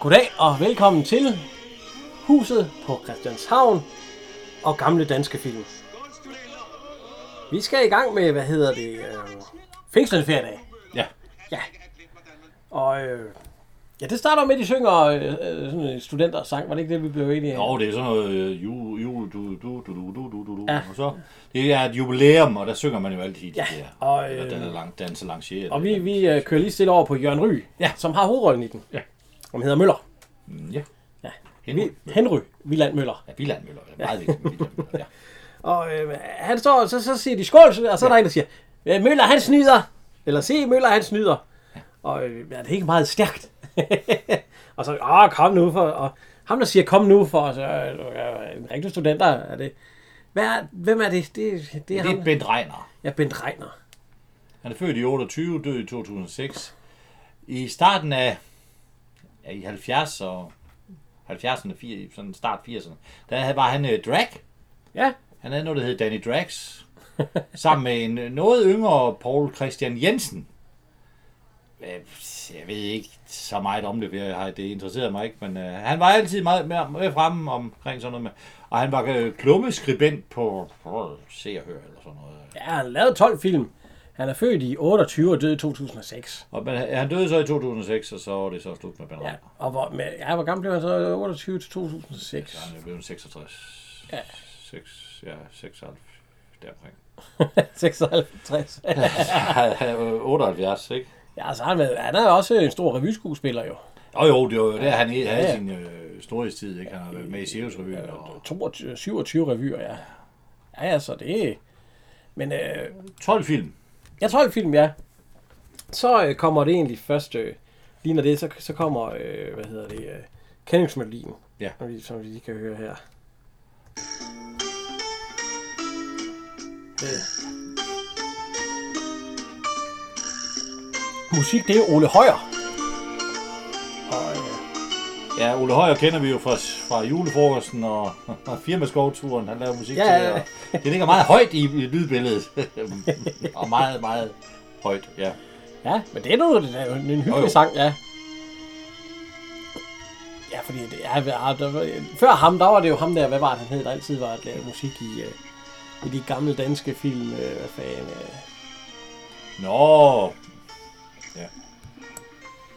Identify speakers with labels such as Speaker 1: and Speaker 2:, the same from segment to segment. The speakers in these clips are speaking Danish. Speaker 1: Goddag og velkommen til Huset på Christianshavn og gamle danske film. Vi skal i gang med, hvad hedder det, øh, fængslernes feriedag.
Speaker 2: Ja.
Speaker 1: Ja. Og øh, ja, det starter med, at de synger øh, øh, sådan en studentersang. Var det ikke det, vi blev enige om?
Speaker 2: Og det er sådan noget øh, jul, jul, du, du, du, du, du, du, du,
Speaker 1: Ja.
Speaker 2: ja. og så. Det er et jubilæum, og der synger man jo altid ja. det der.
Speaker 1: og, øh,
Speaker 2: Eller den er lang, danse lancerede.
Speaker 1: Og vi, vi øh, kører lige stille over på Jørgen Ry,
Speaker 2: Ja.
Speaker 1: som har hovedrollen i den.
Speaker 2: Ja.
Speaker 1: Som hedder Møller.
Speaker 2: Mm, Ja.
Speaker 1: øh, Ja.
Speaker 2: Henry.
Speaker 1: Vi, Henry Viland Møller.
Speaker 2: Ja, Viland Møller. Ja, meget vigtigt med Viland Møller. Ja.
Speaker 1: Og øh, han står, og så, så siger de skål, så- og så er der en, der siger, "Øh, Møller han snyder. Eller se, Møller han snyder. Og øh, ja, det er ikke meget stærkt. og så, åh, kom nu for, og ham der siger, kom nu for, og så øh, du er en rigtig student, der er det. Hvad er, hvem er det? Det, det, det er
Speaker 2: Det
Speaker 1: ham.
Speaker 2: er Bent Reiner.
Speaker 1: Ja, Bent Reiner.
Speaker 2: Han er født i 28, død i 2006. I starten af ja, i 70 og 70'erne, fir- sådan start 80'erne, der havde- var han øh, drag.
Speaker 1: Ja,
Speaker 2: Han havde noget, der hed Danny Drax, sammen med en øh, noget yngre Paul Christian Jensen. Øh, Jeg ved ikke så meget om det, for jeg har- det interesserede mig ikke, men øh, han var altid meget mere, mere fremme omkring sådan noget med, og han var øh, klummeskribent på, på Se og Hør eller sådan noget.
Speaker 1: ja han har lavet 12 film. Han er født i 28 og døde i 2006.
Speaker 2: Og, men han han døde så i 2006, og så var det så slut med Ben
Speaker 1: Ja,
Speaker 2: Reiner.
Speaker 1: og hvor, med, ja, hvor gammel blev han så? 28 til 2006.
Speaker 2: Så han er blevet 66.
Speaker 1: Ja.
Speaker 2: 6, ja, 76 deromkring.
Speaker 1: 56.
Speaker 2: Han er jo 78, ikke?
Speaker 1: Ja, så har han, været, han er jo også en stor revyskuespiller jo.
Speaker 2: Og jo, det var jo der, han havde
Speaker 1: ja.
Speaker 2: sin øh, storhedstid, ikke? Han har været med i Sirius Revyen. Og
Speaker 1: 22, 27 revyer, ja. Ja, ja, så det... Men øh,
Speaker 2: 12 film.
Speaker 1: jeg tror, film, ja. Så øh, kommer det egentlig først... Øh, lige når det, så, så kommer... Øh, hvad hedder det? Øh, kendingsmelodien.
Speaker 2: Ja.
Speaker 1: Som vi, som vi lige kan høre her. Øh. Musik, det er Ole Højer. Og, øh,
Speaker 2: Ja, Ole Højer kender vi jo fra, fra julefrokosten og, og firmaskovturen. Han laver musik
Speaker 1: Ja,
Speaker 2: ja, til
Speaker 1: ja.
Speaker 2: det. og Det ligger meget højt i, i lydbilledet. og meget, meget højt, ja.
Speaker 1: Ja, men det er noget, det er jo en hyggelig
Speaker 2: Jo,
Speaker 1: jo.
Speaker 2: jo.
Speaker 1: sang, ja. Ja, fordi det er, ja, der, var- før ham, der var det jo ham der, hvad var det, han hed, der altid var at lave musik i, øh, i de gamle danske film, øh, hvad fanden, øh.
Speaker 2: Nå,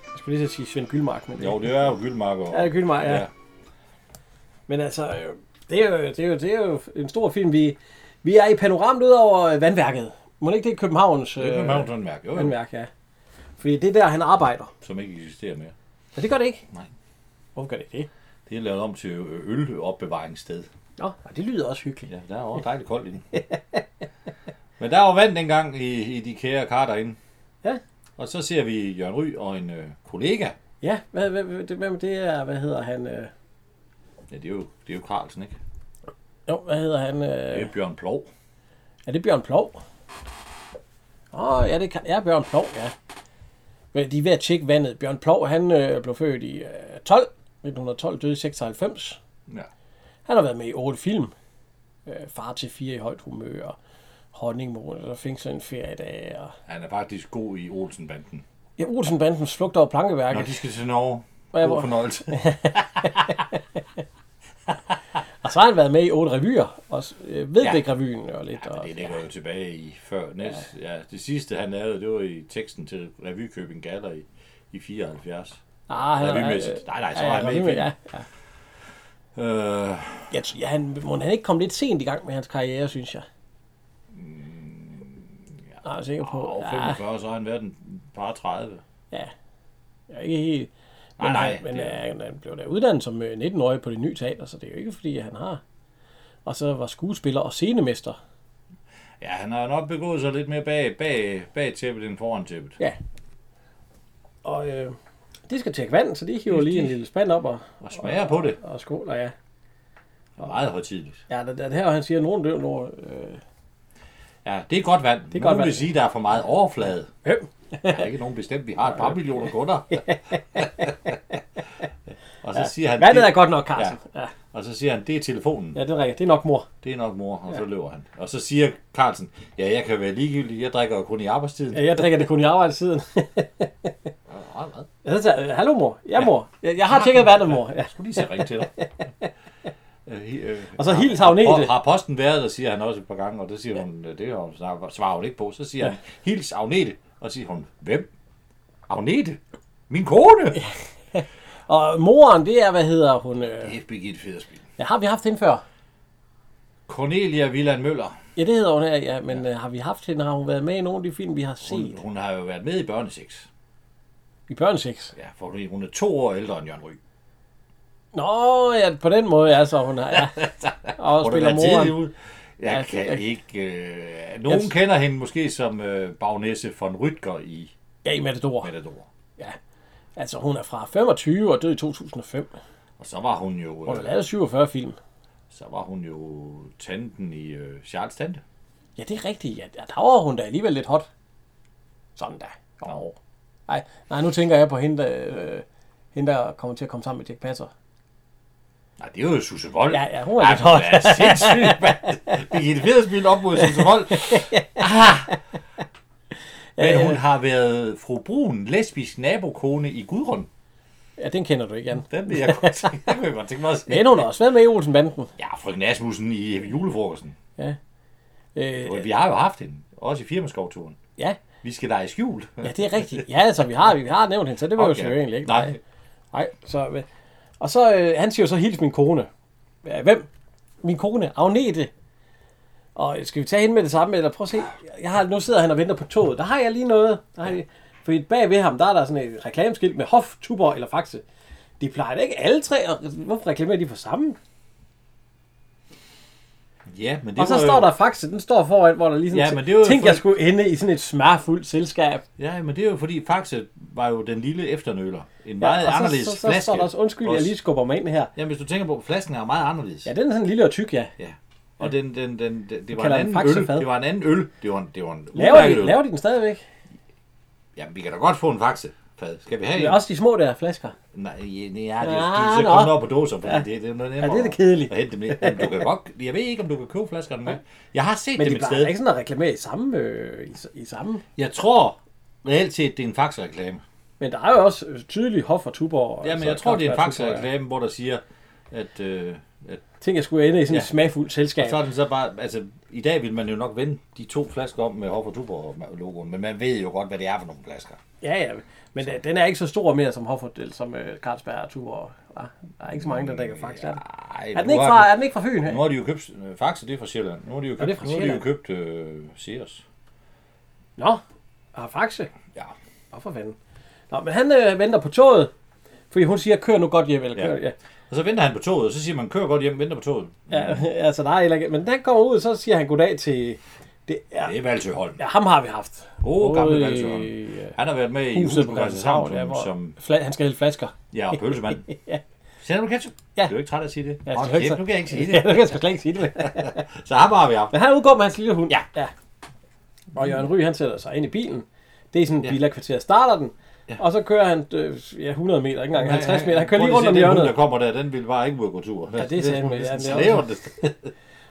Speaker 1: jeg skulle lige så sige Svend Gyldmark, men det,
Speaker 2: jo, det er jo Gyldmark. Og,
Speaker 1: Ja, Gyldmark, ja. ja. Men altså, øh, det er, jo, det, er jo, det er jo en stor film, vi, vi er i panoramt ud over øh, vandværket. Må det ikke det er Københavns
Speaker 2: Det er
Speaker 1: øh,
Speaker 2: Mountain Mærk, jo, jo,
Speaker 1: vandværk, ja. Fordi det er der, han arbejder.
Speaker 2: som ikke eksisterer mere.
Speaker 1: Men det gør det ikke.
Speaker 2: Nej.
Speaker 1: Hvorfor gør det ikke det?
Speaker 2: Det er lavet om til ø- ølopbevaringssted.
Speaker 1: Nå, det lyder også hyggeligt.
Speaker 2: Ja, der er også dejligt koldt i den. Men der var vand dengang i, i de kære kar derinde.
Speaker 1: Ja.
Speaker 2: Og så ser vi Jørgen Ry og en øh, kollega.
Speaker 1: Ja, hvad, hvad, hvad, det, hvem det er, hvad hedder han? Øh,
Speaker 2: Ja, det er jo, det er jo Carlsen, ikke?
Speaker 1: jo, hvad hedder han?
Speaker 2: Det
Speaker 1: Øh,
Speaker 2: er Bjørn Plov.
Speaker 1: er det Bjørn Plov? Åh, oh, ja, det kan- ja, Bjørn Plov, ja. Men De er ved at tjekke vandet. Bjørn Plov, han øh, blev født i øh, 12, 1912, døde i 96.
Speaker 2: Ja.
Speaker 1: Han har været med i otte film. Øh, far til fire i højt humør, honningmåne, der fik sådan en feriedag. Og...
Speaker 2: Han er faktisk god i Olsenbanden.
Speaker 1: Ja, Olsenbandens flugt over plankeværket.
Speaker 2: Når de skal til Norge,
Speaker 1: Ja, hvor-
Speaker 2: god fornøjelse.
Speaker 1: Og så har han været med i otte revyer. Også øh, Vedbæk-revyen og lidt.
Speaker 2: Ja, men
Speaker 1: og,
Speaker 2: det ligger jo tilbage i før næst. Ja, det sidste han lavede, det var i teksten til Revykøbing Galler i, i 74.
Speaker 1: Ah, han,
Speaker 2: Revymæssigt. Nej, nej, så var han med i
Speaker 1: revymæ-
Speaker 2: filmen.
Speaker 1: ja, ja.
Speaker 2: Øh,
Speaker 1: Jeg tror, ja, han, må han ikke komme lidt sent i gang med hans karriere, synes jeg. Mm, ja. Jeg er sikker på.
Speaker 2: og
Speaker 1: ja,
Speaker 2: 45, så har han været en par 30.
Speaker 1: ja. Jeg er ikke helt... Men,
Speaker 2: Nej, nej,
Speaker 1: han, men
Speaker 2: det er-
Speaker 1: øh, han, han blev da uddannet som øh, 19-årig på det nye teater, så det er jo ikke fordi, han har... Og så var skuespiller og scenemester.
Speaker 2: Ja, han har nok begået sig lidt mere bag, bag, bag tæppet end foran tæppet.
Speaker 1: Ja. Og øh, de skal tjekke vand, så de hiver lige en lille spand op og,
Speaker 2: Og smager på det.
Speaker 1: og skåler, ja.
Speaker 2: Og meget højtidligt.
Speaker 1: Ja, det, det her, og han siger, nogen dør, når... Øh,
Speaker 2: Ja, det er godt vand. Det
Speaker 1: er
Speaker 2: er
Speaker 1: godt
Speaker 2: godt vil
Speaker 1: vand.
Speaker 2: sige, der er for meget overflade.
Speaker 1: øh,
Speaker 2: Der er ikke nogen bestemt. Vi har et par millioner kunder. og så siger han,
Speaker 1: vandet
Speaker 2: det,
Speaker 1: er godt nok, Carsten. Ja. ja.
Speaker 2: og så siger han, det er telefonen.
Speaker 1: Ja, det er rigtigt. Det er nok mor.
Speaker 2: Det er nok mor, og så løber han. Og så siger Carlsen, ja, jeg kan være ligegyldig. Jeg drikker jo kun i arbejdstiden.
Speaker 1: Ja, jeg drikker det kun i arbejdstiden.
Speaker 2: Ja, meget.
Speaker 1: Ja, så tager jeg, øh, hallo mor. Ja, mor. Jeg, jeg har tjekket vandet, mor. Ja.
Speaker 2: Jeg skulle lige se ringe til dig. Øh, hi- øh,
Speaker 1: Og så
Speaker 2: har-
Speaker 1: hils Agnete.
Speaker 2: Har, har posten været, der siger han også et par gange, og det siger hun, øh, det har hun, snak- svarer hun ikke på. Så siger ja. han, hils Agnete, og siger hun, hvem? Agnete? Min kone? Ja.
Speaker 1: Og moren, det er, hvad hedder hun? Øh,
Speaker 2: Det er Birgitte Federspil.
Speaker 1: ja, har vi haft hende før?
Speaker 2: Cornelia Villan Møller.
Speaker 1: Ja, det hedder hun her, ja. Men øh, har vi haft hende? Har hun været med i nogle af de film, vi har
Speaker 2: Hun,
Speaker 1: set?
Speaker 2: hun har jo været med i børnesex.
Speaker 1: I børnesex?
Speaker 2: Ja, for hun- hun er to år ældre end Jørgen Ryg.
Speaker 1: Nå, ja, på den måde, ja, så hun har... Ja. Og
Speaker 2: Hun har
Speaker 1: spiller
Speaker 2: været tidligt
Speaker 1: moren.
Speaker 2: ud. Jeg
Speaker 1: Ja, altså,
Speaker 2: kan
Speaker 1: jeg-
Speaker 2: ikke... Øh, nogen
Speaker 1: Jeg-
Speaker 2: kender hende måske som øh, bagnæse von Rytger i
Speaker 1: Ja, i Matador.
Speaker 2: Matador.
Speaker 1: Ja. Altså, hun er fra 25 og død i 2005.
Speaker 2: Og så var hun jo...
Speaker 1: Hun har
Speaker 2: Øh,
Speaker 1: lavet 47 film.
Speaker 2: så var hun jo tanten i øh, Charles Tante.
Speaker 1: Ja, det er rigtigt. Ja, der var hun da alligevel lidt hot. Sådan da. Nå. Nej, nej, nu tænker jeg på hende, der, øh, hende, der kommer til at komme sammen med Jack Passer.
Speaker 2: Nej, det er jo Susse Altså, Vold.
Speaker 1: Ja, ja, hun er lidt
Speaker 2: hot.
Speaker 1: hot.
Speaker 2: Ja, sindssygt, mand. Birgitte Federspil op mod Susse Vold. Ah. Men hun har været fru Brun, lesbisk nabokone i Gudrun.
Speaker 1: Ja, den kender du ikke, Jan.
Speaker 2: Den vil jeg godt tænke, jeg kunne godt tænke mig at se.
Speaker 1: Men hun har også været med i Olsenbanden.
Speaker 2: Ja, frøken Asmussen i julefrokosten.
Speaker 1: Øh,
Speaker 2: Vi har jo haft hende, også i firmaskovturen.
Speaker 1: ja,
Speaker 2: Vi skal dig i skjul.
Speaker 1: ja, det er rigtigt. Ja, altså, vi har, vi har nævnt hende, så det var jo
Speaker 2: Okay.
Speaker 1: selvfølgelig egentlig ikke.
Speaker 2: Nej.
Speaker 1: Nej, så... øh, Og så, øh, han siger jo så, hils min kone. Ja, hvem? Min kone, Agnete. Og øh, skal vi tage hende med det samme, eller prøv at se. Jeg har, nu sidder han og venter på toget. Der har jeg lige noget. Der har jeg, fordi bag ved ham, der er der sådan et reklameskilt med Hof, Tuborg eller Faxe. De plejer da ikke alle tre, og hvorfor reklamerer de for sammen?
Speaker 2: Ja, men det
Speaker 1: Og så
Speaker 2: var
Speaker 1: står
Speaker 2: jo,
Speaker 1: der Faxe, den står foran, hvor der lige sådan,
Speaker 2: Ja, men det var jo
Speaker 1: tænk,
Speaker 2: for-
Speaker 1: jeg skulle ende i sådan et smørfuldt selskab.
Speaker 2: Ja, men det er jo fordi Faxe var jo den lille efternøler. En meget
Speaker 1: og så,
Speaker 2: anderledes
Speaker 1: så, så, så
Speaker 2: flaske.
Speaker 1: står der også, undskyld, jeg
Speaker 2: Også-
Speaker 1: lige skubber mig ind her.
Speaker 2: Jamen, hvis du tænker på, flasken er meget anderledes.
Speaker 1: Ja, den er sådan lille og tyk, ja.
Speaker 2: ja. Og den, den, den, den det, var en
Speaker 1: kalder den
Speaker 2: anden øl.
Speaker 1: faxefad.
Speaker 2: det var en anden øl. Det var en, det var en
Speaker 1: Laver
Speaker 2: udmærket
Speaker 1: de,
Speaker 2: øl.
Speaker 1: laver de den stadigvæk?
Speaker 2: Jamen, vi kan da godt få en faxefad. Skal vi have
Speaker 1: Det er
Speaker 2: en?
Speaker 1: også de små der flasker.
Speaker 2: Nej, ja, det er de,
Speaker 1: Ah,
Speaker 2: de er så
Speaker 1: nå.
Speaker 2: kun op på dåser, for ja. det, det, er noget nemmere
Speaker 1: Ja, det er det kedelige.
Speaker 2: at hente dem ned. Men du kan godt, jeg ved ikke, om du kan købe flaskerne med. Jeg har set
Speaker 1: Men
Speaker 2: dem
Speaker 1: de
Speaker 2: et
Speaker 1: plejer
Speaker 2: sted.
Speaker 1: ikke sådan at reklamere i samme, øh, i, i samme.
Speaker 2: Jeg tror reelt set, det er en faxreklame.
Speaker 1: Men der er jo også øh, tydelig hof og altså tuborg.
Speaker 2: Ja, men jeg tror, det er en faxreklame, Altså, hvor der siger, at, øh, at
Speaker 1: Tænk, jeg skulle ende i sådan
Speaker 2: Ja.
Speaker 1: et smagfuldt selskab.
Speaker 2: så er den så bare, altså i dag vil man jo nok vende de to flasker om med Hoff og Tuborg logoen, men man ved jo godt, hvad det er for nogle flasker.
Speaker 1: Ja, ja. Men øh, den er ikke så stor mere som hof og, eller som øh, Carlsberg og tuborg. Ja, der er ikke så mange, der drikker faktisk. Ja.
Speaker 2: Ej,
Speaker 1: Er den
Speaker 2: nu
Speaker 1: ikke
Speaker 2: har
Speaker 1: fra,
Speaker 2: de-
Speaker 1: er den ikke fra Fyn?
Speaker 2: Nu
Speaker 1: Her?
Speaker 2: har de jo købt, øh, Faxe det er fra Sjælland, nu har de jo
Speaker 1: det er
Speaker 2: købt,
Speaker 1: fra
Speaker 2: nu har de jo købt øh, Sears.
Speaker 1: Nå, og Faxe.
Speaker 2: Ja,
Speaker 1: Nå, for fanden. Nå, men han øh, venter på toget. Fordi hun siger, kør nu godt hjem, eller
Speaker 2: Ja.
Speaker 1: kør, ja.
Speaker 2: og så venter han på toget, og så siger man, kør godt hjem, venter på toget.
Speaker 1: ja. altså, der er heller ikke... Men da han kommer ud, så siger han goddag til... Det er,
Speaker 2: Det er Valsø Holm.
Speaker 1: ja, ham har vi haft.
Speaker 2: Åh, gamle
Speaker 1: Ude i,
Speaker 2: Valsø Holm.
Speaker 1: øh,
Speaker 2: Han har været med i
Speaker 1: huset på
Speaker 2: Christianshavn,
Speaker 1: Christianshavn, ja, hvor
Speaker 2: som,
Speaker 1: fla- han skal hælde flasker.
Speaker 2: ja, og pølsemand.
Speaker 1: Ja.
Speaker 2: Sender du ketchup?
Speaker 1: Ja.
Speaker 2: Du er jo ikke træt af at sige det?
Speaker 1: Ja,
Speaker 2: Åh,
Speaker 1: selvfølgelig.
Speaker 2: kæft, nu kan jeg ikke sige
Speaker 1: Ja,
Speaker 2: det.
Speaker 1: det kan jeg sgu slet ikke sige det.
Speaker 2: Så ham har vi haft.
Speaker 1: Men han udgår med hans lille hund.
Speaker 2: Ja.
Speaker 1: ja. Og Jørgen Ry, han sætter sig ind i bilen. Det er sådan en bilakvarter. Starter den, og så kører han øh, ja, 100 meter, ikke engang 50 meter. Han kører lige rundt om
Speaker 2: Den hund, der
Speaker 1: hjørnet.
Speaker 2: kommer der, den vil bare ikke ud og gå tur.
Speaker 1: Ja, det er sandt, ja, det er også-
Speaker 2: slæver det.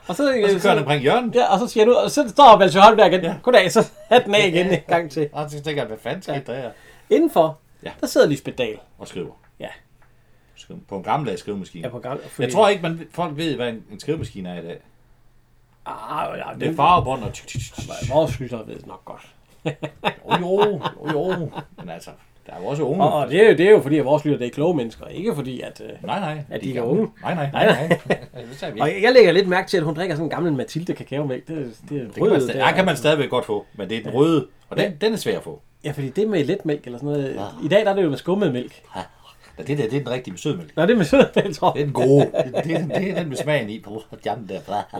Speaker 1: Og så, øh,
Speaker 2: Og så kører den omkring hjørnet.
Speaker 1: ja, og så siger han ud, og så står Valsjø Holmberg igen. Ja. Goddag, så er den af igen en gang til.
Speaker 2: Og så tænker jeg, hvad fanden skete der her?
Speaker 1: Indenfor,
Speaker 2: Ja.
Speaker 1: ja. der sidder Lisbeth Dahl.
Speaker 2: Og skriver.
Speaker 1: Ja,
Speaker 2: Skriver. På en gammeldags skrivemaskine.
Speaker 1: ja på gang. Fordi,
Speaker 2: Jeg tror ikke, man, folk ved, hvad en, en skrivemaskine er i dag.
Speaker 1: Ah, ja,
Speaker 2: Det er
Speaker 1: det var...
Speaker 2: farvebånd og... Tyk, tyk, tyk, tyk.
Speaker 1: Vores lytter ved det nok godt.
Speaker 2: Jo, jo, jo, jo. Men altså, der er jo også unge.
Speaker 1: Og, og det, er jo, det er jo fordi, at vores lytter det er kloge mennesker. Ikke fordi, at... Øh,
Speaker 2: Nej, nej.
Speaker 1: Ja, de
Speaker 2: er
Speaker 1: er
Speaker 2: gamle.
Speaker 1: unge.
Speaker 2: Nej, nej, nej,
Speaker 1: Nej,
Speaker 2: nej.
Speaker 1: nej.
Speaker 2: Det tager vi
Speaker 1: Og
Speaker 2: ikke.
Speaker 1: jeg, jeg lægger lidt mærke til, at hun drikker sådan en gammel Mathilde kakaomælk. Det, det, det er ah,
Speaker 2: Det kan man,
Speaker 1: rød.
Speaker 2: sta- ja, kan man stadigvæk godt få, men det er den røde, og den, den er svær at få.
Speaker 1: ja, fordi det er med letmælk eller sådan noget. I dag der er det jo med skummet mælk.
Speaker 2: Ja, det der, det er den rigtige med sødmælk.
Speaker 1: Nå, det er med sødmælk, tror
Speaker 2: Det
Speaker 1: jeg.
Speaker 2: er den gode. Det, det, det er den med smagen i. Puh, Jamen der. bla.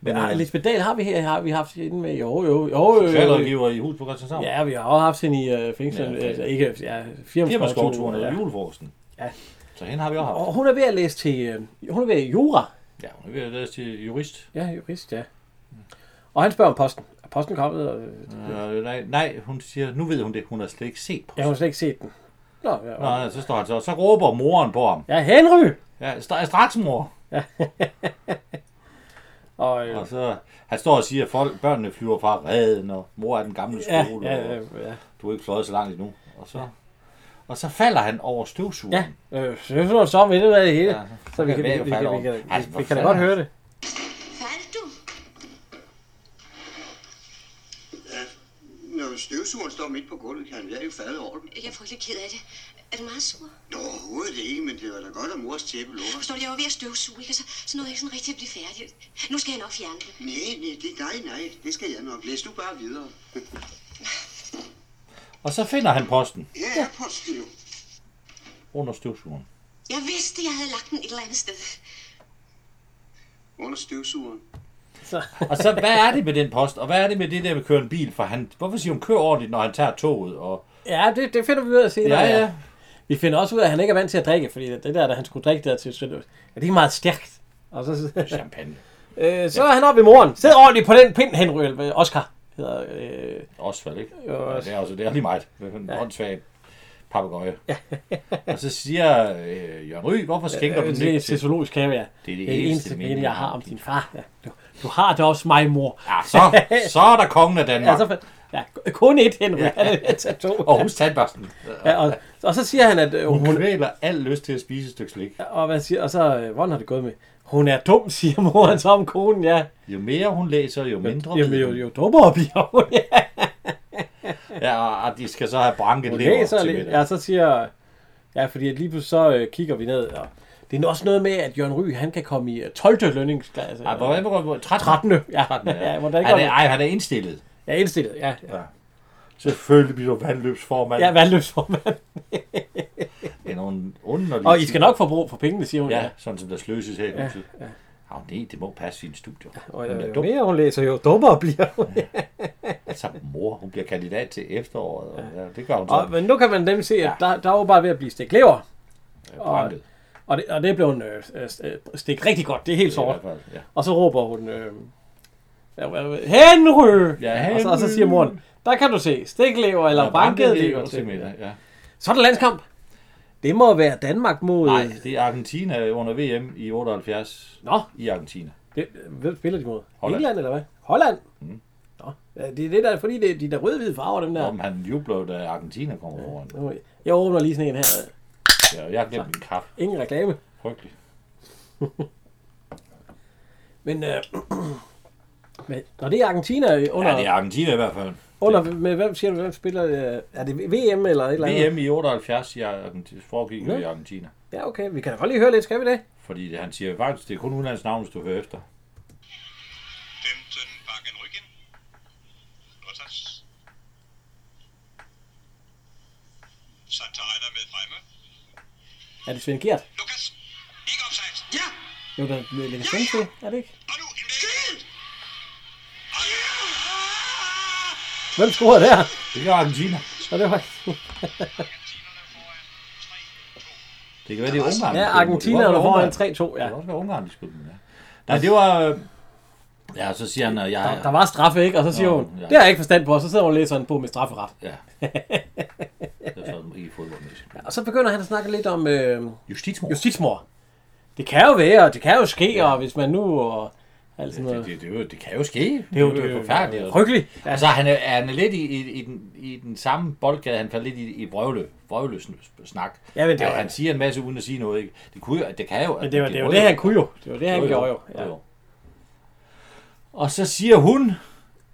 Speaker 2: Men
Speaker 1: Ja,
Speaker 2: øh,
Speaker 1: Ah, Lisbeth Dahl har vi her, har vi haft hende med. Jo, jo, jo. jo, jo, jo.
Speaker 2: socialrådgiver i hus på Christianshavn. Ja.
Speaker 1: Ja, vi har også haft hende i øh, fængslen.
Speaker 2: Ja,
Speaker 1: Ja, ikke, ja, firma-
Speaker 2: Firma skovturen og
Speaker 1: ja.
Speaker 2: julefrokosten.
Speaker 1: Ja.
Speaker 2: Så hende har vi også haft.
Speaker 1: Og hun er ved at læse til... Øh, hun er ved at jura.
Speaker 2: Ja, hun er ved at læse til jurist.
Speaker 1: Ja, jurist, ja. Og han spørger om posten. Er posten kommet? Og, øh,
Speaker 2: Øh, nej, nej, hun siger, nu ved hun det, hun har slet ikke set på.
Speaker 1: ja, hun har slet ikke set den. Nå, ja.
Speaker 2: Nå, nej, så står han så, og så råber moren på ham.
Speaker 1: Ja, Henry!
Speaker 2: Ja, st- straks mor.
Speaker 1: Og, øh,
Speaker 2: Og så, han står og siger, at folk, børnene flyver fra redden, og mor er den gamle
Speaker 1: ja,
Speaker 2: skole,
Speaker 1: ja, ja,
Speaker 2: og
Speaker 1: ja.
Speaker 2: du er ikke fløjet så langt endnu. Og så, Og så falder han over støvsugeren.
Speaker 1: Ja, øh, så er det så ved det, hvad det hele.
Speaker 2: Ja,
Speaker 1: Ja, så vi kan, vi,
Speaker 2: jeg
Speaker 1: vi, vi, kan-
Speaker 2: falder over.
Speaker 1: vi, kan,
Speaker 2: Altså,
Speaker 1: vi,
Speaker 2: hvor
Speaker 1: vi kan da
Speaker 2: fanden
Speaker 1: godt
Speaker 2: er
Speaker 1: høre det.
Speaker 3: Faldt du?
Speaker 4: Når støvsugeren står midt på gulvet, kan jeg jo falde over den.
Speaker 3: Jeg er frygtelig ked af det. Er du meget sur?
Speaker 4: Nå, Overhovedet ikke, men det var da godt, at mors tæppe lukker.
Speaker 3: Forstår du, jeg var ved at støvsuge, ikke? Og så, så nåede jeg ikke sådan rigtig at blive færdig. Nu skal jeg nok fjerne det.
Speaker 4: Nej, nej, det er dig, nej. Det skal jeg nok. Læs du bare videre.
Speaker 2: Og så finder han posten
Speaker 4: Her er posten jo.
Speaker 2: under støvsugeren.
Speaker 3: Jeg vidste, jeg havde lagt den et eller andet sted.
Speaker 4: Under støvsugeren.
Speaker 1: Så,
Speaker 2: Og så, hvad er det med den post? Og hvad er det med det der med at køre en bil? For han, hvorfor siger hun, kør ordentligt, når han tager toget? Og,
Speaker 1: ja, det, det finder vi ud af senere.
Speaker 2: ja, ja.
Speaker 1: Vi finder også ud af, at han ikke er vant til at drikke, fordi det der, da han skulle drikke der til søndag, ja, det er meget stærkt. Og så,
Speaker 2: Champagne.
Speaker 1: øh, så er han oppe i moren. Sid ordentligt på den pind, Henry, eller hvad, Oscar hedder. Øh,
Speaker 2: Osvald, ikke?
Speaker 1: Jo,
Speaker 2: Ja, det er også det er lige meget. Det er en ja. åndssvag papegøje. Ja. og så siger øh, Jørgen Ry, hvorfor skænker du
Speaker 1: øh,
Speaker 2: den
Speaker 1: det er
Speaker 2: ikke
Speaker 1: til
Speaker 2: til...
Speaker 1: zoologisk have, ja.
Speaker 2: Det er
Speaker 1: det
Speaker 2: det eneste
Speaker 1: eneste
Speaker 2: minde,
Speaker 1: minde, jeg har om din far. Ja. Du, du har det også mig, mor.
Speaker 2: Ja, så, så er der kongen af
Speaker 1: Ja,
Speaker 2: Danmark.
Speaker 1: så, fa- ja, kun et, Henry. Ja. Tag to.
Speaker 2: Og husk tandbørsten.
Speaker 1: Ja, og, og så siger han, at øh,
Speaker 2: Hun
Speaker 1: hun...
Speaker 2: kvæler al lyst til at spise et stykke slik.
Speaker 1: Og, hvad siger, og så, øh, hvordan har det gået med? Hun er dum, siger moren så om konen, ja.
Speaker 2: Jo mere hun læser, jo mindre
Speaker 1: Jamen,
Speaker 2: ved
Speaker 1: jo,
Speaker 2: hun.
Speaker 1: jo dummere bliver hun, ja.
Speaker 2: Ja, og- og de skal så have branket
Speaker 1: Hun
Speaker 2: lever
Speaker 1: læser
Speaker 2: til
Speaker 1: lidt,
Speaker 2: middag.
Speaker 1: ja, så siger... Ja, fordi at lige pludselig så øh, kigger vi ned, og det er også noget med, at Jørgen Ry, han kan komme i øh, 12. lønningsklasse.
Speaker 2: Ej, hvor er hvor- hvor- 13.
Speaker 1: 13. Ja,
Speaker 2: 13, ja.
Speaker 1: ja hvordan
Speaker 2: Ej,
Speaker 1: går
Speaker 2: det,
Speaker 1: det?
Speaker 2: ej, han er indstillet.
Speaker 1: Ja, indstillet, ja.
Speaker 2: Selvfølgelig bliver du vandløbsformand.
Speaker 1: Ja, vandløbsformand.
Speaker 2: Det er nogle underlige
Speaker 1: Og I skal nok få brug for pengene, siger hun.
Speaker 2: ting. Ja,
Speaker 1: Ja.
Speaker 2: sådan som der sløses her i huset. Ja, ja. Oh, nej, det må passe sine studier.
Speaker 1: Og
Speaker 2: Hun
Speaker 1: jo,
Speaker 2: er
Speaker 1: jo
Speaker 2: dum.
Speaker 1: mere hun læser, jo dummere bliver hun.
Speaker 2: Altså, mor, hun bliver kandidat til efteråret. Og, ja, det gør hun så.
Speaker 1: Og, men nu kan man nemlig se, at der, der er jo bare ved at blive stegt lever.
Speaker 2: Ja, brandet.
Speaker 1: Og det, og det blev en øh, øh, stik rigtig godt. Det er helt
Speaker 2: Det er i
Speaker 1: sort.
Speaker 2: hvert fald, ja.
Speaker 1: Og så råber hun, øh, ja, hvad- hvad- Henry!
Speaker 2: Ja,
Speaker 1: Og, så, og så
Speaker 2: Henry!
Speaker 1: siger moren, der kan du se, stiklever eller
Speaker 2: Og
Speaker 1: banket
Speaker 2: brandet
Speaker 1: lever
Speaker 2: lever til
Speaker 1: til.
Speaker 2: middag, ja.
Speaker 1: Så er der landskamp. Det må være Danmark mod...
Speaker 2: Nej, det er Argentina øh, under VM i 78
Speaker 1: Nå,
Speaker 2: i Argentina.
Speaker 1: det, hvem spiller de mod?
Speaker 2: Holland.
Speaker 1: England eller hvad? Holland? Mm. Nå, ja, det er det der, fordi det er de der rødhvide farver, dem der.
Speaker 2: Om han jubler, da Argentina kommer foran.
Speaker 1: Nu må jeg- Jeg åbner lige sådan en her.
Speaker 2: Ja, og jeg har glemt min kaffe.
Speaker 1: Ingen reklame.
Speaker 2: Frygteligt.
Speaker 1: Men, øh, men når det er Argentina under,
Speaker 2: Ja, det er Argentina i hvert fald.
Speaker 1: under med, hvem siger du, hvem spiller, øh, er det VM eller et eller andet?
Speaker 2: VM i 78 i Argentina, foregik jo i Argentina.
Speaker 1: Ja, okay. Vi kan da godt lige høre lidt, skal vi det?
Speaker 2: Fordi det- han siger faktisk, det er kun udenlands navn, hvis du hører efter.
Speaker 5: 15 bakken ryggen. Rotas. Santa Reiner med fremme.
Speaker 1: Er det Svend Gert?
Speaker 5: Lukas. Ikke offside.
Speaker 4: Ja!
Speaker 1: Jo, der bliver lidt Svend til, er det ikke?
Speaker 5: Og nu en væk. Og ja!
Speaker 1: Hvem scorede der?
Speaker 2: Det gør Argentina.
Speaker 1: Og det var...
Speaker 5: Argentinerne foran 3-2.
Speaker 2: Det kan være, det er Ungarn.
Speaker 1: Ja, Argentina der foran 3-2,
Speaker 2: Ja.
Speaker 1: ja.
Speaker 2: Det kan også være Ungarn, de skulle den, ja. Nej, det var... øh, Ja, så siger han, at jeg...
Speaker 1: Der var straffe, ikke? Og så siger
Speaker 2: Nå,
Speaker 1: hun,
Speaker 2: ja.
Speaker 1: det har jeg ikke forstand på, og så sidder hun og læser en bog med strafferet.
Speaker 2: Ja. Det er sådan i fodboldmæssigt.
Speaker 1: Og så begynder han at snakke lidt om øh,
Speaker 2: Justitsmord.
Speaker 1: justitsmor. Det kan jo være, og det kan jo ske, ja. og hvis man nu... Og, alt sådan
Speaker 2: Det,
Speaker 1: noget.
Speaker 2: det, det, det, det kan jo ske. Det
Speaker 1: er
Speaker 2: er
Speaker 1: jo-
Speaker 2: jo, det er
Speaker 1: det er
Speaker 2: jo
Speaker 1: jo
Speaker 2: forfærdeligt.
Speaker 1: Frygteligt. Ja.
Speaker 2: Altså, han er, han er lidt i, i, i, den, i den samme boldgade, han faldt lidt i, i vrøvle, vrøvlesen snak.
Speaker 1: Ja, men det
Speaker 2: Altså,
Speaker 1: var-
Speaker 2: han siger en masse uden at sige noget, ikke? Det, kunne jo, det kan jo...
Speaker 1: Men det var det, var det han kunne jo. Det var det, han gjorde jo. Ja.
Speaker 2: Og så siger hun,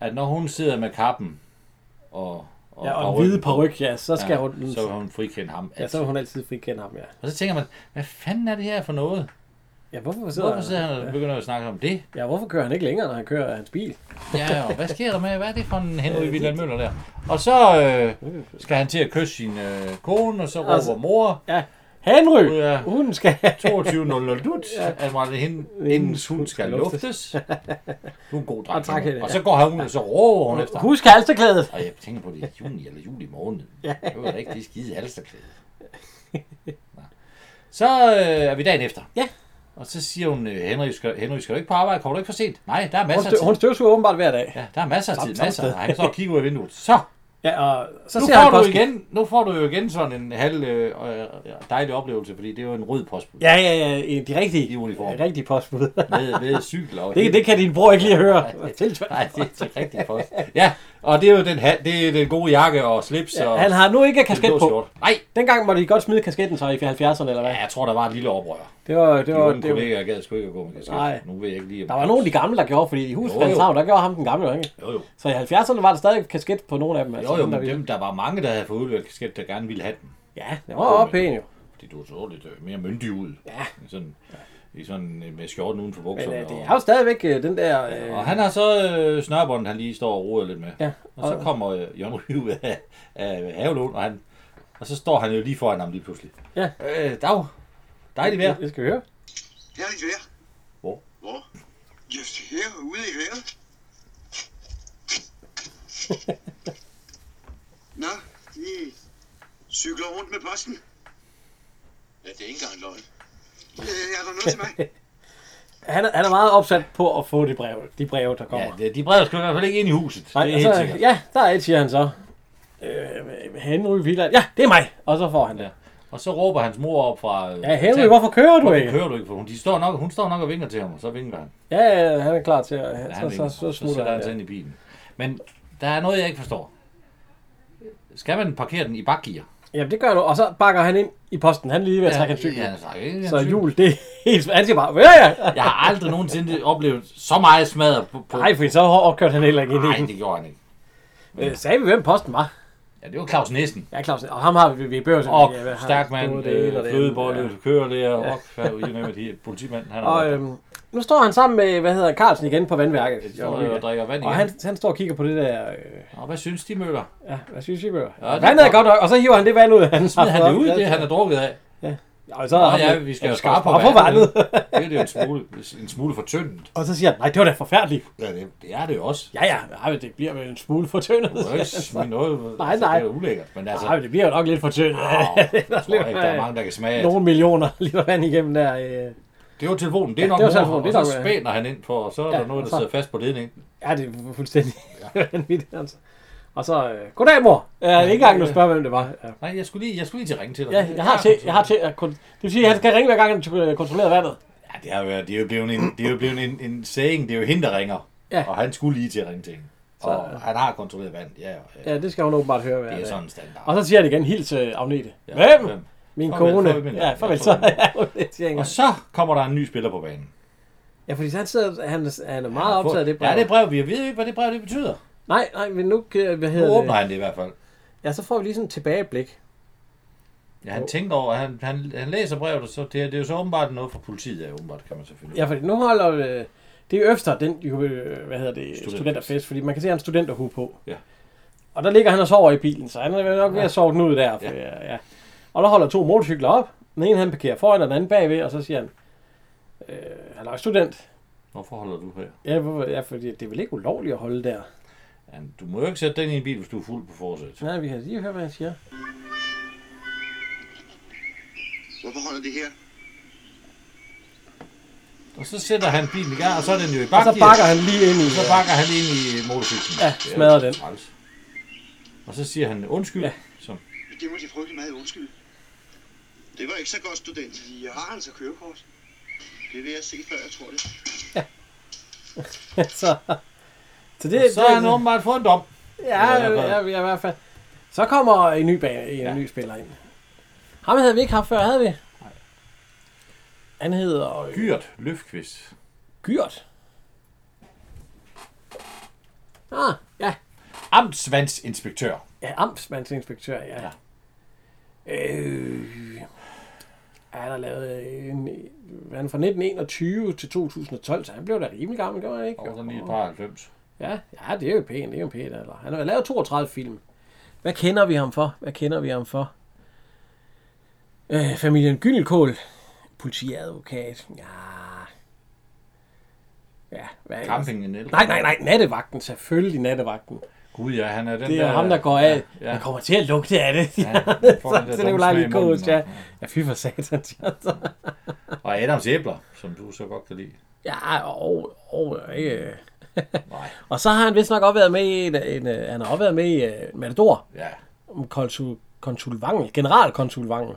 Speaker 2: at når hun sidder med kappen og...
Speaker 1: Ja, og en
Speaker 2: parykken
Speaker 1: hvide
Speaker 2: på,
Speaker 1: paryk, ja, så skal
Speaker 2: ja,
Speaker 1: hun...
Speaker 2: så vil hun frikende ham.
Speaker 1: Ja, så vil hun altid frikende ham, ja.
Speaker 2: Og så tænker man, hvad fanden er det her for noget?
Speaker 1: Ja, hvorfor sidder,
Speaker 2: Hvorfor sidder han og begynder at snakke om det?
Speaker 1: Ja, hvorfor kører han ikke længere, når han kører hans bil?
Speaker 2: Ja, og hvad sker der med? Hvad er det for en Henry Wilhelm Møller der? Og så øh, skal han til at kysse sin øh, kone, og så råber
Speaker 1: Altså-
Speaker 2: altså, mor.
Speaker 1: Ja, Henry!
Speaker 2: Ja.
Speaker 1: Hun skal...
Speaker 2: 22.00 dut, at Martin Hin- Hindens hund skal luftes. Du er en god dreng.
Speaker 1: Og tak,
Speaker 2: Henry.
Speaker 1: Henrik.
Speaker 2: og så går han ud, og så råber hun efter ham.
Speaker 1: Husk halsterklædet!
Speaker 2: Og jeg tænker på det er juni eller juli måned. Det var da ikke det skide halsterklæde. Nå. Så øh, er vi dagen efter.
Speaker 1: Ja.
Speaker 2: Og så siger hun, øh, Henry, skal, Henry, skal du ikke på arbejde? Kommer du ikke for sent? Nej, der er
Speaker 1: Hun,
Speaker 2: masser af
Speaker 1: støv,
Speaker 2: tid.
Speaker 1: hun støvsuger åbenbart hver dag.
Speaker 2: Ja, der er masser af
Speaker 1: Samme-
Speaker 2: tid,
Speaker 1: samme
Speaker 2: masser.
Speaker 1: sted.
Speaker 2: Og han kan så kigge ud af vinduet. Så,
Speaker 1: Ja, og så
Speaker 2: nu
Speaker 1: ser han
Speaker 2: får, du
Speaker 1: posten.
Speaker 2: igen, nu får du jo igen sådan en halv øh, øh, dejlig oplevelse, fordi det er jo en rød postbud
Speaker 1: Ja, ja, ja, i de rigtige,
Speaker 2: I uniform.
Speaker 1: rigtige postbud.
Speaker 2: med, med cykel. Og
Speaker 1: det, det kan din bror ikke lige høre.
Speaker 2: Nej, det er til rigtig post. Ja, Og det er jo den, hat, det er den gode jakke og slips.
Speaker 1: Ja,
Speaker 2: og
Speaker 1: han har nu ikke
Speaker 2: den
Speaker 1: kasket
Speaker 2: blå
Speaker 1: på.
Speaker 2: skjorte. Nej,
Speaker 1: Dengang måtte de godt smide kasketten så i 70'erne, eller hvad?
Speaker 2: ja, jeg tror, der var et lille oprør.
Speaker 1: Det var, det
Speaker 2: Det
Speaker 1: var,
Speaker 2: var, det
Speaker 1: det var,
Speaker 2: kollegaer gad sgu ikke at gå med kasket.
Speaker 1: Nej.
Speaker 2: Nu ved jeg ikke lige, om...
Speaker 1: der var nogle af de gamle, der gjorde, fordi i
Speaker 2: Jo,
Speaker 1: husfaldens
Speaker 2: jo.
Speaker 1: havn, der gjorde ham den gamle, jo, ikke?
Speaker 2: Jo, jo.
Speaker 1: Så i 70'erne var der stadig kasket på nogle af dem. altså
Speaker 2: Jo, jo,
Speaker 1: dem, der
Speaker 2: men
Speaker 1: ville-
Speaker 2: dem, der var mange, der havde fået udleveret kasket, der gerne ville have den.
Speaker 1: Ja, det var også pænt jo.
Speaker 2: Fordi du så lidt øh, mere myndig ud.
Speaker 1: Ja.
Speaker 2: Sådan, I sådan øh, med skjorten uden for
Speaker 1: Men
Speaker 2: bukserne.
Speaker 1: øh, det
Speaker 2: og-
Speaker 1: er jo stadigvæk øh, den der... Øh,
Speaker 2: Og han har så øh, snørbånd, han lige står og roder lidt med.
Speaker 1: Ja,
Speaker 2: og, så
Speaker 1: og-
Speaker 2: kommer øh, Jørgen Ryge af, af Havelund, og, han, og så står han jo lige foran ham lige pludselig.
Speaker 1: Ja.
Speaker 2: Øh, dag. Dejligt vejr.
Speaker 1: det skal vi høre.
Speaker 4: Her i vejr.
Speaker 2: Hvor?
Speaker 4: Hvor? Just herude i vejret. Nå, I cykler rundt med posten.
Speaker 6: Ja, det er ikke engang løgn.
Speaker 4: Øh, er der noget til mig?
Speaker 1: Han er, han er meget opsat på at få de brev, de breve, der kommer.
Speaker 2: Ja, det- de breder skal i hvert fald ikke ind i huset.
Speaker 1: Nej,
Speaker 2: det er
Speaker 1: og
Speaker 2: helt
Speaker 1: så,
Speaker 2: sikkert.
Speaker 1: ja, der er et, siger han så. Øh, Henry Villand. Ja, det er mig. Og så får han det.
Speaker 2: Og så råber hans mor op fra... øh,
Speaker 1: Ja, Henry,
Speaker 2: altanen,
Speaker 1: hvorfor kører du
Speaker 2: "Hvorfor
Speaker 1: ikke?
Speaker 2: kører du ikke? For hun, de står nok, hun står nok og vinker til ham, og så vinker han.
Speaker 1: Ja, ja, han er klar til at...
Speaker 2: Ja,
Speaker 1: så,
Speaker 2: han
Speaker 1: så,
Speaker 2: vinker.
Speaker 1: så, så
Speaker 2: sætter
Speaker 1: smutter han.
Speaker 2: han sig
Speaker 1: der.
Speaker 2: ind i bilen. Men der er noget, jeg ikke forstår. Skal man parkere den i bakgear?
Speaker 1: Jamen, det gør han. Og så bakker han ind i posten. Han er lige ved at trække en cykel.
Speaker 2: Ja, han trækker ikke en
Speaker 1: Så
Speaker 2: cykel.
Speaker 1: jul, det er helt... Han siger bare, ja, ja.
Speaker 2: Jeg har aldrig nogensinde oplevet så meget smadret på... på...
Speaker 1: Nej, for så opkørte han heller ikke ind
Speaker 2: Nej,
Speaker 1: i
Speaker 2: det gjorde han ikke.
Speaker 1: den. Øh, Sagde vi, hvem posten var?
Speaker 2: Ja, det var Claus Nissen.
Speaker 1: Ja, Claus. Og ham har vi, vi i børsen.
Speaker 2: Og
Speaker 1: Ja,
Speaker 2: ja,
Speaker 1: han-
Speaker 2: Stærkman,
Speaker 1: både det ene og det andet,
Speaker 2: flødebolle,
Speaker 1: ja.
Speaker 2: ja. kører der, og hvad you name it, he- politimanden, han er
Speaker 1: Og
Speaker 2: og,
Speaker 1: øhm, nu står han sammen med, hvad hedder han, Carlsen igen på vandværket.
Speaker 2: står og drikker vand
Speaker 1: øh, Og
Speaker 2: igen.
Speaker 1: han, han står og kigger på det der, øh,
Speaker 2: Og hvad synes de, Møller?
Speaker 1: ja, hvad synes I, bør?
Speaker 2: Ja, det er
Speaker 1: Vandet er
Speaker 2: godt.
Speaker 1: godt nok, og så hiver han det vand ud, han
Speaker 2: Smider han det ud, det han er drukket af?
Speaker 1: Og så
Speaker 2: Nå,
Speaker 1: ham-
Speaker 2: ja, vi skal jo
Speaker 1: han
Speaker 2: skarpe på
Speaker 1: skrabbe på vandet.
Speaker 2: vandet. Det er jo en smule, en smule for tyndt.
Speaker 1: og så siger han, nej, det var da forfærdeligt.
Speaker 2: Ja, det, det er det jo også.
Speaker 1: Ja, ja, nej, det bliver vel en smule for tyndet.
Speaker 2: Du kan jo ikke smide noget,
Speaker 1: Nej,
Speaker 2: altså,
Speaker 1: nej.
Speaker 2: det er jo ulækkert. Men altså,
Speaker 1: Nej, det bliver jo nok lidt for tyndet.
Speaker 2: au, jeg tror ikke, der er mange, der kan smage. at-
Speaker 1: Nogle millioner liter vand igennem der. Øh.
Speaker 2: Det var telefonen, det er
Speaker 1: Ja,
Speaker 2: nok
Speaker 1: det var
Speaker 2: mor,
Speaker 1: telefonen,
Speaker 2: og
Speaker 1: det er
Speaker 2: så
Speaker 1: nok-
Speaker 2: spænder han ind på, og så er
Speaker 1: Ja,
Speaker 2: der noget,
Speaker 1: og
Speaker 2: der
Speaker 1: så-
Speaker 2: sidder fast på ledningen.
Speaker 1: Ja, det er fuldstændig vanvittigt, altså. Og så, øh, goddag mor. Ja, det er ikke engang, du spørger, hvem det var. Ja.
Speaker 2: Nej, jeg skulle lige, jeg skulle lige til at ringe til dig.
Speaker 1: Ja, jeg har til, jeg har til at kon- Det vil sige, at han skal ringe hver gang, han øh, kontrollerer vandet.
Speaker 2: Ja, det, har jo, været- det er jo blevet, en, det er jo blevet en, en saying, det er jo hende, der ringer.
Speaker 1: Ja.
Speaker 2: Og han skulle lige til at ringe til hende. Og han har kontrolleret vand, ja, ja. ja.
Speaker 1: Ja, det skal hun åbenbart høre hver
Speaker 2: Det er
Speaker 1: dag.
Speaker 2: sådan en standard.
Speaker 1: Og så siger han igen, hils øh, Agnete.
Speaker 2: Ja,
Speaker 1: Hvem? Min
Speaker 2: Farvel,
Speaker 1: kone.
Speaker 2: farvel, min
Speaker 1: ja,
Speaker 2: navn.
Speaker 1: farvel
Speaker 2: Ja,
Speaker 1: så.
Speaker 2: farvel.
Speaker 1: Ja, det siger jeg ikke
Speaker 2: Og
Speaker 1: engang.
Speaker 2: så kommer der en ny spiller på banen.
Speaker 1: ja, fordi han, sidder, han, han er meget optaget af det brev.
Speaker 2: Ja, det brev, vi ved jo ikke, hvad det brev det betyder.
Speaker 1: Nej, nej, men nu, øh, hvad
Speaker 2: Nu
Speaker 1: hedder
Speaker 2: åbner
Speaker 1: det?
Speaker 2: han det i hvert fald.
Speaker 1: Ja, så får vi lige sådan et tilbageblik.
Speaker 2: Ja, han tænker over, han, han, han læser brevet, og så det, er- det er jo så åbenbart noget fra politiet, ja, åbenbart kan man selvfølgelig.
Speaker 1: Ja, fordi nu holder... Øh, det er Øfter, den, jo, øh, hvad hedder det,
Speaker 2: Studenterfest.
Speaker 1: studenterfest, fordi man kan se, at han har en studenterhue på.
Speaker 2: Ja.
Speaker 1: Og der ligger han og sover i bilen, så han er vel nok ved at sove den ud der. For, øh, ja. ja. Og der holder to motorcykler op. Den ene han parkerer foran, og den anden bagved, og så siger han, øh, han er student.
Speaker 2: Hvorfor holder du her?
Speaker 1: Ja, hvorfor, ja, fordi det er vel ikke ulovligt at holde der.
Speaker 2: Ja, du må jo ikke sætte den i en bil, hvis du er fuld på forsæt.
Speaker 1: Nej, vi kan lige høre, hvad han siger.
Speaker 4: Hvorfor holder det her?
Speaker 2: Og så sætter han bilen i gang, og så er den jo i
Speaker 1: Og
Speaker 2: bakgear.
Speaker 1: så bakker han lige ind i... øh,
Speaker 2: så bakker han ind i motorcyklen.
Speaker 1: Ja,
Speaker 2: Det er
Speaker 1: smadrer
Speaker 2: jo
Speaker 1: den.
Speaker 2: træls. Og så siger han undskyld.
Speaker 1: Ja.
Speaker 2: Ja. Som,
Speaker 4: Det må de frygtelig meget undskylde.
Speaker 6: Det var ikke så godt, student.
Speaker 4: Jeg har altså kørekort.
Speaker 6: Det vil jeg se, før jeg tror det.
Speaker 1: øh, så, så det,
Speaker 2: og så har han åbenbart fået en dom.
Speaker 1: Ja,
Speaker 2: Eller i hvert fald-
Speaker 1: ja, ja, i hvert fald. Så kommer en ny, bane, en ja.
Speaker 2: Ja.
Speaker 1: ny spiller ind. Ham havde vi ikke haft før, havde vi? Han hedder øh,
Speaker 2: Gyrt Løfqvist.
Speaker 1: Gyrt. Ah, ja.
Speaker 2: Amtsvandsinspektør.
Speaker 1: Ja, amtsmandsinspektør, ja. ja. Øh, ja, han har lavet øh, en, han er fra 1921 til 2012, så han blev da rimelig gammel, gjorde han ikke?
Speaker 2: Og sådan lige et par 90.
Speaker 1: Ja, ja, det er jo pænt, det er jo pænt. Eller. Han har lavet 32 film. Hvad kender vi ham for? Hvad kender vi ham for? Øh, familien Gynelkål. Politiadvokat. Ja. Ja, hvad ellers?
Speaker 2: Campingen. eller-
Speaker 1: Nej, nej, nej. Nattevagten. Selvfølgelig nattevagten.
Speaker 2: Gud ja, han er den
Speaker 1: Det er
Speaker 2: der...
Speaker 1: ham, der går af.
Speaker 2: Ja,
Speaker 1: Han
Speaker 2: ja.
Speaker 1: kommer til at lugte af det. Ja,
Speaker 2: han får den der
Speaker 1: så
Speaker 2: dumme
Speaker 1: det er jo
Speaker 2: smag i
Speaker 1: lidt kås,
Speaker 2: munden,
Speaker 1: ja.
Speaker 2: og-
Speaker 1: Ja, fy for satan. siger han så.
Speaker 2: Og Adams æbler, som du så godt kan lide.
Speaker 1: Ja, og, og, øh.
Speaker 2: Nej,
Speaker 1: og så har han vist nok også været med i en, en, øh, han har også været med i uh, Matador.
Speaker 2: ja.
Speaker 1: om konsul, konsul Vangel, generalkonsul Vangel.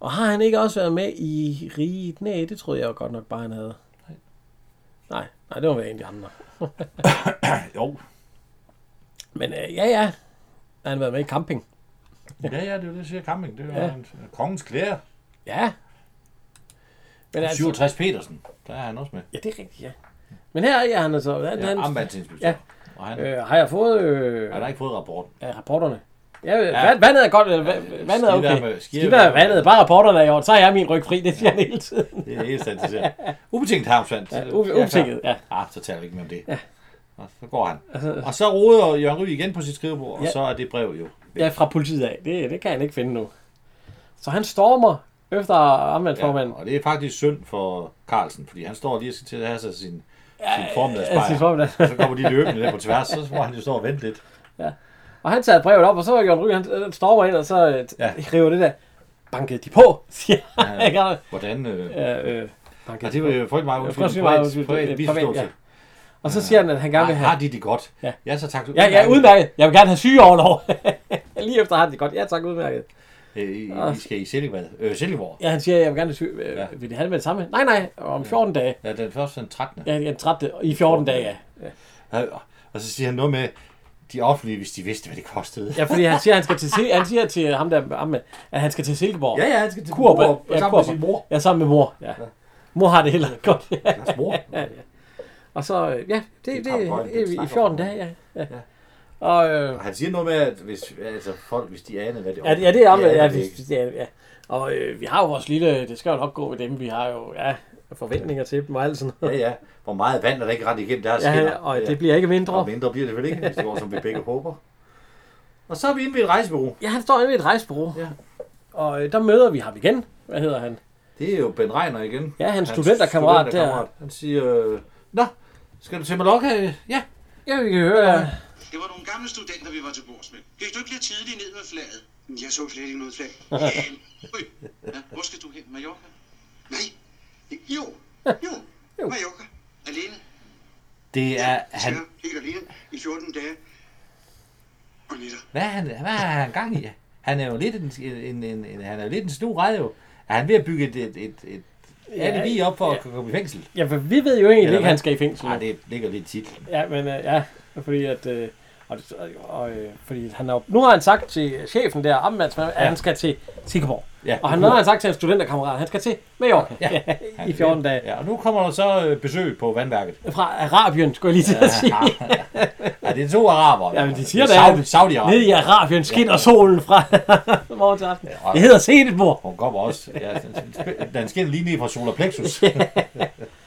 Speaker 1: Og har han ikke også været med i riget? Nej, det troede jeg jo godt nok bare, han havde. Nej, nej, det var egentlig andre.
Speaker 2: Jo.
Speaker 1: Men øh, ja, ja. Han har været med i camping.
Speaker 2: Ja, ja, det er jo det, siger camping. Det er jo en, kongens klæder.
Speaker 1: Ja. Men altså,
Speaker 2: 67 Petersen, der er han også med.
Speaker 1: ja, det er rigtigt, ja. Men her er han altså. Han,
Speaker 2: Ja,
Speaker 1: han, Ja.
Speaker 2: Armbandsinspektør. Ja. Og han, øh,
Speaker 1: øh, har jeg fået øh,
Speaker 2: han har ikke fået rapporten.
Speaker 1: ja, rapporterne? Ja, ja. Vand, vandet er godt. Øh, va- vandet er
Speaker 2: skidt være
Speaker 1: okay.
Speaker 2: med- skidt
Speaker 1: Skidt
Speaker 2: være
Speaker 1: er
Speaker 2: med-
Speaker 1: vandet. Bare rapporterne er i orden. Så er jeg min ryg fri. Det siger han hele tiden.
Speaker 2: Det er helt sandt. Ubetinget havsandt.
Speaker 1: Ja, ube- ubetinget, ja.
Speaker 2: Ah, så taler vi ikke mere om det. Ja. Og så går han. Og så roder Jørgen Ryg igen på sit skrivebord, og
Speaker 1: Ja.
Speaker 2: så er det brev jo.
Speaker 1: Ja, fra politiet af. Det, det kan han ikke finde nu. Så han stormer efter armbandformanden.
Speaker 2: Ja, og det er faktisk synd for Carlsen, fordi han står lige og skal til at have sig sin, sin
Speaker 1: Ja, sin
Speaker 2: formiddagsbejr.
Speaker 1: formiddag.
Speaker 2: Så kommer de løbende lidt på tværs, så må han jo stå og vente lidt.
Speaker 1: Og han tager brevet op, og så er Jørgen Ryg, han øh, stormer ind, og så ja.
Speaker 2: Ja.
Speaker 1: river det der. Bankede de på, siger han.
Speaker 2: Ja.
Speaker 1: Ja,
Speaker 2: Hvordan... Øh, ja.
Speaker 1: øh, bankede
Speaker 2: Ja,
Speaker 1: de
Speaker 2: det
Speaker 1: på.
Speaker 2: var jo frygtelig meget
Speaker 1: Jeg
Speaker 2: undskyld.
Speaker 1: tror, det var undskyld,
Speaker 2: en privat- privat
Speaker 1: øh, privat,
Speaker 2: misforståelse.
Speaker 1: ja. Og så siger han, at han gerne
Speaker 2: Har,
Speaker 1: vil have...
Speaker 2: har de det godt?
Speaker 1: Ja.
Speaker 2: ja så tak.
Speaker 1: Ja, ja, udmærket. Jeg vil gerne have sygeoverlov. Lige efter har han det godt. Ja, tak, udmærket.
Speaker 2: Øh, I, I skal i Silkeborg. Øh, Silkeborg.
Speaker 1: Ja, han siger, jeg vil gerne have syge... Øh,
Speaker 2: Ja.
Speaker 1: Vil de have det med det samme? Nej, nej, om 14 dage.
Speaker 2: Ja, den første den 13.
Speaker 1: Ja, den 13. øh, I 14 dage, ja.
Speaker 2: Ja. Og så siger han noget med, de offentlige, hvis de vidste, hvad det kostede.
Speaker 1: Ja, fordi han siger, han skal til, Sil- han siger til ham der, ham med, at han skal til Silkeborg.
Speaker 2: ja, han skal til
Speaker 1: Kurba.
Speaker 2: Kurba, sammen med sin mor.
Speaker 1: Ja, sammen med mor. Ja. Mor har det heller ikke godt.
Speaker 2: Hans mor.
Speaker 1: og så, øh, ja, det, det,
Speaker 2: Det er Carl Boyle,
Speaker 1: det,
Speaker 2: det
Speaker 1: det er i
Speaker 2: snakker
Speaker 1: 14
Speaker 2: om.
Speaker 1: dage, ja. ja. Og, øh,
Speaker 2: Og han siger noget med, at hvis, altså, folk, hvis de anede, hvad det
Speaker 1: ja, det- ja, det er om,
Speaker 2: de anede
Speaker 1: ja,
Speaker 2: det
Speaker 1: det,
Speaker 2: ikke.
Speaker 1: det er, ja. Og øh, vi har jo vores lille, det skal jo nok gå med dem, vi har jo, ja, forventninger til dem og alt sådan noget.
Speaker 2: Ja, ja. Hvor meget vand er der ikke ret igennem deres
Speaker 1: Ja,
Speaker 2: hænder?
Speaker 1: og det bliver ikke mindre.
Speaker 2: Og mindre bliver det vel ikke, hvis det går, som vi begge håber. Og så er vi inde ved et rejsebureau.
Speaker 1: Ja, han står inde ved et rejsebureau.
Speaker 2: Ja.
Speaker 1: Og øh, der møder vi ham igen. Hvad hedder han?
Speaker 2: Det er jo Ben Reiner igen.
Speaker 1: Ja, hans studenterkammerat der.
Speaker 2: studenterkammerat. Han siger, øh, Nå, skal du til Mallorca? Ja.
Speaker 1: Ja, vi kan høre, ja.
Speaker 4: Det var nogle gamle studenter, vi var til bords med. Gik du ikke lidt tidligt ned med flaget? Jeg så slet ikke noget flag. Øj. ja, hvor skal du hen? Mallorca? Nej. Jo. Jo.
Speaker 1: Jo.
Speaker 4: Mallorca. Alene.
Speaker 2: Det er han...
Speaker 4: Ja, helt alene. I 14 dage. Og netter.
Speaker 2: Hvad er han, hvad er han gang i? Han er jo lidt en, en, en, en, han er jo lidt en snu rejo. Er han ved at bygge et, et, et, et
Speaker 1: Ja,
Speaker 2: ja, alibi op for ja. at kunne komme i fængsel?
Speaker 1: Ja, for vi ved jo egentlig ikke,
Speaker 2: Eller
Speaker 1: at han
Speaker 2: hvad?
Speaker 1: skal i fængsel.
Speaker 2: Nej, det ligger lidt i titlen.
Speaker 1: Ja, men øh, ja, fordi at... Øh, og, det- og, øh, fordi han har, jo- nu har han sagt til chefen der, Ammands, at han skal til Sikkerborg.
Speaker 2: Ja,
Speaker 1: og han,
Speaker 2: det
Speaker 1: nu
Speaker 2: burde-
Speaker 1: har han sagt til hans studenterkammerat, at han skal til Mallorca ja,
Speaker 2: Ja.
Speaker 1: i 14 dage.
Speaker 2: Ja, og nu kommer der så øh, besøg på vandværket.
Speaker 1: Fra Arabien, skulle jeg lige til at sige.
Speaker 2: Ja, det er to araber.
Speaker 1: Ja, men de siger
Speaker 2: det
Speaker 1: da,
Speaker 2: er Saudi,
Speaker 1: at
Speaker 2: Saudi
Speaker 1: ned i
Speaker 2: araber
Speaker 1: Arabien skinner solen fra morgen til aften.
Speaker 2: Ja.
Speaker 1: Det hedder Seneborg.
Speaker 2: Hun kommer også. Ja, den- den- den skinner lige ned fra solar plexus. det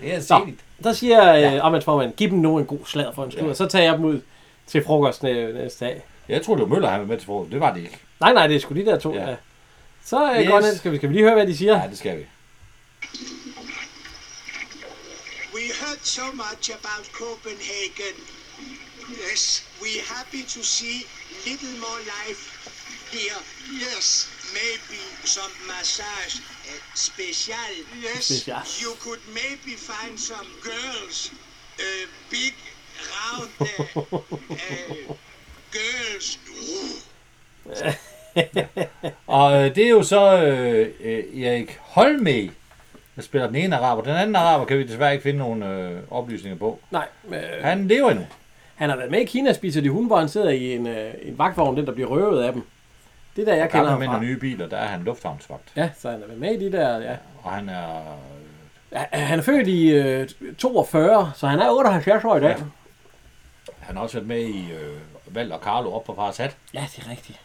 Speaker 2: er sindigt.
Speaker 1: Der siger øh, Ammands formand, giv dem nu en god slag for en skud, og så tager jeg dem ud til frokost øh, næste dag.
Speaker 2: Jeg troede, det var Møller, han var med til forhold. Det var det ikke.
Speaker 1: Nej, nej, det er sgu de der to. Ja.
Speaker 2: Ja.
Speaker 1: Ja. Så øh,
Speaker 2: Yes.
Speaker 1: går han ind. skal vi, skal vi lige høre, hvad de siger.
Speaker 2: Nej, det skal vi.
Speaker 7: We heard so much about Copenhagen.
Speaker 4: Yes.
Speaker 7: We're happy to see little more life here.
Speaker 4: Yes.
Speaker 7: Maybe some massage at special.
Speaker 4: Yes.
Speaker 1: Ja.
Speaker 7: You could maybe find some girls. Uh, big, round uh, uh, girls.
Speaker 2: Og øh, det er jo så øh, øh, Erik Holme, der spiller den ene araber. Den anden araber kan vi desværre ikke finde nogen øh, oplysninger på.
Speaker 1: Nej, øh,
Speaker 2: Han lever endnu.
Speaker 1: han har været med i Kina, spiser de hunde, hvor han sidder i en, øh, en vagtvogn, den der bliver røvet af dem. Det er der, jeg kender
Speaker 2: Gamle
Speaker 1: ham
Speaker 2: mænd og
Speaker 1: fra.
Speaker 2: nye biler, der er han lufthavnsvagt.
Speaker 1: Ja, så han har været med i de der, ja.
Speaker 2: Og han er... øh,
Speaker 1: Ja, Han er født i øh, 42, så han er 78 år i dag.
Speaker 2: Han har også været med i øh, Valg og Carlo op på Parasat.
Speaker 1: Ja, det er rigtigt.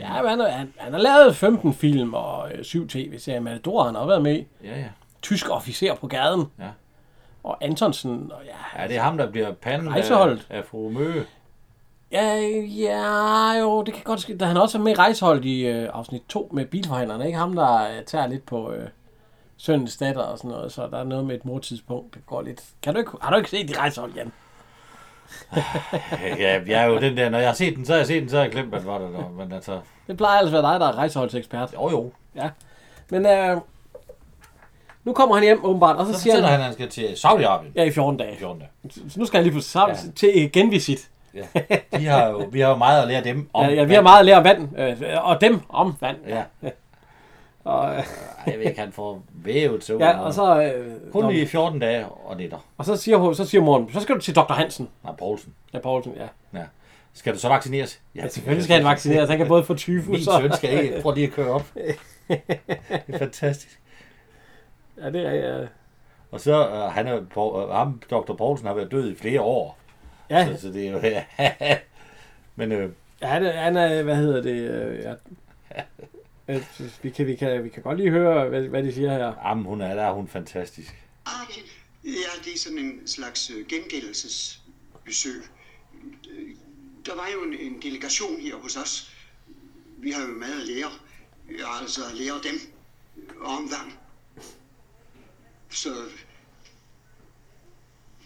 Speaker 1: Ja, men han, er- han, han har lavet 15 film og øh, 7 tv-serier. Matador har han også været med i.
Speaker 2: Ja, ja.
Speaker 1: Tysk officer på gaden.
Speaker 2: Ja.
Speaker 1: Og Antonsen, og ja,
Speaker 2: Ja, det er ham, der bliver panden
Speaker 1: Rejseholdet.
Speaker 2: af, af fru Møge.
Speaker 1: ja, ja, jo, det kan godt ske. Da han også er med i rejseholdet i øh, afsnit 2 med bilforhandlerne, ikke? Ham, der øh, tager lidt på øh, søndens datter og sådan noget, så der er noget med et mortidspunkt, der går lidt... Kan du ikke, har du ikke set de rejsehold, Jan?
Speaker 2: ja, jeg er jo den der, når jeg har set den, så har jeg set den, så har jeg glemt, hvad det var der. der. Men altså,
Speaker 1: Det plejer altså at være dig, der er rejseholdsekspert.
Speaker 2: jo jo.
Speaker 1: Men øh, nu kommer han hjem åbenbart, og så,
Speaker 2: Så
Speaker 1: så siger han,
Speaker 2: fortæller han,
Speaker 1: han...
Speaker 2: at han skal til Saudi-Arabien.
Speaker 1: Ja, i 14 dage.
Speaker 2: 14.
Speaker 1: Så nu skal han lige pludselig sammen ja.
Speaker 2: Ja.
Speaker 1: til genvisit.
Speaker 2: Ja. De har jo, vi har jo meget at lære dem om.
Speaker 1: Ja, ja, vi har meget at lære om vand, øh, og dem om vand.
Speaker 2: Ja.
Speaker 1: Og, øh,
Speaker 2: Ej, jeg ved ikke, han får vævet så.
Speaker 1: ja, og så, øh,
Speaker 2: Kun
Speaker 1: nå,
Speaker 2: i 14 dage og nætter.
Speaker 1: og så siger, hun- så siger moren, så skal du til Dr. Hansen.
Speaker 2: Nej, Poulsen.
Speaker 1: Ja, Poulsen, ja.
Speaker 2: Ja. Skal du så vaccineres?
Speaker 1: Ja, selvfølgelig skal han vaccineres. altså, Han kan både få
Speaker 2: Min
Speaker 1: tyfus og...
Speaker 2: søn skal ikke. Prøv lige at køre op. Det er fantastisk.
Speaker 1: Ja, det er... Ja,
Speaker 2: Og så, øh, han er, på, øh, ham, Dr. Poulsen har været død i flere år.
Speaker 1: ja
Speaker 2: Så, så det er jo... Men øh,
Speaker 1: Ja, han, er- han er, hvad hedder det, øh, ja. Øh, Vi kan, vi, kan, vi kan godt lige høre, hvad, hvad de siger her.
Speaker 2: jamen, hun er, der er hun fantastisk.
Speaker 3: Arjen.
Speaker 4: Ja, det er sådan en slags øh, gengældelsesbesøg. Øh, Der var jo en, en delegation her hos os. Vi har jo meget at lære. Ja, altså at lære dem øh, om dem. Så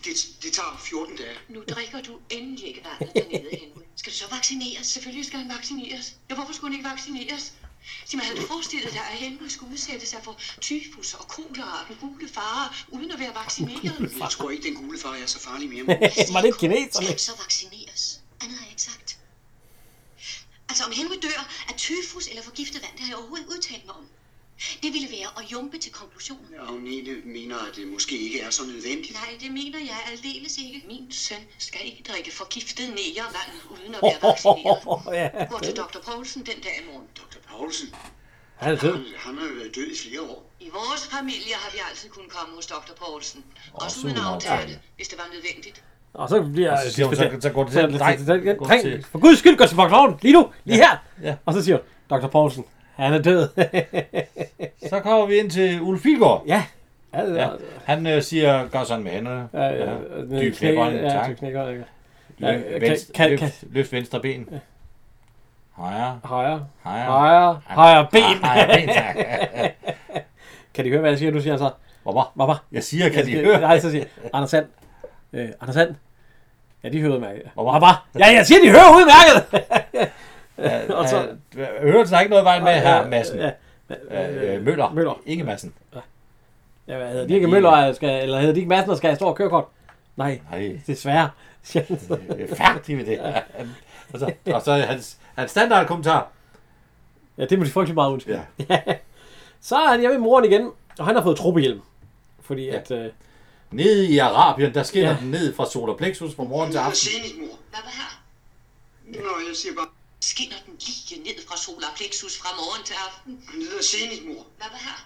Speaker 4: det, det tager 14 dage.
Speaker 3: Nu drikker du endelig ikke vandet dernede, Henry. Skal du så vaccineres? Selvfølgelig skal han vaccineres. Ja, hvorfor skulle han ikke vaccineres? Sig mig, havde du forestillet dig, at Henry skulle udsætte sig for tyfus og kolera og den gule fare, uden at være vaccineret?
Speaker 4: Jeg tror ikke, den gule far er så farlig mere. Men
Speaker 1: Var det ikke
Speaker 3: Skal
Speaker 1: kineserne?
Speaker 3: han så vaccineres? Andet har jeg ikke sagt. Altså, om Henry dør af tyfus eller forgiftet vand, det har jeg overhovedet ikke udtalt mig om. Det ville være at jumpe til konklusionen.
Speaker 4: Agnete mener, at det måske ikke er så nødvendigt.
Speaker 3: Nej, det mener jeg aldeles ikke. Min søn skal ikke drikke forgiftet nægervand, uden at være vaccineret.
Speaker 1: ja,
Speaker 3: Går til Dr. Poulsen den dag i morgen.
Speaker 4: Dr. Poulsen,
Speaker 1: han er død.
Speaker 4: han, han har jo været død i flere år.
Speaker 3: I vores familie har vi altid kunnet komme hos Dr. Poulsen. Også
Speaker 2: så
Speaker 3: uden
Speaker 2: hun har
Speaker 3: aftale,
Speaker 2: aftale.
Speaker 3: hvis det var nødvendigt.
Speaker 1: Og så bliver...
Speaker 2: Så siger hun, så, så går det til.
Speaker 1: Nej,
Speaker 2: Nej, går det til.
Speaker 1: for guds skyld, gå til McLaren, lige nu, lige her.
Speaker 2: ja.
Speaker 1: Og så siger hun, Dr. Poulsen, han er død.
Speaker 2: Så kommer vi ind til Ulf Pilgaard.
Speaker 1: ja, ja, det
Speaker 2: Ja.
Speaker 1: er-
Speaker 2: Han øh, siger, gør sådan med hænderne.
Speaker 1: ja, ja,
Speaker 2: ja. Dyb knæbånd,
Speaker 1: ja,
Speaker 2: tak.
Speaker 1: dyb knækkeren, ja.
Speaker 2: Lø-
Speaker 1: Ja,
Speaker 2: venstre-
Speaker 1: kan- kan-
Speaker 2: løft- Løft venstre ben. Højre,
Speaker 1: Højre,
Speaker 2: højre,
Speaker 1: højre, højre ben.
Speaker 2: Ah, Højre ben, tak.
Speaker 1: Kan de høre, hvad jeg siger? altså- Du siger så,
Speaker 2: Hvorfor?
Speaker 1: mamma,
Speaker 2: Jeg siger, kan de
Speaker 1: skal-
Speaker 2: høre?
Speaker 1: Altså, Nej, så siger jeg, Anders Sand. Øh, Anders Sand. Ja, de hører udmærket.
Speaker 2: Hvor var-
Speaker 1: Hvad var? Ja, jeg siger, de hører udmærket! og så-
Speaker 2: Øh, Hørelsen har ikke noget vej med her, Madsen.
Speaker 1: Ja,
Speaker 2: Øh, øh, Møller.
Speaker 1: Møller.
Speaker 2: Ikke Madsen.
Speaker 1: ja hvad hedder de ikke Møller, og skal, eller hedder de ikke Madsen, og skal have stor kørekort? Nej,
Speaker 2: Nej,
Speaker 1: desværre. siger han så.
Speaker 2: jeg er færdig med det. Han- Og så, og så hans, hans standardkommentar.
Speaker 1: ja, det må de frygtelig meget undskylde.
Speaker 2: Ja.
Speaker 1: Så er han hjemme i moren igen, og han har fået truppehjelm. Fordi
Speaker 2: Ja.
Speaker 1: at... Øh,
Speaker 2: Nede i Arabien, der skinner
Speaker 1: Ja.
Speaker 2: ja. den ned fra Solar Plexus fra morgen til
Speaker 4: Jeg har
Speaker 2: aften.
Speaker 4: set mor.
Speaker 3: Hvad var her?
Speaker 4: Nå, jeg siger bare,
Speaker 3: Skinner den lige ned fra solar plexus fra morgen til aften?
Speaker 4: han hedder Senit, mor.
Speaker 3: Hvad var her?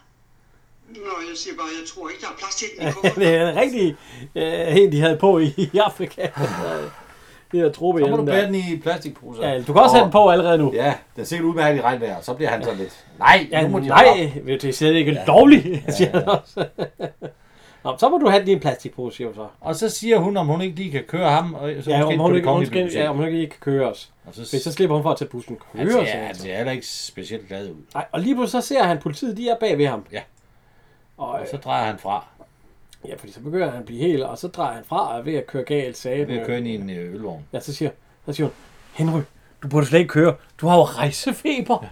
Speaker 4: Nå, jeg siger bare, jeg tror ikke, der er plads til den i
Speaker 1: det
Speaker 4: kufferten.
Speaker 1: er en rigtig øh, en, de havde på i, i Afrika. det er
Speaker 2: Så må
Speaker 1: truppehjelm
Speaker 2: du bære
Speaker 1: der.
Speaker 2: den i plastikposer.
Speaker 1: Ja, du kan også
Speaker 2: Og-
Speaker 1: have den på allerede nu.
Speaker 2: Ja, den ser udmærket i regnvejr. Så bliver han sådan lidt, nej,
Speaker 1: Ja,
Speaker 2: nu må de
Speaker 1: nej, det er slet ikke ja. lovligt, siger han også. Nå, så må du have din plastikpose, siger hun så.
Speaker 2: Og så siger hun, om hun ikke lige kan køre ham, og så
Speaker 1: Ja,
Speaker 2: måske
Speaker 1: om
Speaker 2: ind på
Speaker 1: hun,
Speaker 2: det
Speaker 1: ikke, hun
Speaker 2: kongelige
Speaker 1: skal,
Speaker 2: bibliotek.
Speaker 1: ja, om hun ikke lige kan køre os.
Speaker 2: Og så,
Speaker 1: Hvis så slipper hun for at tage bussen. Køre
Speaker 2: han,
Speaker 1: os.
Speaker 2: ser,
Speaker 1: siger
Speaker 2: han
Speaker 1: han så.
Speaker 2: ser heller ikke specielt glad ud.
Speaker 1: Nej, og lige pludselig så ser han politiet, de er bag ved ham.
Speaker 2: Ja.
Speaker 1: Og,
Speaker 2: Og
Speaker 1: øh,
Speaker 2: så drejer han fra.
Speaker 1: ja, fordi så begynder han at blive helt, og så drejer han fra og er ved at køre galt, sagde
Speaker 2: Ved
Speaker 1: den,
Speaker 2: at
Speaker 1: øh.
Speaker 2: køre ind i en øh, ølvogn.
Speaker 1: Ja, så siger, så siger hun, Henry, du burde slet ikke køre. Du har jo rejsefeber. Ja.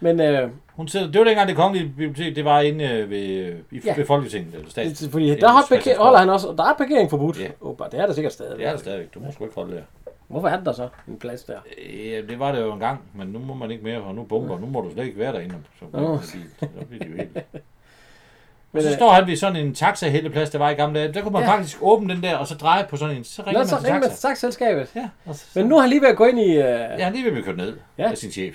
Speaker 1: Men øh,
Speaker 2: Hun sidder, det var dengang det kongelige bibliotek, det var inde øh, ved, øh, i,
Speaker 1: Ja.
Speaker 2: ja. ved Folketinget. Eller stats,
Speaker 1: det, fordi
Speaker 2: eller
Speaker 1: der har
Speaker 2: Christiansborg.
Speaker 1: parker, holder han også, og der er parkering forbudt. Ja.
Speaker 2: Ja.
Speaker 1: Åbenbart, det er der sikkert stadig.
Speaker 2: Det er der stadigvæk. Du må sgu ikke holde der.
Speaker 1: Hvorfor er den der så en plads der?
Speaker 2: Øh, det var det jo engang, men nu må man ikke mere, og nu bomber, nu må du slet ikke være derinde. Så,
Speaker 1: Nå.
Speaker 2: så bliver det jo helt...
Speaker 1: Men,
Speaker 2: Og så
Speaker 1: øh,
Speaker 2: står han ved sådan en taxahældeplads, der var i gamle dage. Der kunne man
Speaker 1: Ja.
Speaker 2: ja. faktisk åbne den der, og så dreje på sådan en. Så ringer
Speaker 1: Nå,
Speaker 2: man
Speaker 1: så
Speaker 2: til
Speaker 1: ringer man til
Speaker 2: taxa.
Speaker 1: taxaselskabet.
Speaker 2: Ja, og så,
Speaker 1: Men nu er han lige ved at gå ind i... Øh...
Speaker 2: ja, han lige ved at blive kørt ned
Speaker 1: Ja.
Speaker 2: ja. af sin chef.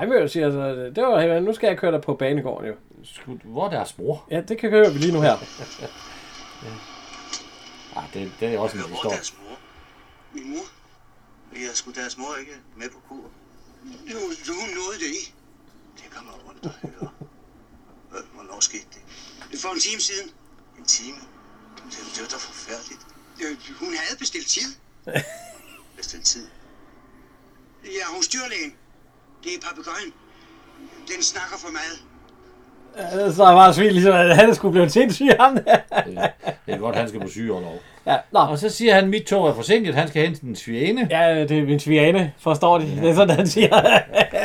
Speaker 1: Ej, vil jeg sige, altså, det var, nu skal jeg køre dig på banegården jo.
Speaker 2: Skud, hvor er deres mor?
Speaker 1: Ja, det kan køre vi lige nu her.
Speaker 2: Ah, det, det er også en
Speaker 6: Hvor er
Speaker 2: historie.
Speaker 6: deres mor?
Speaker 4: Min mor?
Speaker 6: Jeg skulle deres mor ikke med på kur.
Speaker 4: Jo, jo, hun nåede det ikke.
Speaker 6: Det kommer over dig, eller? Hvad- Hvornår skete det?
Speaker 4: For en time siden.
Speaker 6: En time? Det, det var da forfærdeligt.
Speaker 4: Øh, Hun havde bestilt tid.
Speaker 6: Hvis den tid.
Speaker 4: Ja, hun styrlægen. Det er papegøjen. Den snakker for meget.
Speaker 1: Ja, så er jeg bare svin, ligesom at han skulle blive sindssyg, ham der.
Speaker 2: Det er godt, han skal på sygeoverlov.
Speaker 1: Ja, nå.
Speaker 2: Og så siger han, mit tog er forsinket, han skal hente en svigerinde. Ja.
Speaker 1: Ja, det er min svigerinde, forstår de? Ja. Det er sådan, han siger.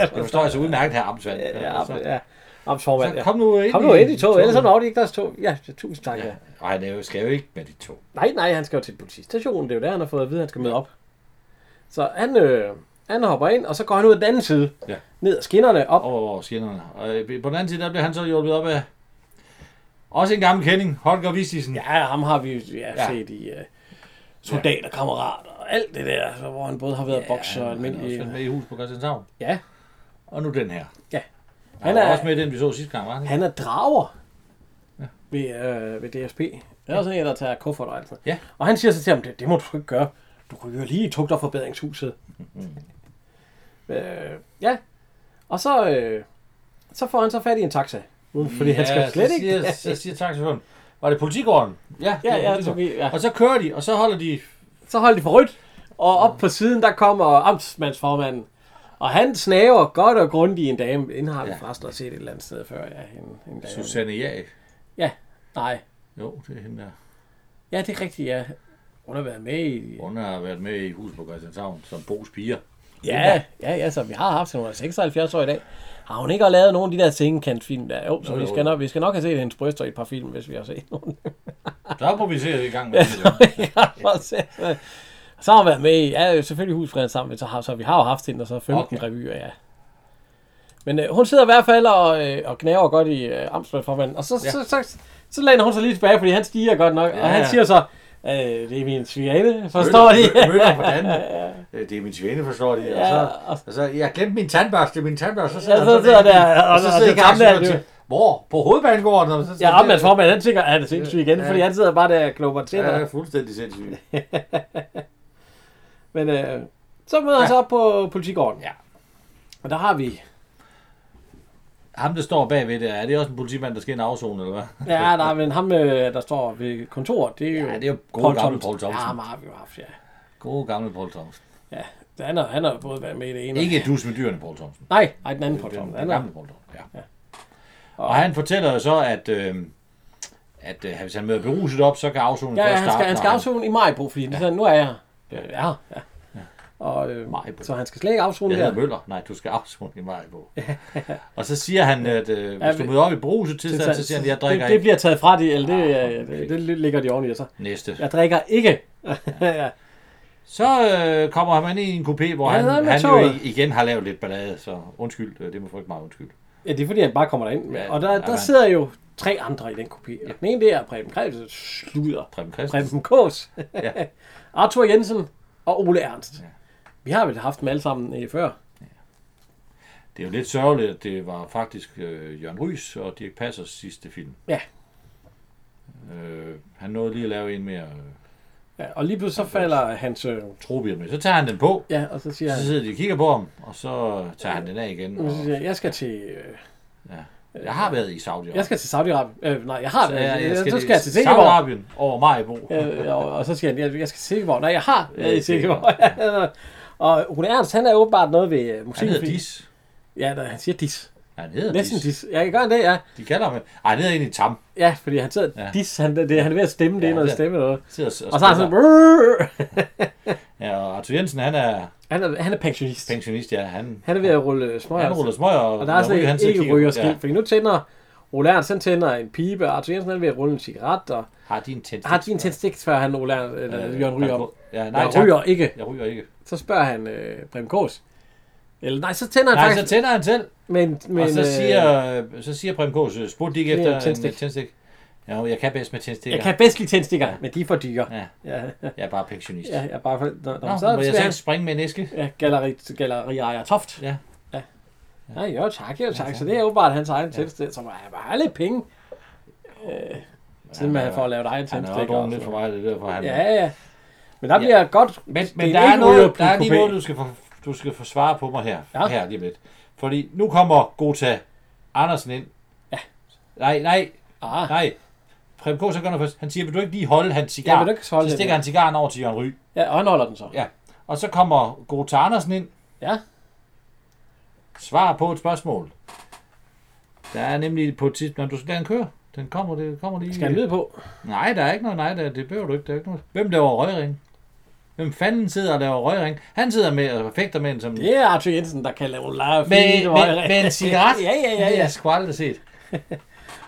Speaker 2: Det forstår jeg så udmærket her, Amtsvand.
Speaker 1: ja,
Speaker 2: så,
Speaker 1: ja. Amtsformand,
Speaker 2: så
Speaker 1: ja.
Speaker 2: kom nu ind,
Speaker 1: Kom nu ind i toget, ellers så
Speaker 2: toget.
Speaker 1: når de ikke deres tog. Ja, tusind tak. Ja.
Speaker 2: Nej, han er jo- skal jo ikke med dit tog.
Speaker 1: Nej, nej, han skal jo til politistationen. Det er jo der, han har fået at vide, at han skal møde op. Så han, øh, han hopper ind, og så går han ud af den anden side.
Speaker 2: Ja.
Speaker 1: Ned ad skinnerne, op.
Speaker 2: over over skinnerne. Og øh, på den anden side, der bliver han så hjulpet op af også en gammel kending, Holger Vistisen. Ja.
Speaker 1: Ja, ham har vi jo ja,
Speaker 2: Ja.
Speaker 1: set i uh, soldaterkammerater. og alt det der, så hvor han både har været ja, bokser og
Speaker 2: almindelig... Han er også
Speaker 1: almindelig...
Speaker 2: med i hus på Christianshavn.
Speaker 1: Ja,
Speaker 2: Og nu den her.
Speaker 1: ja.
Speaker 2: Han
Speaker 1: Han
Speaker 2: var også
Speaker 1: er,
Speaker 2: med i den, vi så sidste gang, var han? ikke?
Speaker 1: han er drager ved, øh, ved DSP. Det er også en, der tager kuffert og alt sådan noget.
Speaker 2: Ja.
Speaker 1: Og han siger så til ham, det, det må du sgu ikke gøre. Du ryger lige i tugterforbedringshuset. øh, ja. Og så, øh, så får han så fat i en taxa. Uden, fordi ja, han skal slet
Speaker 2: så
Speaker 1: ikke...
Speaker 2: siger, Så siger taxichaufføren, var det politigården? Ja,
Speaker 1: Ja,
Speaker 2: det var
Speaker 1: ja,
Speaker 2: politigården.
Speaker 1: så vi- ja.
Speaker 2: Og så kører de, og så holder de...
Speaker 1: Så holdt de for rødt, og op på siden, der kommer amtsmandsformanden. Og han snaver godt og grundigt i en dame. Inden har vi
Speaker 2: Ja.
Speaker 1: forresten også set et eller andet sted før. Ja, en, en dame.
Speaker 2: Susanne Jag.
Speaker 1: Ja, nej.
Speaker 2: Jo, det er hende der.
Speaker 1: Ja, det er rigtigt, ja. Hun har været med i...
Speaker 2: Hun har været med i hus på Christianshavn som Bo's piger.
Speaker 1: Ja, ja, ja, så vi har haft hende. Hun er 76 år i dag. Har hun ikke også lavet nogen af de der sengekant film der? Jo, så
Speaker 2: Jo,
Speaker 1: vi
Speaker 2: jo,
Speaker 1: skal,
Speaker 2: jo.
Speaker 1: nok, vi skal nok have set hendes bryster i et par film, hvis vi har set nogen.
Speaker 2: Så må vi se i gang med det. jo.
Speaker 1: så har hun været med i, ja, selvfølgelig husfreden sammen, så har, så vi har jo haft hende, og så 15
Speaker 2: Okay.
Speaker 1: okay. revyer, ja. Men øh, hun sidder i hvert fald og, øh, og gnaver godt i øh, amtsmandformanden, og så, ja.
Speaker 2: Ja.
Speaker 1: så, så, så, så læner hun sig lige tilbage, fordi han stiger godt nok, ja. og han
Speaker 2: Ja.
Speaker 1: siger så, øh, det er min svigerinde, forstår de?
Speaker 2: Møller- Møller hvordan? Øh, Det er min svinde, forstår de. Og så,
Speaker 1: og-
Speaker 2: og så, jeg glemte min tandbørste, min tandbørste. Så
Speaker 1: Ja,
Speaker 2: han
Speaker 1: så
Speaker 2: sådan
Speaker 1: sidder
Speaker 2: inde i-
Speaker 1: der, og-
Speaker 2: og så
Speaker 1: og
Speaker 2: sidder
Speaker 1: det gamle
Speaker 2: taxichaufføren
Speaker 1: er det jo-
Speaker 2: og siger, Hvor? På hovedbanegården? Og så,
Speaker 1: Ja, amtsmandsformanden, han tænker, han er sindssyg igen,
Speaker 2: Ja.
Speaker 1: fordi han sidder bare der og klubber til.
Speaker 2: Ja,
Speaker 1: Ja.
Speaker 2: det er fuldstændig sindssygt.
Speaker 1: Men øh, så møder han så op på politigården.
Speaker 2: Ja.
Speaker 1: Og der har vi,
Speaker 2: Ham, der står bagved det, er det også en politimand, der skal ind og afzone, eller hvad?
Speaker 1: ja, der, er- men ham, øh, der står ved kontoret, det er jo,
Speaker 2: Ja, det er jo gode
Speaker 1: Poul
Speaker 2: gamle
Speaker 1: Thomsen.
Speaker 2: Poul Thomsen.
Speaker 1: Ja, ham har vi jo haft, ja.
Speaker 2: Gode gamle Paul Thomsen.
Speaker 1: Ja, han har, han har både været med i det ene. og-
Speaker 2: Ikke dus med dyrene, Paul Thomsen.
Speaker 1: Nej, nej, den anden Paul
Speaker 2: Den-
Speaker 1: Thomsen.
Speaker 2: Den
Speaker 1: Han er,
Speaker 2: gamle Paul Thomsen, ja. Og han fortæller jo så, at, øh, at øh, hvis han møder beruset op, så kan afsonen
Speaker 1: ja,
Speaker 2: først
Speaker 1: han skal,
Speaker 2: starte,
Speaker 1: han
Speaker 2: når
Speaker 1: skal afzone i Majbro, fordi ja. nu er jeg her. Øh, Ja, ja. Og, øh,
Speaker 2: Maribo.
Speaker 1: så han skal slet ikke afzone
Speaker 2: Jeg hedder
Speaker 1: der.
Speaker 2: Møller. Nej, du skal afzone i vej på. og så siger han, at øh, hvis du
Speaker 1: vi-
Speaker 2: møder op i bruset tilstand, så siger han, at jeg drikker
Speaker 1: det, det
Speaker 2: ikke
Speaker 1: bliver taget fra de, eller det,
Speaker 2: Ah,
Speaker 1: øh, det, det ligger de oven i sig.
Speaker 2: næste.
Speaker 1: Jeg drikker ikke. ja.
Speaker 2: Så øh, kommer han ind i en coupé, hvor
Speaker 1: Ja,
Speaker 2: han,
Speaker 1: der er med
Speaker 2: han jo
Speaker 1: toget.
Speaker 2: i- igen har lavet lidt ballade, så undskyld, øh, det må folk meget undskyld.
Speaker 1: ja, det er fordi, han bare kommer derind.
Speaker 2: Ja,
Speaker 1: og der, der
Speaker 2: ja,
Speaker 1: sidder jo tre andre i den kopi. Ja. Den ene det er Preben Krebs, sluder.
Speaker 2: Preben
Speaker 1: Preben
Speaker 2: Christensen.
Speaker 1: Kås,
Speaker 2: Ja.
Speaker 1: Arthur Jensen og Ole Ernst.
Speaker 2: Ja.
Speaker 1: Vi har vel haft dem alle sammen øh, før.
Speaker 2: Det er jo lidt sørgeligt, at det var faktisk øh, Jørgen Rys og Dirk Passers sidste film.
Speaker 1: Ja.
Speaker 2: Øh, han nåede lige at lave en mere øh,
Speaker 1: Ja, og lige pludselig så falder hans... Øh,
Speaker 2: trobier med. Så tager han den på,
Speaker 1: ja, og så siger
Speaker 2: så
Speaker 1: han,
Speaker 2: sidder de og kigger på ham, og så tager han den af igen. Og,
Speaker 1: så siger, han, jeg skal til, øh,
Speaker 2: jeg har været i saudi
Speaker 1: jeg skal til Saudi-Arabien. Øh, nej, jeg har det.
Speaker 2: Ja,
Speaker 1: Jeg, jeg, så
Speaker 2: til
Speaker 1: skal jeg til Silkeborg.
Speaker 2: Saudi-Arabien over Majbo.
Speaker 1: Øh, og, og, så siger han, jeg, jeg skal til Silkeborg. Nej, jeg har været i
Speaker 2: Øh,
Speaker 1: Silkeborg. og Rune Ernst, han er åbenbart noget ved øh, musik.
Speaker 2: Han hedder Dis.
Speaker 1: Ja, nej, han siger dis.
Speaker 2: Ja, han hedder
Speaker 1: Næsten
Speaker 2: Dis.
Speaker 1: dis. Ja, jeg gør det, ja.
Speaker 2: De kalder ham. Ej, han hedder egentlig Tam.
Speaker 1: Ja, fordi han sidder
Speaker 2: Ja.
Speaker 1: dis. Han, det, han er ved at stemme, det
Speaker 2: Ja,
Speaker 1: er noget
Speaker 2: han er-
Speaker 1: stemme noget.
Speaker 2: Sidder og,
Speaker 1: Og så er han
Speaker 2: spiller.
Speaker 1: sådan... "Brrr."
Speaker 2: Ja, og Arthur Jensen, han er
Speaker 1: Han er, han er pensionist.
Speaker 2: pensionist, ja. Han,
Speaker 1: Han er ved at rulle øh, smøger.
Speaker 2: han ruller smøger,
Speaker 1: Og der er
Speaker 2: Ryge,
Speaker 1: sådan
Speaker 2: sidder og
Speaker 1: ikke
Speaker 2: kigger
Speaker 1: ryger
Speaker 2: på-
Speaker 1: skilt, ja. fordi nu tænder Ole Ernst, han tænder en pibe, og Arthur Jensen han er ved at rulle en cigaret, og
Speaker 2: Har din tændstik.
Speaker 1: har de en tændstik, før han Ole Ernst, eller øh, Jørgen ryger op.
Speaker 2: Ja, nej,
Speaker 1: Nej,
Speaker 2: tak.
Speaker 1: jeg ryger ikke.
Speaker 2: Jeg ryger ikke.
Speaker 1: Så spørger han øh, Prem Kås. Eller nej, så tænder han
Speaker 2: Nej, så
Speaker 1: faktisk.
Speaker 2: tænder han selv.
Speaker 1: men, men,
Speaker 2: og så
Speaker 1: øh,
Speaker 2: siger, øh, så siger Prem Kås, øh, spurgte de ikke
Speaker 1: Det er
Speaker 2: efter
Speaker 1: en
Speaker 2: en
Speaker 1: tændstik.
Speaker 2: tændstik. tændstik. Ja, jo, jeg kan bedst med tændstikker.
Speaker 1: jeg kan bedst lide tændstikker, men de er for dyre.
Speaker 2: Ja,
Speaker 1: Ja, ja,
Speaker 2: jeg er bare pensionist.
Speaker 1: ja
Speaker 2: Ja.
Speaker 1: jeg bare for... Nå, nå,
Speaker 2: Nå,
Speaker 1: så
Speaker 2: må jeg
Speaker 1: skal
Speaker 2: selv
Speaker 1: han...
Speaker 2: springe med en æske?
Speaker 1: Ja, galleri, galleri ejer Toft.
Speaker 2: Ja.
Speaker 1: Ja, jo tak, jo tak. Så det er jo bare hans egen tændstik, som er bare lidt penge. Øh, siden man får lavet egen
Speaker 2: Han
Speaker 1: tændstik.
Speaker 2: har også drukket lidt for meget, det er derfor, han...
Speaker 1: Ja, ja. Men der bliver godt...
Speaker 2: Men,
Speaker 1: det
Speaker 2: men
Speaker 1: en
Speaker 2: der, er
Speaker 1: ikke
Speaker 2: noget,
Speaker 1: ryger-
Speaker 2: der er lige
Speaker 1: kupé.
Speaker 2: noget, du skal, få, du skal få svare på mig her,
Speaker 1: Ja.
Speaker 2: ja. her lige om lidt. Fordi nu kommer Gota Andersen ind. Ja. Nej, nej,
Speaker 1: Ah,
Speaker 2: nej. Prem K. så gør noget først. Han siger, vil du ikke lige holde hans cigar?
Speaker 1: Ja, vil du ikke holde
Speaker 2: så
Speaker 1: den?
Speaker 2: stikker han cigaren over til Jørgen Ry.
Speaker 1: ja, og han holder den så.
Speaker 2: Ja. Og så kommer Gota Andersen ind.
Speaker 1: Ja.
Speaker 2: Svar på et spørgsmål. Der er nemlig på et tidspunkt... Nå, Du skal lade den køre. Den kommer, det kommer lige...
Speaker 1: Skal han lyde på?
Speaker 2: Nej, der er ikke noget. Nej, der, det behøver du ikke. Der er ikke noget. Hvem laver røgring? Hvem fanden sidder og laver røgring? Han sidder med og fægter med en som...
Speaker 1: Det er Arthur Jensen, der kan lave lave
Speaker 2: Med,
Speaker 1: fine
Speaker 2: med,
Speaker 1: røg.
Speaker 2: med en cigaret?
Speaker 1: ja, ja, ja,
Speaker 2: Det har
Speaker 1: ja.
Speaker 2: jeg sgu aldrig set.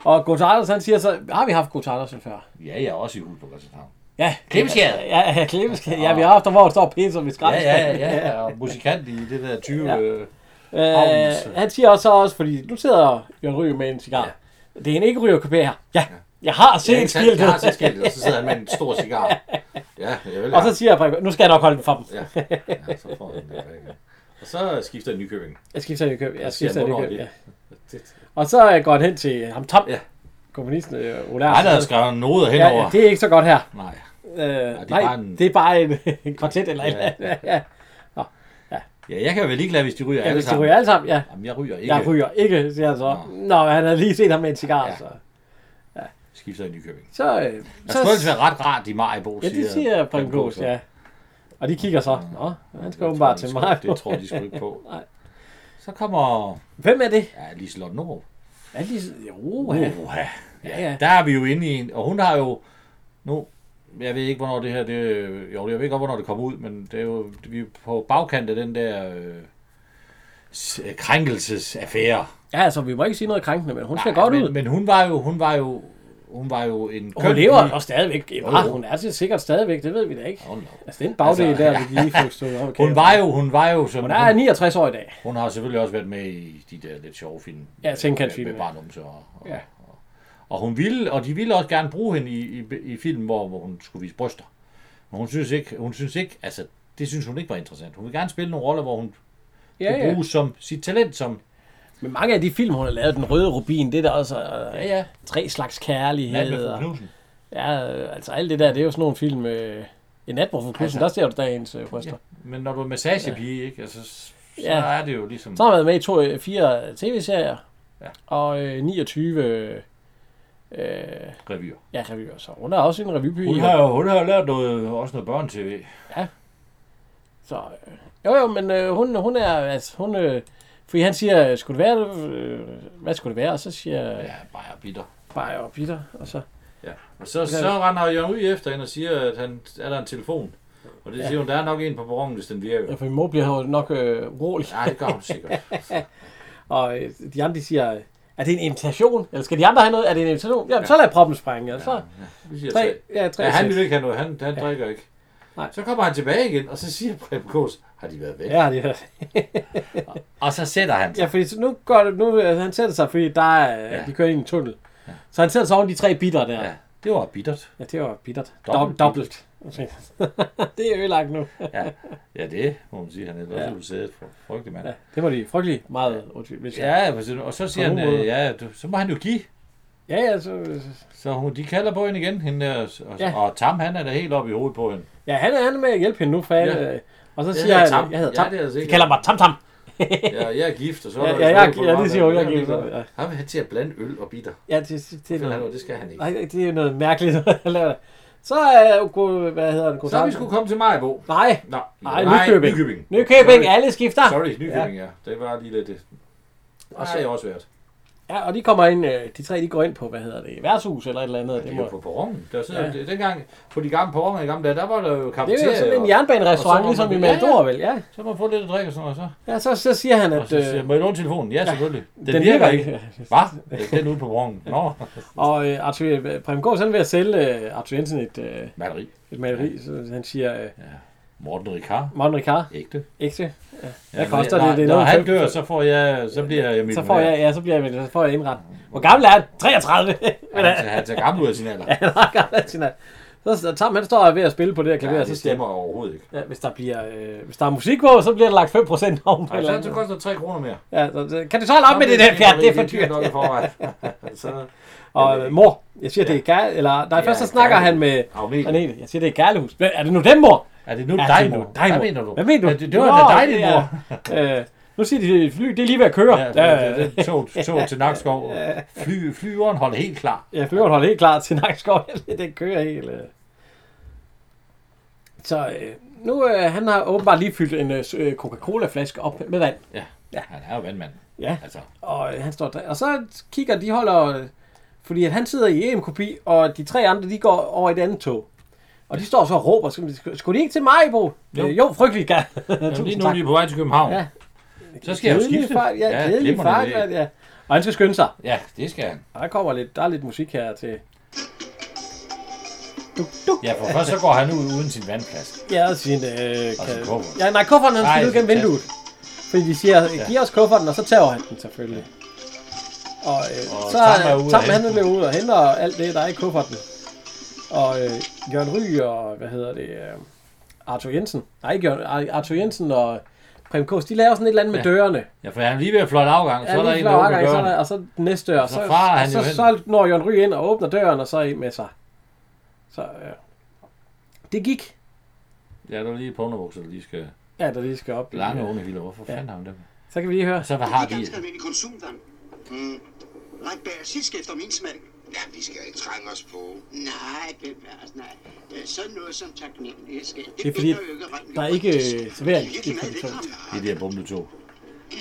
Speaker 1: Og Gota Andersen, han siger så, har vi haft Gota Andersen før?
Speaker 2: Ja, jeg er også i hul på Christianshavn.
Speaker 1: Ja.
Speaker 2: Klippeskæret.
Speaker 1: Ja, ja, Klemmeskade. Ja, vi har haft der, hvor der står pisse med
Speaker 2: Ah. Ja,
Speaker 1: skrald.
Speaker 2: ja, ja, ja. Og musikant i det der 20...
Speaker 1: Ja.
Speaker 2: Ja. Øh,
Speaker 1: Øh,
Speaker 2: altså-
Speaker 1: han siger også, så også, fordi nu sidder Jørgen Ryge med en cigar. Det er en ikke ryger her. Ja, jeg har set
Speaker 2: jeg,
Speaker 1: skiltet.
Speaker 2: jeg har set skiltet, og så sidder han med en stor cigar. Ja, Ja, jeg vil
Speaker 1: Og så siger jeg, nu skal jeg nok holde den for dem.
Speaker 2: Ja, ja, så får han det tilbage. Og så skifter han Nykøbing.
Speaker 1: Jeg skifter i køb. Jeg skifter i
Speaker 2: hvornår
Speaker 1: køb,
Speaker 2: det-
Speaker 1: ja.
Speaker 2: det-
Speaker 1: Og så øh, går han hen til ham Tom,
Speaker 2: Ja.
Speaker 1: komponisten øh, Ole
Speaker 2: Han altså
Speaker 1: Andersen.
Speaker 2: havde skrevet noder
Speaker 1: ja,
Speaker 2: henover.
Speaker 1: ja, det er ikke så godt her.
Speaker 2: Nej.
Speaker 1: Øh, ja,
Speaker 2: er
Speaker 1: nej,
Speaker 2: bare en-
Speaker 1: det er bare en, en kvartet eller
Speaker 2: Ja.
Speaker 1: et eller andet. Ja,
Speaker 2: Ja, jeg kan jo være ligeglad, hvis de ryger
Speaker 1: ja,
Speaker 2: alle
Speaker 1: hvis de
Speaker 2: sammen.
Speaker 1: ryger alle sammen, ja.
Speaker 2: Jamen, jeg ryger ikke.
Speaker 1: Jeg ryger ikke, siger han så. Nå, han havde lige set ham med en cigar,
Speaker 2: Ja.
Speaker 1: så...
Speaker 2: Skifter i Nykøbing.
Speaker 1: Så, øh,
Speaker 2: Jeg skulle ellers være ret rart i Majbo,
Speaker 1: ja, det siger Preben Kloos, ja. Og de kigger så. Nå, han skal åbenbart til mig.
Speaker 2: Det tror jeg, de skulle ikke på.
Speaker 1: Nej.
Speaker 2: Så kommer
Speaker 1: Hvem er det?
Speaker 2: ja, Liselotte Nord.
Speaker 1: Er de... Jo,
Speaker 2: Uh.
Speaker 1: ja.
Speaker 2: Oha.
Speaker 1: Ja, ja.
Speaker 2: Ja, der er vi jo inde i en, og hun har jo, nu, jeg ved ikke, hvornår det her, det, øh, jo, jeg ved godt, hvornår det kommer ud, men det er jo, vi er på bagkant af den der øh, s- øh, krænkelsesaffære.
Speaker 1: ja, altså, vi må ikke sige noget krænkende, men hun ser
Speaker 2: Nej,
Speaker 1: godt
Speaker 2: men,
Speaker 1: ud.
Speaker 2: Men hun var jo, hun var jo, hun var jo en
Speaker 1: Hun lever
Speaker 2: pige.
Speaker 1: og stadigvæk. Ja,
Speaker 2: Jo, jo.
Speaker 1: hun er til sikkert stadigvæk, det ved vi da ikke.
Speaker 2: Hold da op.
Speaker 1: Altså, den bagdel altså,
Speaker 2: Altså,
Speaker 1: der,
Speaker 2: ja.
Speaker 1: vi lige fik stået okay.
Speaker 2: Hun var jo, hun var jo, som,
Speaker 1: Hun er
Speaker 2: hun,
Speaker 1: 69 år i dag.
Speaker 2: hun, har selvfølgelig også været med i de der lidt sjove film.
Speaker 1: Ja,
Speaker 2: Med,
Speaker 1: Tinkan-filmene.
Speaker 2: med barnumse og, og,
Speaker 1: Ja.
Speaker 2: og, og, hun ville, og de ville også gerne bruge hende i, i, i film, hvor, hvor hun skulle vise bryster. Men hun synes ikke, hun synes ikke, altså, det synes hun ikke var interessant. Hun vil gerne spille nogle roller, hvor hun
Speaker 1: Ja,
Speaker 2: ja, kan
Speaker 1: ja.
Speaker 2: bruge som sit talent som,
Speaker 1: Men mange af de film, hun har lavet, Den Røde Rubin, det er der også øh,
Speaker 2: ja ja,
Speaker 1: tre slags
Speaker 2: Nat med
Speaker 1: kærlighed.
Speaker 2: fru
Speaker 1: Og,
Speaker 2: Knudsen.
Speaker 1: ja, øh, altså alt det der, det er jo sådan nogle film... Øh, I nat, hvor fru
Speaker 2: Altså.
Speaker 1: Knudsen, der ser du da ens øh, bryster.
Speaker 2: Men når du er massagepige, ikke, altså, så
Speaker 1: Ja.
Speaker 2: ja. er det jo ligesom...
Speaker 1: Så har jeg været med i to, øh, fire tv-serier,
Speaker 2: Ja.
Speaker 1: og øh, 29 øh, øh,
Speaker 2: revyer.
Speaker 1: ja, revyer. Så hun er også en revyby.
Speaker 2: Hun har jo hun har jo lavet noget, også noget børn-tv.
Speaker 1: Så, øh, jo, jo, men øh, hun, hun er, altså, hun, øh, fordi han siger, øh, skulle det være, øh, hvad skulle det være? Og så siger øh,
Speaker 2: Ja, bare bitter.
Speaker 1: Bayer og Peter, og så,
Speaker 2: Ja. Og så, så render Jørgen Ry efter hende og siger, at han er der en telefon. Og det siger hun, der er nok en på perronen, hvis den virker.
Speaker 1: ja, for min mor bliver jo nok øh, urolig.
Speaker 2: Nej, det gør hun sikkert.
Speaker 1: Og øh, de andre, de siger, øh, er det en invitation? Eller skal de andre have noget? Er det en invitation? Jamen, ja. så lad proppen sprænge, og så, ja.
Speaker 2: Vi siger
Speaker 1: Tre,
Speaker 2: tre.
Speaker 1: ja, tre,
Speaker 2: Ja, han
Speaker 1: seks.
Speaker 2: vil ikke have noget. Han, han ja. drikker ikke.
Speaker 1: Nej.
Speaker 2: Nej. Så kommer han tilbage igen, og så siger Preben Kås, har de været væk?
Speaker 1: Ja, det er
Speaker 2: Og så sætter han sig.
Speaker 1: Ja, fordi så nu går det, nu, altså, han sætter sig, fordi der er, ja.
Speaker 2: Ja.
Speaker 1: de kører ind i en tunnel. Så han sætter sig oven de tre bitter der. Ja,
Speaker 2: Ja. Det var bittert.
Speaker 1: ja det var bittert. Dobbelt.
Speaker 2: Dobbelt
Speaker 1: Dobbelt. det er ødelagt nu.
Speaker 2: Ja, ja det må man sige. Han er også ja. sædet for frygtelig mand.
Speaker 1: Ja,
Speaker 2: Ja.
Speaker 1: det var de frygtelig meget undskyld, hvis jeg...
Speaker 2: Ja, altså, og så siger
Speaker 1: På
Speaker 2: han,
Speaker 1: nogen
Speaker 2: øh,
Speaker 1: måde.
Speaker 2: ja, du, så må han jo give.
Speaker 1: Ja, ja, så...
Speaker 2: Så hun, de kalder på hende igen, hende der, og,
Speaker 1: Ja.
Speaker 2: ja. og Tam, han er da helt oppe i hovedet på hende.
Speaker 1: Ja, han er, han er med at hjælpe hende nu, for han,
Speaker 2: Ja.
Speaker 1: øh, Og så
Speaker 2: Jeg
Speaker 1: siger
Speaker 2: hedder
Speaker 1: han,
Speaker 2: Tam.
Speaker 1: jeg hedder
Speaker 2: Ja,
Speaker 1: Tam.
Speaker 2: det er altså
Speaker 1: de
Speaker 2: ikke-
Speaker 1: kalder mig Tam Tam.
Speaker 2: Ja, jeg er gift, og så
Speaker 1: Ja,
Speaker 2: der
Speaker 1: ja,
Speaker 2: slået
Speaker 1: jeg er-
Speaker 2: på
Speaker 1: ja, det
Speaker 2: mig,
Speaker 1: siger hun,
Speaker 2: men
Speaker 1: jeg er gift,
Speaker 2: ligeglad.
Speaker 1: ja.
Speaker 2: Han vil have til at blande øl og bitter.
Speaker 1: Ja, det, det, det, er
Speaker 2: Han,
Speaker 1: noget-
Speaker 2: og det skal han ikke.
Speaker 1: nej, det er jo noget mærkeligt, han laver det. Så er øh, god, hvad hedder det? God
Speaker 2: Så er vi skulle komme til Majbo.
Speaker 1: Nej,
Speaker 2: Nå,
Speaker 1: nej, Nykøbing.
Speaker 2: Nykøbing.
Speaker 1: Nykøbing,
Speaker 2: Sorry.
Speaker 1: alle skifter.
Speaker 2: Sorry, Nykøbing, ja. Det var lige lidt det. Og så er jeg også været.
Speaker 1: Ja, og de kommer ind, øh, de tre, de går ind på, hvad hedder det, værtshus eller et eller andet.
Speaker 2: Det
Speaker 1: det,
Speaker 2: er jo
Speaker 1: må,
Speaker 2: på perronen. Der sidder,
Speaker 1: Ja.
Speaker 2: ja. det, dengang på de gamle perroner i gamle dage, der var der jo
Speaker 1: det er
Speaker 2: kafeteria.
Speaker 1: jo sådan en
Speaker 2: og- og så
Speaker 1: jernbanerestaurant,
Speaker 2: må
Speaker 1: ligesom i
Speaker 2: man-
Speaker 1: Matador,
Speaker 2: Ja,
Speaker 1: vel? Ja,
Speaker 2: Så må man få lidt at drikke og sådan noget. Så.
Speaker 1: ja så, så siger han,
Speaker 2: Og
Speaker 1: at...
Speaker 2: så siger,
Speaker 1: Øh,
Speaker 2: må jeg låne telefonen? Ja, selvfølgelig. Den,
Speaker 1: den
Speaker 2: den
Speaker 1: virker
Speaker 2: virker
Speaker 1: ikke.
Speaker 2: ikke. Hvad? Den er ude på perronen. Nå,
Speaker 1: og øh, Arthur, øh, Preben Gård, han er ved at sælge øh, Arthur Jensen et, øh,
Speaker 2: maleri.
Speaker 1: et maleri, så han siger, øh,
Speaker 2: Morten Ricard.
Speaker 1: Morten Ricard,
Speaker 2: Ægte.
Speaker 1: ægte. Ja. Hvad
Speaker 2: Ja,
Speaker 1: koster
Speaker 2: når,
Speaker 1: det? Det er
Speaker 2: når
Speaker 1: noget
Speaker 2: han
Speaker 1: fem-
Speaker 2: dør, så, får jeg, så bliver jeg
Speaker 1: Så får
Speaker 2: millionær.
Speaker 1: jeg, ja, så bliver jeg, så får jeg indret. Hvor gammel er han? 33! Men øh,
Speaker 2: Han,
Speaker 1: han-
Speaker 2: han tager gammel ud af sin alder.
Speaker 1: han er meget gammel af sin alder. Så- Så Tam, han står ved at spille på det her klaver.
Speaker 2: Ja,
Speaker 1: så
Speaker 2: det
Speaker 1: siger-
Speaker 2: stemmer overhovedet ikke.
Speaker 1: Ja, hvis der bliver øh, hvis der er musik på, så bliver der lagt 5% oven på et
Speaker 2: Ej,
Speaker 1: eller
Speaker 2: så, så
Speaker 1: andet.
Speaker 2: koster det 3 kroner mere.
Speaker 1: Ja, så, så, kan du så holde op med det der pjat? Det er for dyrt.
Speaker 2: nok i forvejen. så,
Speaker 1: Og øh, mor, jeg siger, det er gær, eller nej,
Speaker 2: Ja,
Speaker 1: først så snakker han med
Speaker 2: Kærlighed. Agnete.
Speaker 1: Agnete. Jeg siger, det er Gærlehus. Men er det nu den mor?
Speaker 2: er det nu
Speaker 1: Ja,
Speaker 2: dig,
Speaker 1: det er
Speaker 2: mor?
Speaker 1: nu dig,
Speaker 2: Hvad
Speaker 1: mor.
Speaker 2: mener du?
Speaker 1: Hvad mener du?
Speaker 2: Ja, det, det var da dig, din
Speaker 1: det
Speaker 2: mor.
Speaker 1: er- øh, nu siger de, at fly, det er lige ved at køre.
Speaker 2: Ja,
Speaker 1: Ja, øh, ja, ja.
Speaker 2: det- det- tog, tog til Nakskov. Fly, flyveren holder helt klar.
Speaker 1: Ja, flyveren holder helt klar til Nakskov. den kører helt. Øh. Så øh, nu, øh, han har åbenbart lige fyldt en øh, Coca-Cola-flaske op med vand.
Speaker 2: Ja. ja. Han er jo vandmand.
Speaker 1: Ja.
Speaker 2: Altså,
Speaker 1: Og øh, han står der. Og så kigger de holder... øh, Fordi at han sidder i EM-kopi, og de tre andre, de går over i et andet tog. Og de står så og råber, "Skulle- skulle de ikke til Majbo? Jo,
Speaker 2: Jo.
Speaker 1: øh, jo frygtelig gerne.
Speaker 2: Jamen, lige
Speaker 1: Tusind
Speaker 2: nu er
Speaker 1: tak.
Speaker 2: de på vej til København.
Speaker 1: Ja.
Speaker 2: Ja. Så skal jeg jo
Speaker 1: Kedelig
Speaker 2: skifte.
Speaker 1: fart, ja, ja kedelig
Speaker 2: glimrende
Speaker 1: fart,
Speaker 2: idé.
Speaker 1: ja, ja. Og han skal skynde sig.
Speaker 2: Ja, det skal han.
Speaker 1: Og der kommer lidt, der er lidt musik her til... Duk, duk.
Speaker 2: Ja, for først så går han ud uden sin vandflaske.
Speaker 1: Ja, og sin... Øh,
Speaker 2: Og
Speaker 1: kan...
Speaker 2: sin kuffert.
Speaker 1: Ja, nej, kufferten, han
Speaker 2: Nej,
Speaker 1: skal ud gennem
Speaker 2: sin taske.
Speaker 1: vinduet. Fordi de siger, giv os kufferten, og så tager han den selvfølgelig. Og, øh,
Speaker 2: Og
Speaker 1: så
Speaker 2: Tam er ude
Speaker 1: Tam,
Speaker 2: at
Speaker 1: han
Speaker 2: hente
Speaker 1: løber ud og henter alt det, der er i kufferten. Og øh, Jørgen Ry og, hvad hedder det, øh, Arthur Jensen. Nej, ikke Jørgen, Ar- Arthur Jensen og Prem Kås, de laver sådan et eller andet med
Speaker 2: Ja.
Speaker 1: dørene.
Speaker 2: Ja, for han er lige ved at flot afgang, så
Speaker 1: Ja,
Speaker 2: er der
Speaker 1: lige
Speaker 2: en,
Speaker 1: klar
Speaker 2: der åbner
Speaker 1: overgang, så er der,
Speaker 2: døren.
Speaker 1: og så den næste dør. Og
Speaker 2: Så farer han
Speaker 1: så,
Speaker 2: jo
Speaker 1: så,
Speaker 2: hen.
Speaker 1: så når Jørgen Ry ind og åbner døren, og så ind med sig. Så øh, det gik.
Speaker 2: Ja, der er lige et pornobukser, der lige skal...
Speaker 1: Ja, der lige skal op. i-
Speaker 2: Lange unge hylder, hvorfor fanden har han dem?
Speaker 1: Så kan vi lige høre.
Speaker 2: Så hvad
Speaker 4: Det
Speaker 2: har
Speaker 4: er
Speaker 2: de?
Speaker 4: ganske almindelig konsumvand. Mm. Ret bærsisk efter min smag.
Speaker 6: Ja, vi skal ikke trænge os på.
Speaker 4: Nej, bevares, nej. Det er sådan noget som taknemmelighedsskab.
Speaker 1: Det er fordi,
Speaker 4: binder jo ikke rent
Speaker 1: der er ikke øh, servering i
Speaker 4: virkelig meget
Speaker 1: kondition.
Speaker 4: velkommen.
Speaker 2: De der bumle to.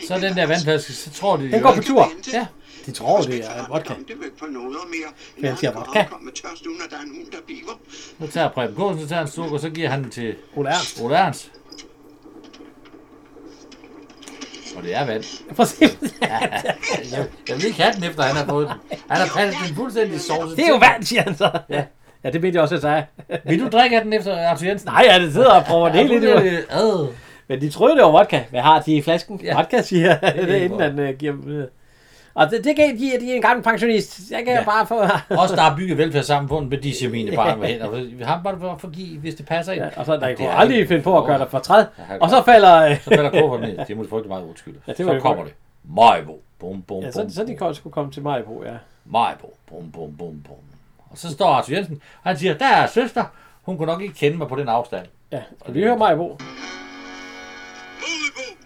Speaker 2: Så den der vandflaske, så tror de...
Speaker 1: Den går på tur.
Speaker 2: Ja.
Speaker 1: De tror, det er vodka.
Speaker 4: Det vil på noget mere.
Speaker 1: Fancy
Speaker 4: Nærmere
Speaker 1: vodka.
Speaker 4: Komme tørst, uden at der er en hund, der biver.
Speaker 2: Nu tager Preben Kåsen, så tager han en sluk, og så giver han den til
Speaker 1: Ole Ernst.
Speaker 2: Ole Ernst. Og det er vand.
Speaker 1: Præcis.
Speaker 2: Jeg vil ikke have den, efter han har fået den. Han har passet den fuldstændig sovset
Speaker 1: Det er jo vand, siger han så. Ja, ja det mente jeg også, at jeg sagde.
Speaker 2: til. Vil du drikke af den efter Arthur Jensen?
Speaker 1: Nej, ja, det sidder og prøver det lidt. ud.
Speaker 2: Ad.
Speaker 1: Men de troede, det var vodka. Hvad har de i flasken? Ja.
Speaker 2: Ja.
Speaker 1: Vodka, siger det, det
Speaker 2: ikke
Speaker 1: inden han uh, giver dem videre. Og det, det kan de, de er en gammel pensionist. Jeg kan ja.
Speaker 2: Ja.
Speaker 1: bare få...
Speaker 2: Os, der har bygget velfærdssamfundet, vil de se mine barn med hænder. Ham bare for at give, hvis det passer ind.
Speaker 1: ja, og så der
Speaker 2: Det
Speaker 1: kunne
Speaker 2: er-
Speaker 1: aldrig finde på at gøre dig for træd.
Speaker 2: Ja,
Speaker 1: Og så falder... øh,
Speaker 2: Så falder kufferten ned. Det må du frygte meget undskylde.
Speaker 1: Ja, det var
Speaker 2: så
Speaker 1: det
Speaker 2: kommer det. Majbo. Bum, bum,
Speaker 1: Ja,
Speaker 2: bum,
Speaker 1: så, så de kom, skulle komme til mig på, ja.
Speaker 2: Majbo. Bum, bum, bum, bum. Og så står Arthur Jensen, og han siger, der er søster. Hun kunne nok ikke kende mig på den afstand.
Speaker 1: Ja, skal vi høre mig på?
Speaker 5: Bodebo!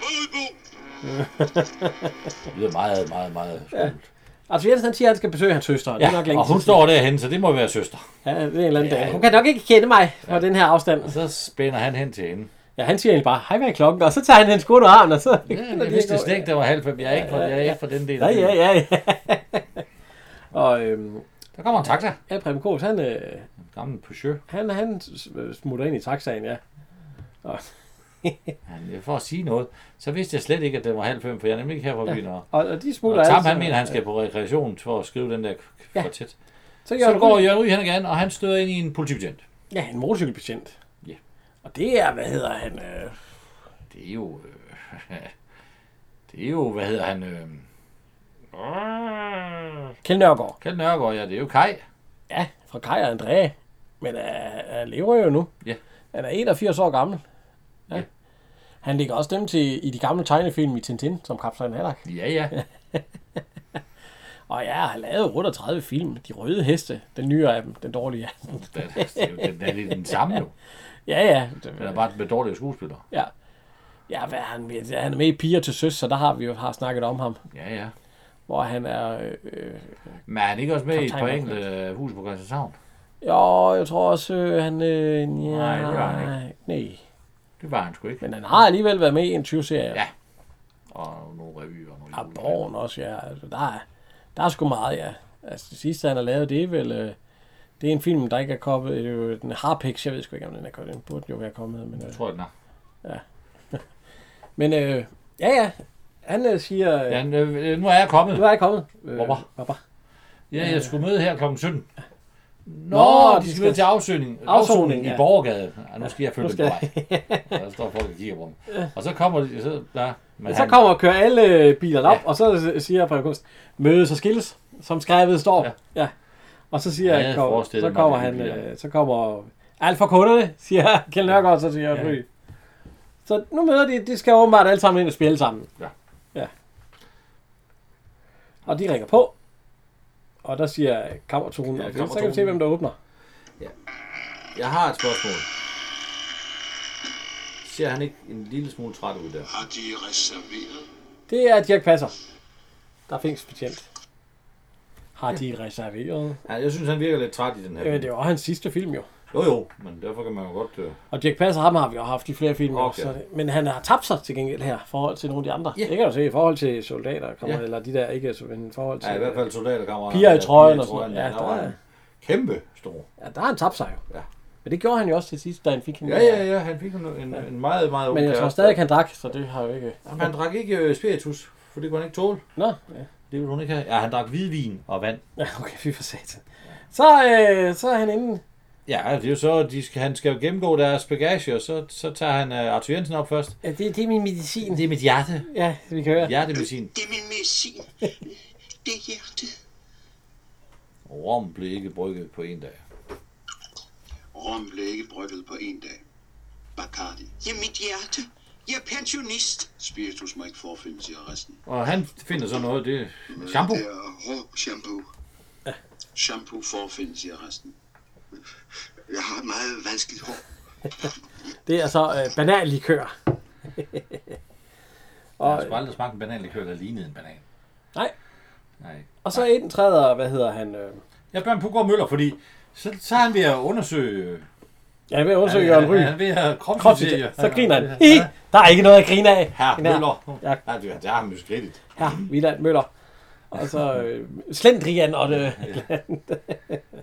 Speaker 5: Bodebo!
Speaker 2: Det lyder meget, meget, meget skjult.
Speaker 1: Altså Jensen han siger, at han skal besøge hans søster. Ja, det er nok
Speaker 2: Ja,
Speaker 1: længe
Speaker 2: og hun
Speaker 1: siden.
Speaker 2: står derhen, så det må være søster.
Speaker 1: Ja, det er en eller anden
Speaker 2: Ja,
Speaker 1: ja, dag.
Speaker 2: ja.
Speaker 1: Hun kan nok ikke kende mig fra den her afstand.
Speaker 2: Og så spænder han hen til hende.
Speaker 1: Ja, han siger egentlig bare, hej, hvad er klokken? Og så tager han hendes kone og armen, og så...
Speaker 2: Ja, jeg vidste slet ikke, det var halv fem. Jeg er ikke fra, jeg er ikke fra den del.
Speaker 1: Ja,
Speaker 2: af
Speaker 1: ja,
Speaker 2: byen.
Speaker 1: ja, ja. og øhm,
Speaker 2: Der kommer en taxa.
Speaker 1: ja, Preben Kås, han, øh,
Speaker 2: En gammel Peugeot.
Speaker 1: han, han øh, smutter ind i taxaen, ja.
Speaker 2: Han, øh, for at sige noget, så vidste jeg slet ikke, at det var halv fem, for jeg er nemlig ikke her fra byen. Og,
Speaker 1: Og, og de smutter
Speaker 2: og Tam,
Speaker 1: alle
Speaker 2: han
Speaker 1: sammen.
Speaker 2: mener, han skal på rekreation for at skrive den der
Speaker 1: Ja.
Speaker 2: kvartet.
Speaker 1: Så,
Speaker 2: Så
Speaker 1: Jørgen
Speaker 2: går
Speaker 1: går
Speaker 2: Jørgen Ryg hen igen, og han støder ind i en politibetjent.
Speaker 1: Ja, en motorcykelbetjent.
Speaker 2: Ja.
Speaker 1: Og det er, hvad hedder han? Øh,
Speaker 2: Det er jo... Øh, det er jo, hvad hedder han... Øh,
Speaker 1: Kjeld Nørgaard.
Speaker 2: Kjeld Nørgaard, ja, det er jo Kai.
Speaker 1: Ja, fra Kaj og Andrea. Men øh, han lever jo nu.
Speaker 2: Ja.
Speaker 1: Han er 81 år gammel. Ja.
Speaker 2: Ja.
Speaker 1: Han ligger også dem til i de gamle tegnefilm i Tintin, som Kaptajn Haddock.
Speaker 2: Ja, ja.
Speaker 1: Og ja, han lavede 38 film. De røde heste, den nye af dem, den dårlige af dem.
Speaker 2: Det er- det er jo- Den er lidt den samme jo.
Speaker 1: Ja, ja.
Speaker 2: Den er bare med dårlige skuespillere.
Speaker 1: Ja. Ja, hvad er han, med? han er med i Piger til Søs, så der har vi jo har snakket om ham.
Speaker 2: Ja, ja.
Speaker 1: Hvor han er... Øh, øh,
Speaker 2: Men er han ikke også med i et par
Speaker 1: Kaptajn
Speaker 2: enkelte øh, hus på Christianshavn?
Speaker 1: jo, jeg tror også, øh, han... Øh, ja,
Speaker 2: Nej, det var han
Speaker 1: ikke. Nej.
Speaker 2: Det var han sgu ikke.
Speaker 1: Men han har alligevel været med i en 20-serie.
Speaker 2: Ja. Og nogle revyer og nogle...
Speaker 1: Og Borgen også, ja. Altså, der, er, der er sgu meget, ja. Altså, det sidste, han har lavet, det er vel... Øh, det er en film, der ikke er kommet... Det er jo den Harpix, jeg ved sgu ikke, om den er kommet. Den burde jo være kommet, men... Øh,
Speaker 2: Tror jeg, den er.
Speaker 1: men øh, ja, ja. Han øh, siger... Øh,
Speaker 2: Ja, øh, nu er jeg kommet.
Speaker 1: Nu er jeg kommet. Øh,
Speaker 2: Hvorfor?
Speaker 1: hvorfor?
Speaker 2: Ja, jeg skulle møde her kl. 17. Nå,
Speaker 1: Nå, de
Speaker 2: de, skal,
Speaker 1: skal-
Speaker 2: møde til afsøgning. Afsoning,
Speaker 1: ja.
Speaker 2: i Borgergade. Ja, nu skal jeg følge
Speaker 1: nu
Speaker 2: dem på vej. Og der står folk og kigger på dem. Og så kommer de... Så, ja, men
Speaker 1: Men så kommer og kører alle bilerne op, ja. og så øh, siger Preben Kunst, mødes og skilles, som skrevet står. Ja.
Speaker 2: Ja.
Speaker 1: ja. Og så siger
Speaker 2: Ja,
Speaker 1: ja,
Speaker 2: jeg
Speaker 1: han, kom,
Speaker 2: forestillede
Speaker 1: så
Speaker 2: mig,
Speaker 1: kommer
Speaker 2: det
Speaker 1: han,
Speaker 2: ville
Speaker 1: øh, så kommer alt for kunderne, siger Kjell Nørgaard, så siger ja.
Speaker 2: Ja.
Speaker 1: Ry. Så nu møder de, de skal åbenbart alle sammen ind og spille sammen.
Speaker 2: Ja.
Speaker 1: ja. Og de ringer på, og der siger kammertonen,
Speaker 2: Ja,
Speaker 1: ja, så kan vi
Speaker 2: kammertonen.
Speaker 1: se, hvem der åbner.
Speaker 2: Jeg har et spørgsmål. Ser han ikke en lille smule træt ud der?
Speaker 6: Har de reserveret?
Speaker 1: Det er Dirk Passer, der er fængselsbetjent. Har de reserveret?
Speaker 2: Ja, jeg synes, han virker lidt træt i den her.
Speaker 1: Øh,
Speaker 2: film.
Speaker 1: det var hans sidste film jo.
Speaker 2: Jo, jo, men derfor kan man jo godt... Øh...
Speaker 1: Og Jack Passer, ham har vi jo haft i flere film. Okay.
Speaker 2: Okay.
Speaker 1: Så, men han har tabt sig til gengæld her, i forhold til nogle af de andre.
Speaker 2: Ja.
Speaker 1: Det kan du se, i forhold til soldater, kommer,
Speaker 2: Ja.
Speaker 1: eller de der ikke, så, men i forhold til...
Speaker 2: Ja, i hvert fald soldaterkammerater.
Speaker 1: Piger i
Speaker 2: Ja,
Speaker 1: trøjen og sådan noget.
Speaker 2: Ja,
Speaker 1: Ja,
Speaker 2: der
Speaker 1: der
Speaker 2: var
Speaker 1: er-
Speaker 2: en kæmpe stor.
Speaker 1: Ja, der har han tabt sig jo.
Speaker 2: Ja.
Speaker 1: Men det gjorde han jo også til sidst, da han fik hende.
Speaker 2: Ja, ja, ja, han fik en, en, en meget, meget...
Speaker 1: Men jeg
Speaker 2: ung
Speaker 1: tror
Speaker 2: kæreste.
Speaker 1: stadig, han drak, så det har jo ikke...
Speaker 2: Jamen, han drak ikke øh, spiritus, for det kunne han ikke tåle.
Speaker 1: Nå, ja.
Speaker 2: Det ville hun ikke have. Ja, han drak hvidvin og vand.
Speaker 1: Ja, okay, fy for satan. Så, øh, så er han inde.
Speaker 2: Ja, det er jo så, de skal, han skal jo gennemgå deres bagage, og så, så tager han uh, Arthur Jensen op først.
Speaker 1: Ja, det, det er min medicin.
Speaker 2: Det er mit hjerte.
Speaker 1: Ja, vi kan høre.
Speaker 2: Hjertemedicin.
Speaker 4: Det er min medicin. Det er hjertet.
Speaker 2: Rom blev ikke brygget på en dag.
Speaker 6: Rom blev ikke brygget på en dag. Bacardi.
Speaker 7: Det er mit hjerte. Jeg er pensionist.
Speaker 6: Spiritus må ikke forfindes i arresten.
Speaker 2: Og han finder så noget, det er shampoo.
Speaker 6: Det er rå shampoo. Shampoo forfindes i arresten.
Speaker 4: Jeg har meget vanskeligt hår.
Speaker 1: Det er så øh, bananlikør.
Speaker 2: Jeg har sgu aldrig smagt en bananlikør, der lignede en banan.
Speaker 1: Nej.
Speaker 2: Nej.
Speaker 1: Og så ind træder, hvad hedder han? Øh,
Speaker 2: Jeg bør en Pugård Møller, fordi så, så er han ved at undersøge...
Speaker 1: ja, ved at undersøge Jørgen Ryg.
Speaker 2: Han, han er ved at kropsvisere.
Speaker 1: Kropsvis, så griner han. Hi, der er ikke noget at grine af.
Speaker 2: Herr
Speaker 1: Den her.
Speaker 2: Møller.
Speaker 1: Ja,
Speaker 2: Ja, det er- det har han jo skridtet.
Speaker 1: her, Milan Møller. Og så øh, Slendrian og det.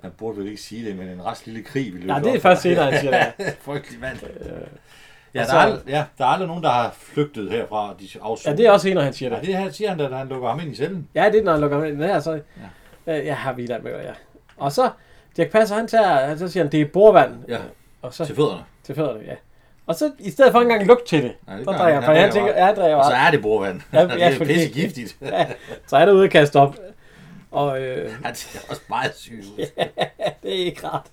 Speaker 2: Han burde vel ikke sige det, men en ret lille krig ville
Speaker 1: Ja, det er først senere, han siger det.
Speaker 2: Frygtelig mand. Ja,
Speaker 1: Øh, og
Speaker 2: der,
Speaker 1: så-
Speaker 2: er, ald- ja, der er aldrig nogen, der har flygtet herfra. De
Speaker 1: Ja, det er også senere, han siger
Speaker 2: Ja,
Speaker 1: det.
Speaker 2: det her siger han, da han lukker ham ind i cellen.
Speaker 1: Ja, det er, når han lukker den her, så... Ja, øh, jeg har Milan Møller, ja. Og så, Dirk Passer, han tager, så siger han, det er bordvand.
Speaker 2: Ja,
Speaker 1: Og så
Speaker 2: til fødderne.
Speaker 1: til fødderne, ja. Og så, i stedet for engang lugt til det,
Speaker 2: Ja, det
Speaker 1: så
Speaker 2: gør
Speaker 1: drikker
Speaker 2: han.
Speaker 1: han, for
Speaker 2: Han
Speaker 1: han
Speaker 2: drikker
Speaker 1: tænker, ja, han drikker
Speaker 2: Og så
Speaker 1: bare.
Speaker 2: er det bordvand.
Speaker 1: Ja,
Speaker 2: det
Speaker 1: ja,
Speaker 2: er
Speaker 1: fordi-
Speaker 2: pissegiftigt.
Speaker 1: Ja, så er det ude at kaste op. Og øh,
Speaker 2: Han ser også meget syg ud.
Speaker 1: det er ikke rart.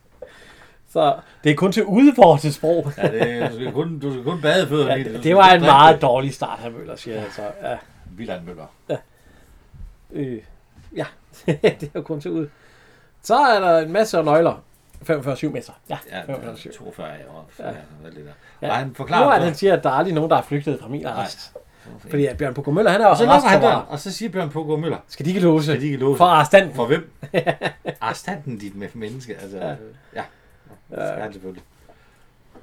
Speaker 1: Så det er kun til udvortesprog.
Speaker 2: Ja, det, du, skal kun, du skal kun bade fødderne. i
Speaker 1: Ja,
Speaker 2: Du
Speaker 1: det,
Speaker 2: skal
Speaker 1: det var
Speaker 2: kun
Speaker 1: en
Speaker 2: drikke
Speaker 1: meget
Speaker 2: det.
Speaker 1: dårlig start, han Møller siger altså. Ja,
Speaker 2: Villand Møller.
Speaker 1: øh, ja. det er jo kun til ud. Så er der en masse af nøgler. 45-7 meter. Ja,
Speaker 2: Ja,
Speaker 1: 45-7.
Speaker 2: 42 år. Ja. det der.
Speaker 1: Ja.
Speaker 2: Og han
Speaker 1: Nu er
Speaker 2: forklarer...
Speaker 1: det, han
Speaker 2: så-
Speaker 1: siger, at der er aldrig nogen, der er flygtet fra min arrest. Fordi at Bjørn Pugh Møller, han er
Speaker 2: Og så
Speaker 1: også
Speaker 2: lukker han
Speaker 1: arrestforvarer.
Speaker 2: døren, og så siger Bjørn Pogård Møller.
Speaker 1: Skal de ikke låse?
Speaker 2: Skal de ikke låse?
Speaker 1: For arrestanten.
Speaker 2: For hvem? Arrestanten, dit med menneske. Altså, ja. ja. Det skal han selvfølgelig.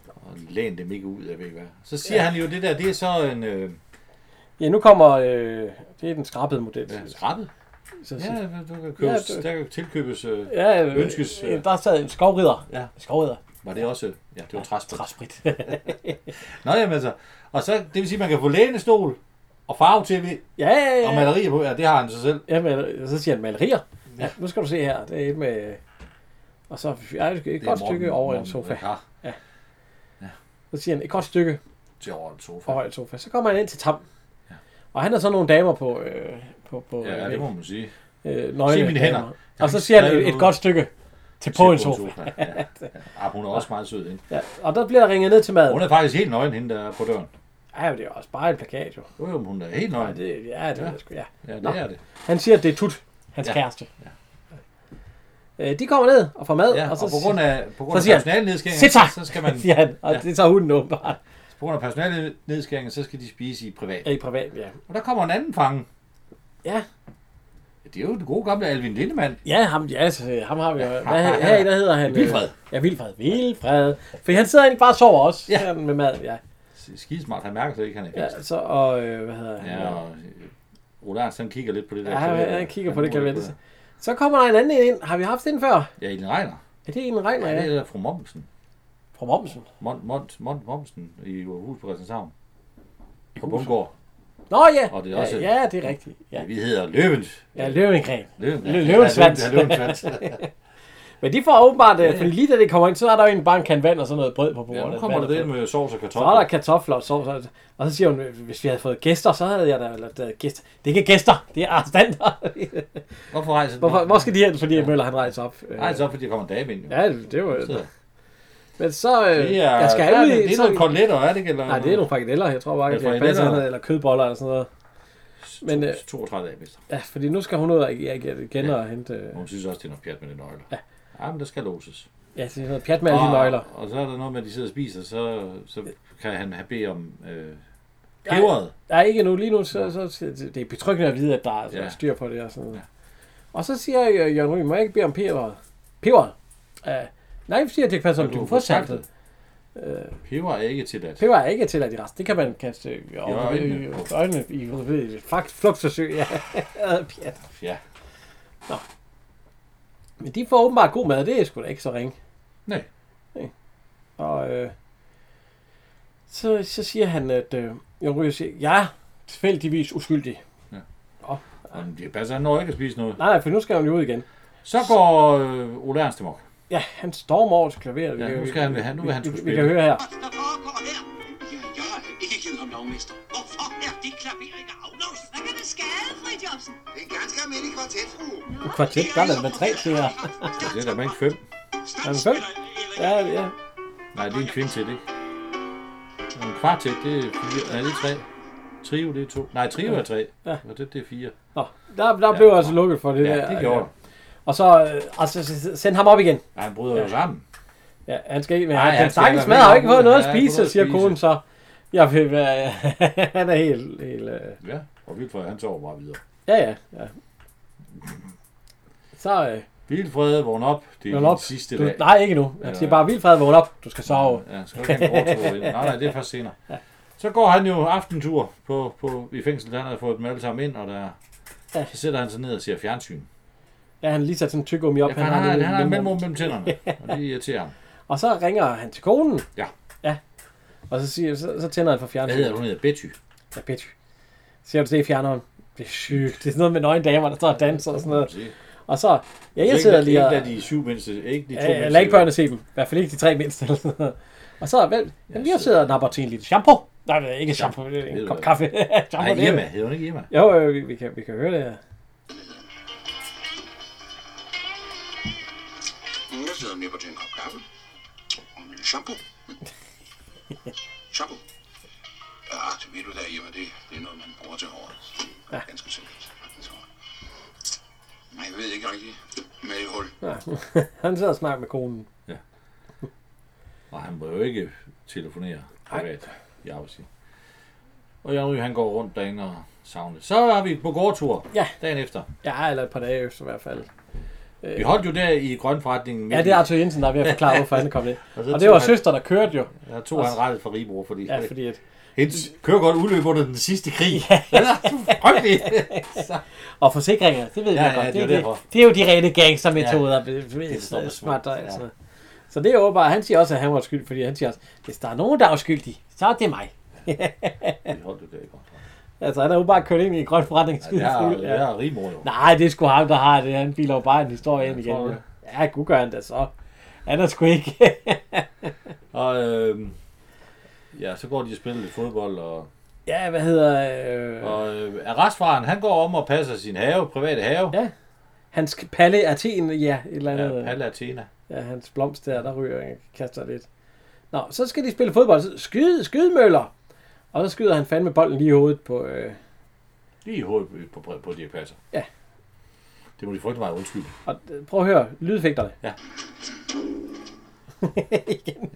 Speaker 2: Og læn dem ikke ud, jeg ved ikke hvad. Så siger ja. han jo det der, det er så en øh,
Speaker 1: Ja, nu kommer... Øh, det er den skrappede model.
Speaker 2: øh, skrabbet.
Speaker 1: Så,
Speaker 2: Ja,
Speaker 1: ja,
Speaker 2: der kan, købes,
Speaker 1: Ja, det-
Speaker 2: der kan tilkøbes... Øh,
Speaker 1: ja øh,
Speaker 2: ønskes, øh,
Speaker 1: der sad en skovridder.
Speaker 2: Ja.
Speaker 1: Skovridder.
Speaker 2: var det også... Ja, det var træspil.
Speaker 1: Træsprit.
Speaker 2: Nå, jamen altså. Og så, det vil sige, at man kan få lænestol og farve-tv
Speaker 1: ja, ja, ja.
Speaker 2: og malerier på. Ja, det har han så selv.
Speaker 1: Ja, men så siger han malerier. Ja. Nu skal du se her, det er et med... Og så ja, det er et
Speaker 2: Det
Speaker 1: godt
Speaker 2: Morten-
Speaker 1: stykke over en
Speaker 2: Morten
Speaker 1: sofa.
Speaker 2: Ricard
Speaker 1: Så siger han, et godt stykke
Speaker 2: Til over en sofa.
Speaker 1: over en sofa. Så kommer han ind til Tam. Og han har sådan nogle damer på, øh, på, på
Speaker 2: Ja,
Speaker 1: øh,
Speaker 2: det må man sige.
Speaker 1: øh, nøgle
Speaker 2: Se mine hænder.
Speaker 1: damer. Og
Speaker 2: Jeg har
Speaker 1: så siger han,
Speaker 2: skrevet
Speaker 1: et, et
Speaker 2: noget.
Speaker 1: godt stykke til på en sofa.
Speaker 2: Ja. ja, hun er også meget sød. Ikke?
Speaker 1: Ja. Og der bliver der ringet ned til
Speaker 2: Hun
Speaker 1: maden.
Speaker 2: er faktisk helt nøgen, hende der er på døren.
Speaker 1: Ej, men det er jo også bare en plakat, jo.
Speaker 2: Jo, jo, men hun er helt
Speaker 1: Ja,
Speaker 2: nøgen.
Speaker 1: det, ja, det ja.
Speaker 2: Ja.
Speaker 1: sgu, ja.
Speaker 2: Ja, det
Speaker 1: Nå.
Speaker 2: er det.
Speaker 1: Han siger, at det er Tut, hans
Speaker 2: Ja.
Speaker 1: ja. kæreste. Ja. Øh, de kommer ned og får mad,
Speaker 2: Ja, og,
Speaker 1: så
Speaker 2: på grund af, på grund
Speaker 1: så siger
Speaker 2: af
Speaker 1: han,
Speaker 2: personalnedskæringen,
Speaker 1: Sæt sig,
Speaker 2: så, så skal man,
Speaker 1: siger han. Og
Speaker 2: Ja.
Speaker 1: ja. det tager hunden åbenbart.
Speaker 2: på grund af personalnedskæringen, så skal de spise i privat.
Speaker 1: Ja, i privat, ja.
Speaker 2: Og der kommer en anden fange.
Speaker 1: Ja.
Speaker 2: Det er jo den gode gamle Alvin Lindemann.
Speaker 1: Ja, ham, ja, altså, ham har vi jo. Hvad, her, der hedder han? øh,
Speaker 2: Vilfred.
Speaker 1: Ja, Vilfred. Vilfred. For han sidder egentlig bare og sover også.
Speaker 2: Ja.
Speaker 1: Ja. Sådan med mad, ja.
Speaker 2: Skidesmart, han mærker sig ikke, han er
Speaker 1: ja så, og øh, hvad hedder han?
Speaker 2: Ja, og Roland, han kigger lidt på det der.
Speaker 1: ja han, han kigger på det
Speaker 2: ruller
Speaker 1: klavier.
Speaker 2: lidt
Speaker 1: Så- Så kommer der en anden en ind. Har vi haft den før?
Speaker 2: på det. Ja, Elin Regner.
Speaker 1: Er det en regner,
Speaker 2: Ja, det
Speaker 1: ja?
Speaker 2: er der fru Mommsen.
Speaker 1: Fra Momsen.
Speaker 2: Mont, Mont, Mont Mommsen i Aarhus på Christianshavn. På Bundgaard.
Speaker 1: Nå ja.
Speaker 2: Og det er også-
Speaker 1: ja, ja, det er rigtigt.
Speaker 2: Ja.
Speaker 1: Ja,
Speaker 2: Vi hedder Løvens.
Speaker 1: ja Løvengren.
Speaker 2: Løven,
Speaker 1: Lø- løvensvans.
Speaker 2: Ja, løvensvans.
Speaker 1: Men de får åbenbart, øh, fordi lige da det kommer ind, så er der jo en bare en kan vand og sådan noget brød på bordet.
Speaker 2: ja, nu kommer
Speaker 1: Vand
Speaker 2: der
Speaker 1: og
Speaker 2: det
Speaker 1: brød.
Speaker 2: med sovs og
Speaker 1: Så er der
Speaker 2: kartofler.
Speaker 1: kartofler og sovs. og- Og så siger hun, hvis vi havde fået gæster, så havde jeg da lavet gæster. Det er ikke gæster, det er arrestanter.
Speaker 2: Hvorfor rejser den?
Speaker 1: Hvorfor, hvor skal de hen, fordi ja. Møller han rejser op? Øh,
Speaker 2: Nej, så er det, fordi der kommer en dame ind. Jo.
Speaker 1: Ja, det det var
Speaker 2: Så.
Speaker 1: jo... Men så... Øh,
Speaker 2: Det er,
Speaker 1: jeg skal
Speaker 2: der er
Speaker 1: aldrig...
Speaker 2: det, det er
Speaker 1: så,
Speaker 2: nogle koteletter, er det ikke? Eller,
Speaker 1: nej, det er nogle frikadeller, jeg tror bare,
Speaker 2: Ja,
Speaker 1: at det passer
Speaker 2: frikadeller.
Speaker 1: noget, eller kødboller eller sådan noget. men, øh,
Speaker 2: 32 dage, mister.
Speaker 1: Ja, fordi nu skal hun ud og jeg igen og hente... øh,
Speaker 2: Hun synes også, det er noget pjat med den nøgler. Ja. Ja, men der skal låses.
Speaker 1: Ja, det er noget pjat med alle de nøgler.
Speaker 2: Og så er der noget med, at de sidder og spiser, så, så kan han have bedt om øh, peberet.
Speaker 1: Nej, ikke nu. Lige nu, så, så, så det er betryggende at vide, at der er altså,
Speaker 2: Ja.
Speaker 1: styr på det og sådan noget. Og så siger jeg, Jørgen Ryg, må jeg ikke bede om peberet? Peberet? Uh, nej, siger Dirk Passer, om du kan få saltet.
Speaker 2: Peber er ikke tilladt.
Speaker 1: Øh. Peber er ikke til at de rest. Det kan man kaste i
Speaker 2: øjnene.
Speaker 1: øjnene, øjnene i, i, i fakt, flugtforsøg. Ja, pjat.
Speaker 2: Ja.
Speaker 1: Men de får åbenbart god mad, det er sgu da ikke så ringe.
Speaker 2: Nej.
Speaker 1: Nej. Og øh, så, så siger han, at øh, jeg ryger siger, ja, tilfældigvis uskyldig.
Speaker 2: Og det passer, han når ikke at spise noget.
Speaker 1: Nej, nej, for nu skal han jo ud igen.
Speaker 2: Så går øh, Ole Ernst amok.
Speaker 1: Ja, han stormer over til klaveret. Vi
Speaker 2: Ja,
Speaker 1: kan-
Speaker 2: nu skal han- han- nu vil han
Speaker 1: vi,
Speaker 2: sgu
Speaker 1: vi, vi
Speaker 2: spille.
Speaker 1: kan høre her.
Speaker 7: Der foregår her.
Speaker 6: Jeg, jeg er ikke givet ham lovmester.
Speaker 7: Hvorfor er de klaveringer aflåst? Hvad kan det
Speaker 8: skadefri, Jobsen.
Speaker 6: Det er ganske almindelig kvartet, fru.
Speaker 1: En kvartet, der er det med tre til her.
Speaker 2: Det er der med fem.
Speaker 1: Er det fem? Ja, ja.
Speaker 2: Nej, det er en kvintet, ikke? Og En kvartet, det er fire. Nej, det er tre. Trio, det er to. Nej, trio er tre.
Speaker 1: Ja.
Speaker 2: Og det, det er fire.
Speaker 1: Nå, der, der blev altså lukket for det der.
Speaker 2: Ja, det gjorde han.
Speaker 1: Og så, øh, altså, s- s- send ham op igen.
Speaker 2: Nej, han bryder jo sammen.
Speaker 1: Ja, han skal ikke, men
Speaker 2: Nej,
Speaker 1: han,
Speaker 2: han
Speaker 1: den
Speaker 2: skal
Speaker 1: stakkels
Speaker 2: være
Speaker 1: mad
Speaker 2: med.
Speaker 1: har ikke fået noget at
Speaker 2: Ja,
Speaker 1: spise,
Speaker 2: ikke
Speaker 1: siger
Speaker 2: fået noget at
Speaker 1: konen så. Jeg vil være, han er helt, helt, øh,
Speaker 2: Ja, og Vilfred, han sover bare videre.
Speaker 1: ja, ja, ja. Så, øh,
Speaker 2: Vilfred, vågn op. Det er
Speaker 1: vågn
Speaker 2: din
Speaker 1: op.
Speaker 2: sidste
Speaker 1: Du,
Speaker 2: dag.
Speaker 1: nej, ikke nu. Han siger
Speaker 2: Eller-
Speaker 1: bare, Vildfred, vågn op. Du skal sove.
Speaker 2: Ja, så kan han overtro det. Nej, nej, det er først senere. Så går han jo aftentur på, på, i fængslet. Han har fået dem alle sammen ind, og der,
Speaker 1: Ja.
Speaker 2: så sætter han sig ned og ser fjernsyn.
Speaker 1: Ja, han har lige sat sådan en tyggegummi op.
Speaker 2: Ja, for han, har,
Speaker 1: lidt-
Speaker 2: han har en mellemrum mellem tænderne, og det irriterer ham.
Speaker 1: Og så ringer han til konen.
Speaker 2: Ja.
Speaker 1: Ja. Og så, siger, så, så tænder han for
Speaker 2: Hvad
Speaker 1: fjerneren.
Speaker 2: hedder hun? Hun hedder Betty.
Speaker 1: Ja, bitch. Ser du det i fjerneren? Det er sygt. Det er sådan noget med nøgne damer, der står og danser og sådan noget. Og så, ja, jeg sidder lige og...
Speaker 2: Ikke lad de syv mindste, ikke de to
Speaker 1: Ja,
Speaker 2: mindste.
Speaker 1: jeg lader ikke børnene se dem. I hvert fald ikke de tre mindste. Eller sådan noget. og så, vel, jamen, jeg sidder og napper til en lille shampoo. Nej, det er ikke shampoo, det er en kop kaffe. shampoo,
Speaker 2: Nej,
Speaker 1: det er-
Speaker 2: Irma. Hedder hun ikke Irma?
Speaker 1: Jo, jo, vi, vi, kan, vi kan høre det her.
Speaker 6: Mm, Jeg sidder og nipper til en kop kaffe. Og en lille shampoo. Mm. shampoo. Ja, det ved du da, Irma, det, det er noget, man bruger til håret. Ja. Ganske sikkert. Så. Nej, jeg ved ikke rigtigt. Med et hul.
Speaker 1: Ja. Han sidder og snakker med konen.
Speaker 2: Og han må jo ikke telefonere privat i arbejdstid. Og Jan Ry, han går rundt derinde og savner. Så er vi på gårdtur
Speaker 1: Ja.
Speaker 2: dagen efter.
Speaker 1: Ja, eller et par dage efter i hvert fald.
Speaker 2: Vi holdt jo der i grønforretningen.
Speaker 1: Ja, det er Arthur Jensen, der er ved at forklare, hvorfor han er kommet ind.
Speaker 2: Og så
Speaker 1: Og det var
Speaker 2: tog han-
Speaker 1: søster, der kørte jo.
Speaker 2: Der tog han rettet for Ribro, fordi,
Speaker 1: Ja, fordi at...
Speaker 2: hendes kører godt udløb under den sidste krig. Ja. Den er frygtelig. Så,
Speaker 1: Og forsikringer, det ved
Speaker 2: Ja,
Speaker 1: jeg
Speaker 2: ja,
Speaker 1: godt.
Speaker 2: det er
Speaker 1: det,
Speaker 2: derfor.
Speaker 1: det, er jo de rene gangstermetoder. Ja, det, det,
Speaker 2: er stadig
Speaker 1: smart,
Speaker 2: smukt,
Speaker 1: altså. Så det er åbenbart, han siger også, at han var skyld, fordi han siger også, hvis der er nogen, der er skyldig, så er det mig.
Speaker 2: vi holdt jo der i grønforretningen.
Speaker 1: Altså, han er jo bare kørt ind i en grøn forretning.
Speaker 2: Ja, det har,
Speaker 1: skidefuld,
Speaker 2: det har Ribro jo.
Speaker 1: Nej, det er sgu ham, der har det. Han biler jo bare en historie ind igen.
Speaker 2: tror
Speaker 1: jo.
Speaker 2: det.
Speaker 1: Ja, gud gør han da så. Han er sgu ikke.
Speaker 2: Og øhm, ja, så går de og spiller lidt fodbold, og
Speaker 1: ja, hvad hedder... Øh,
Speaker 2: Og øh, restfaren, han går om og passer sin have, private have.
Speaker 1: Ja, hans Palle Athen, ja, et eller andet.
Speaker 2: Ja, Palle Athena.
Speaker 1: Ja, hans blomst der, der ryger jeg kaster lidt. Nå, så skal de spille fodbold. Så Skyd, skydmøller! Og så skyder han fandme bolden lige i hovedet på... Øh,
Speaker 2: Lige i hovedet på, på, på Dirk Passer.
Speaker 1: Ja.
Speaker 2: Det må de frygte meget undskylde.
Speaker 1: og øh, prøv at høre, lydeffekterne.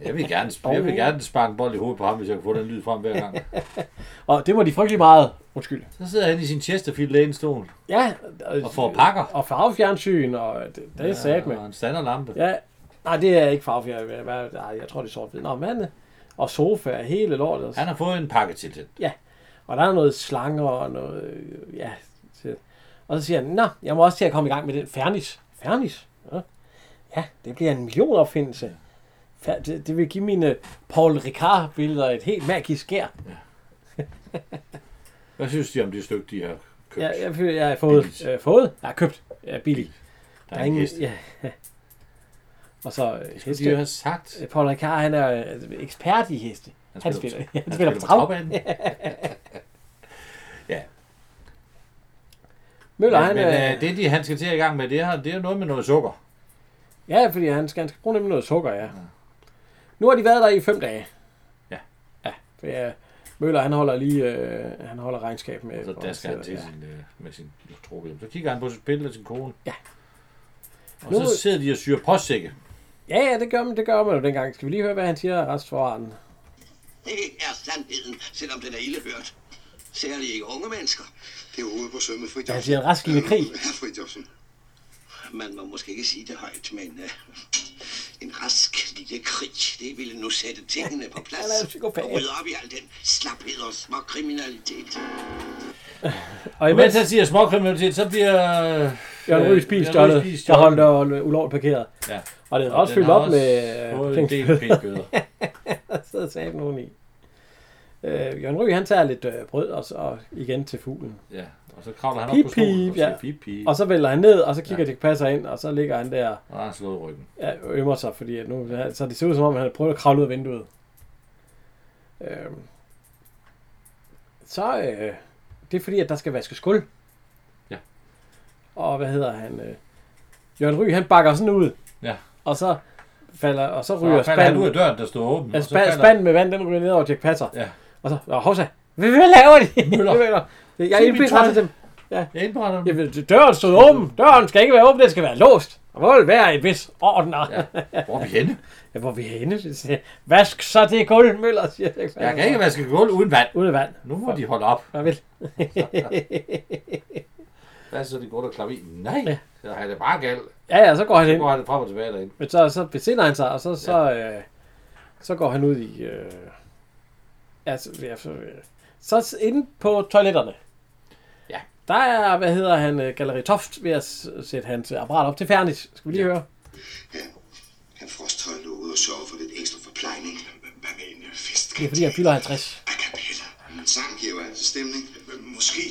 Speaker 2: Jeg vil gerne, jeg vil gerne sparke en bold i hovedet på ham, hvis jeg kan få den lyd frem hver gang.
Speaker 1: Og det må de frygtelig meget. Undskyld.
Speaker 2: Så sidder han i sin Chesterfield lænestol
Speaker 1: Ja,
Speaker 2: og får pakker.
Speaker 1: Og farvefjernsyn, og øh, det, det er ja, sat med.
Speaker 2: Og en standardlampe. Ja.
Speaker 1: Ja, nej, det er ikke farvefjernsyn. Hvad- Nej, jeg tror, det er sort hvid. Nå, men... øh, Og sofa er hele lortet.
Speaker 2: Han har fået en pakke til det.
Speaker 1: Og der er noget slanger og noget... øh, Ja, til. Og så siger han, Nå, jeg må også til at komme i gang med den fernis. Fernis? Ja, ja det bliver en millionopfindelse. Fer- Det, det vil give mine Paul Ricard-billeder et helt magisk skær.
Speaker 2: Hvad synes de om det stykke, de har købt?
Speaker 1: Jeg, jeg, føler, jeg har fået,
Speaker 2: Billigt.
Speaker 1: øh, fået, jeg har købt ja, billigt.
Speaker 2: der er ingen hest.
Speaker 1: ja. Og så øh,
Speaker 2: Skulle de
Speaker 1: heste.
Speaker 2: jo have sagt?
Speaker 1: Øh, Paul Ricard, han er øh, ekspert i heste. Han spiller, han spiller,
Speaker 2: på-
Speaker 1: han spiller på trav.
Speaker 2: travbanen.
Speaker 1: Møller, han,
Speaker 2: Men
Speaker 1: er,
Speaker 2: øh, det, de, han skal til at i gang med, det, her, det er noget med noget sukker.
Speaker 1: Ja, fordi han skal, han skal bruge nemlig noget sukker, ja. Nu har de været der i fem dage.
Speaker 2: Ja.
Speaker 1: Ja, for ja, Møller han holder lige øh, han holder regnskab med.
Speaker 2: Så
Speaker 1: hvor
Speaker 2: der
Speaker 1: han
Speaker 2: skal han
Speaker 1: sidder,
Speaker 2: til
Speaker 1: ja.
Speaker 2: sin, øh, med sin trophjem. Så kigger han på sit billede af sin kone.
Speaker 1: Ja.
Speaker 2: Og så
Speaker 1: Nu-
Speaker 2: sidder de og syrer postsække.
Speaker 1: Ja, ja, det gør man, det gør man jo dengang. Skal vi lige høre, hvad han siger rest foran?
Speaker 4: Det er sandheden, selvom den er ildehørt. Særligt ikke unge mennesker.
Speaker 6: Det er hovedet på sømmet, Fridtjofsen.
Speaker 1: Han siger en raskende krig.
Speaker 6: Ja, Fridtjofsen.
Speaker 4: Man må måske ikke sige det højt, men uh, en rask lille krig, det ville nu sætte tingene på plads.
Speaker 1: Han er jo psykopat.
Speaker 4: Og rydde op i al den slaphed og småkriminalitet.
Speaker 1: Og
Speaker 2: Og mens
Speaker 1: imens
Speaker 2: han siger småkriminalitet, så bliver... øh,
Speaker 1: Jørgen Rygs bil
Speaker 2: Jørgen
Speaker 1: stjålet,
Speaker 2: Rygs bil
Speaker 1: der
Speaker 2: stjålet.
Speaker 1: holdt der ulovligt parkeret.
Speaker 2: Ja.
Speaker 1: Og det er
Speaker 2: Og
Speaker 1: også
Speaker 2: den
Speaker 1: fyldt
Speaker 2: har
Speaker 1: op
Speaker 2: også
Speaker 1: med øh,
Speaker 2: fået en
Speaker 1: penge.
Speaker 2: del penge
Speaker 1: Der sidder sat nogen i. Øh, Jørgen Ryg, han tager lidt øh, brød og, så- og igen til fuglen.
Speaker 2: Ja, og så kravler han
Speaker 1: Pip,
Speaker 2: op på stolen
Speaker 1: pip,
Speaker 2: og siger
Speaker 1: ja.
Speaker 2: ja. pip, pip.
Speaker 1: Og så vælger han ned, og så kigger ja. det passer ind, og så ligger han der
Speaker 2: Og der har han slået ryggen.
Speaker 1: ja, ømmer sig, fordi at nu, så det ser ud som om, han har prøvet at kravle ud af vinduet. Øhm. Så øh, det er fordi, at der skal vaskes gulv.
Speaker 2: Ja.
Speaker 1: Og hvad hedder han? Øh, Jørgen Ry, han bakker sådan ud,
Speaker 2: Ja.
Speaker 1: og så falder, og så
Speaker 2: Så ryger
Speaker 1: ryger
Speaker 2: falder han ud af
Speaker 1: spanden,
Speaker 2: døren, der stod åben.
Speaker 1: ja,
Speaker 2: og så
Speaker 1: spa-
Speaker 2: falder-
Speaker 1: spanden med vand, den ryger ned over Jack Passer.
Speaker 2: Ja.
Speaker 1: Og så, og Hossa, hvad, hvad laver de?
Speaker 2: Møller.
Speaker 1: Møller. Jeg
Speaker 2: Se mit tøj.
Speaker 1: indberetter dem.
Speaker 2: Jeg indberetter dem.
Speaker 1: Jamen, døren stod åben. Døren skal ikke være åben, den skal være låst. Og hvor vil være et vis ordner. Ja.
Speaker 2: Hvor er vi henne?
Speaker 1: ja. hvor er vi henne? Så siger jeg, Vask så det gulv, Møller, siger Jack Passer.
Speaker 2: Jeg kan ikke vaske gulv uden vand.
Speaker 1: Ude af vand.
Speaker 2: Nu må de holde op.
Speaker 1: Farvel.
Speaker 2: Hvad så, de går der klavi? Nej, så er det bare galt.
Speaker 1: Ja, ja, så går han
Speaker 2: Så
Speaker 1: ind.
Speaker 2: går han frem og tilbage derinde.
Speaker 1: Men så, så besinder han sig, og så, så, ja. øh, så går han ud i... Øh, altså, ja, så, øh, så s- inde på toiletterne.
Speaker 2: Ja.
Speaker 1: Der er, hvad hedder han, øh, Galeri Toft ved at s- sætte hans øh, apparat op til færdigt. Skal vi lige ja. høre?
Speaker 6: Han frostholdt lå ude og sørge for lidt ekstra forplejning. Hvad med en øh, fest?
Speaker 1: Det er fordi, han fylder 50.
Speaker 6: A cappella. En sang hæver altså stemning. Måske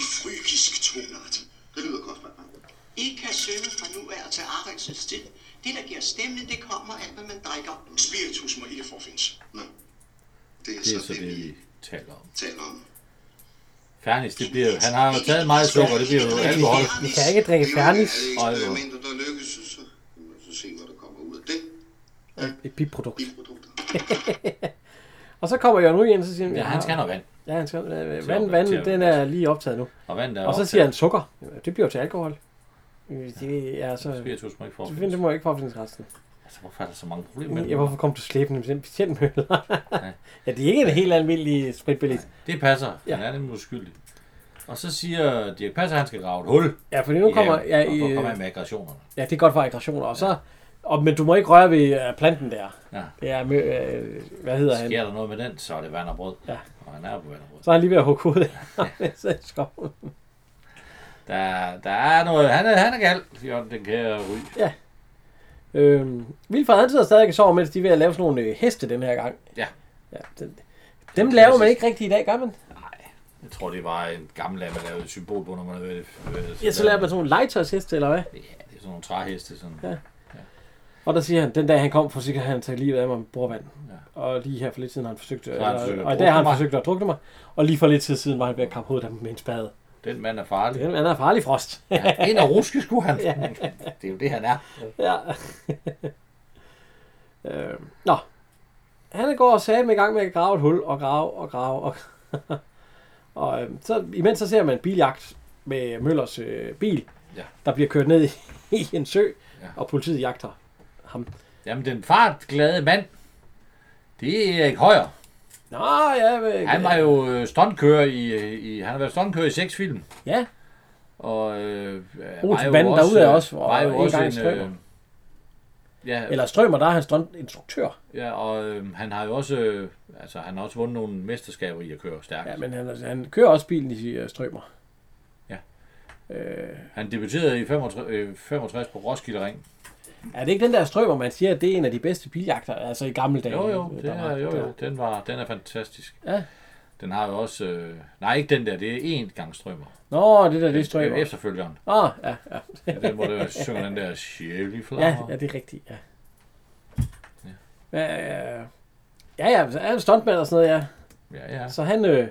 Speaker 6: i frygisk tonart. Det lyder godt, mand.
Speaker 4: I kan synge fra nu af og til Arends tid. Det, der giver stemning, det kommer af, hvad man drikker.
Speaker 6: Spiritus må ikke forfindes. Nå. Det er,
Speaker 2: Det er så det, vi taler om.
Speaker 6: taler om.
Speaker 2: Fernis, det bliver jo- han har jo taget meget sukker, det bliver jo alkohol.
Speaker 1: Vi kan ikke drikke fernis
Speaker 6: Det
Speaker 2: Og
Speaker 6: er
Speaker 2: alvor.
Speaker 6: eksperimenter, der lykkes, så- så må vi så se, hvad der kommer ud af det.
Speaker 1: et biprodukt.
Speaker 6: Biprodukter.
Speaker 1: Og så kommer Jørgen Ryg ind, så siger han,
Speaker 2: Ja, han skal have vand.
Speaker 1: Ja, han skal, øh,
Speaker 2: Til
Speaker 1: vand,
Speaker 2: at-
Speaker 1: vand,
Speaker 2: til at-
Speaker 1: den er lige optaget nu.
Speaker 2: Og vand der
Speaker 1: Og så siger han sukker. Jamen, Det bliver jo til alkohol. Øh, Det er så...
Speaker 2: Spiritus må ikke
Speaker 1: Så
Speaker 2: forfindes.
Speaker 1: finder må jeg ikke påfindes resten.
Speaker 2: Altså, hvorfor er der så mange problemer med
Speaker 1: Ja,
Speaker 2: det?
Speaker 1: hvorfor kom du slæbende med den patientmøller? ja, det er ikke en helt almindelig spritbillet.
Speaker 2: Det passer.
Speaker 1: Ja.
Speaker 2: Han er nemlig uskyldig. Og så siger Dirk Passer, at han skal grave et hul.
Speaker 1: Ja, fordi nu kommer... Ja,
Speaker 2: og
Speaker 1: i,
Speaker 2: for at komme af med aggressionerne.
Speaker 1: ja, det er godt for aggressioner. Og så... Og, men du må ikke røre ved øh, planten der.
Speaker 2: Ja.
Speaker 1: Det er... mø- Øh, hvad hedder han?
Speaker 2: Sker der noget med den, så er det vand og brød.
Speaker 1: Ja.
Speaker 2: Og han er på vand og brød.
Speaker 1: Så er han lige ved at hugge hovedet af. Så i skoven.
Speaker 2: Der, der er noget... Han er, han er galt, Jørgen, den kære Ry.
Speaker 1: øhm, Vilfred, han sidder stadig og sover, mens de er ved at lave sådan nogle øh, heste den her gang.
Speaker 2: Ja.
Speaker 1: ja den, dem laver man ikke rigtig i dag, gør man?
Speaker 2: Jeg tror, det var en gammel af, man lavede et symbol på, når man havde været...
Speaker 1: Ja, så laver man sådan nogle legetøjsheste, eller hvad?
Speaker 2: Ja, det er sådan nogle træheste, sådan...
Speaker 1: Ja. Og der siger han, den dag han kom, forsikrer han tage livet af mig med bordvand. Ja. Og lige her for lidt siden har han forsøgt,
Speaker 2: har han
Speaker 1: eller-
Speaker 2: forsøgt at
Speaker 1: og i dag har han
Speaker 2: drukne mig.
Speaker 1: forsøgt at drukne mig. Og lige for lidt tid siden var han ved at kappe hovedet af mig med en spade.
Speaker 2: Den mand er farlig.
Speaker 1: Den mand er farlig frost.
Speaker 2: Ja. Ind og ruske skulle han. det er jo det, han er.
Speaker 1: ja. øh, nå. Han går og sagde med i gang med at grave et hul, og grave, og grave, og Og øh, så, imens så ser man en biljagt med Møllers øh, bil,
Speaker 2: Ja.
Speaker 1: der bliver kørt ned i, i en sø,
Speaker 2: Ja.
Speaker 1: ja. og politiet jagter ham.
Speaker 2: Jamen, den fartglade mand, det er Erik Højer.
Speaker 1: Nå, ja, øh,
Speaker 2: Han var jo øh, stuntkører i, øh, i... Han har været stuntkører i seks film.
Speaker 1: Ja,
Speaker 2: Og øh, øh,
Speaker 1: Olsenbanden derude er også-
Speaker 2: var jo
Speaker 1: og en
Speaker 2: også
Speaker 1: gang
Speaker 2: en... Øh,
Speaker 1: Strømer.
Speaker 2: ja,
Speaker 1: eller Strømer, der er han stunt instruktør.
Speaker 2: ja, og øh, han har jo også... Øh, altså, han har også vundet nogle mesterskaber i at køre stærkt.
Speaker 1: Ja, men han, han kører også bilen i uh, Strømer. Øh,
Speaker 2: Han debuterede i 65, øh, 65 på Roskilde Ring.
Speaker 1: Er det ikke den der Strømer, man siger, at det er en af de bedste biljagter, altså i gamle dage?
Speaker 2: Jo,
Speaker 1: øh,
Speaker 2: jo, det
Speaker 1: der var-
Speaker 2: er, jo,
Speaker 1: der-
Speaker 2: jo. Den, var, den er fantastisk.
Speaker 1: Ja.
Speaker 2: Den har jo også... Øh, nej, ikke den der. Det er én gang strømmer.
Speaker 1: Nå, det der, det er
Speaker 2: Det er
Speaker 1: Strømer.
Speaker 2: efterfølgeren.
Speaker 1: Ah, ja, ja.
Speaker 2: Den, hvor der synger den der sjævlig
Speaker 1: Ja,
Speaker 2: flammer.
Speaker 1: ja, det er rigtigt, ja. Ja, ja, ja, ja så er han stuntmand og sådan noget, ja.
Speaker 2: ja, ja.
Speaker 1: Så han, øh,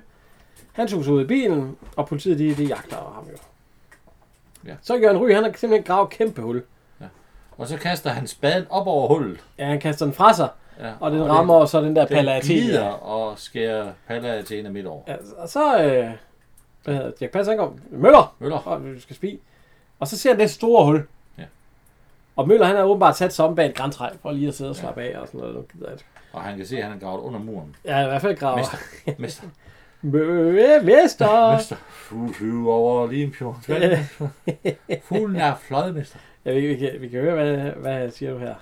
Speaker 1: han tog sig ud i bilen, og politiet, de, de jagter ham jo.
Speaker 2: Ja.
Speaker 1: Så Jørgen Ry, han har simpelthen gravet et kæmpe hul.
Speaker 2: Og så kaster han spaden op over hullet.
Speaker 1: Ja, han kaster den fra sig,
Speaker 2: Ja,
Speaker 1: og den rammer og så den der
Speaker 2: den
Speaker 1: palatin.
Speaker 2: glider og skærer Palla til en af midt over. Ja.
Speaker 1: Ja, og så, øh, hvad hedder det, Jack Pass, han kom, Møller,
Speaker 2: Møller.
Speaker 1: og vi skal spise. Og så ser han det store hul.
Speaker 2: Ja.
Speaker 1: Og Møller, han har åbenbart sat sig om bag et græntræ, for lige at sidde og slappe af og sådan noget. Nu gider jeg ikke.
Speaker 2: Og han kan se, at han er gravet under muren.
Speaker 1: Ja, i hvert fald graver.
Speaker 2: Mester. Mester.
Speaker 1: Mø- Mester!
Speaker 2: Mester. Fugl flyver over Limfjorden. Fuglen er fløjet, mester.
Speaker 1: Ja, vi, vi, kan, vi kan høre, hvad, hvad siger du her?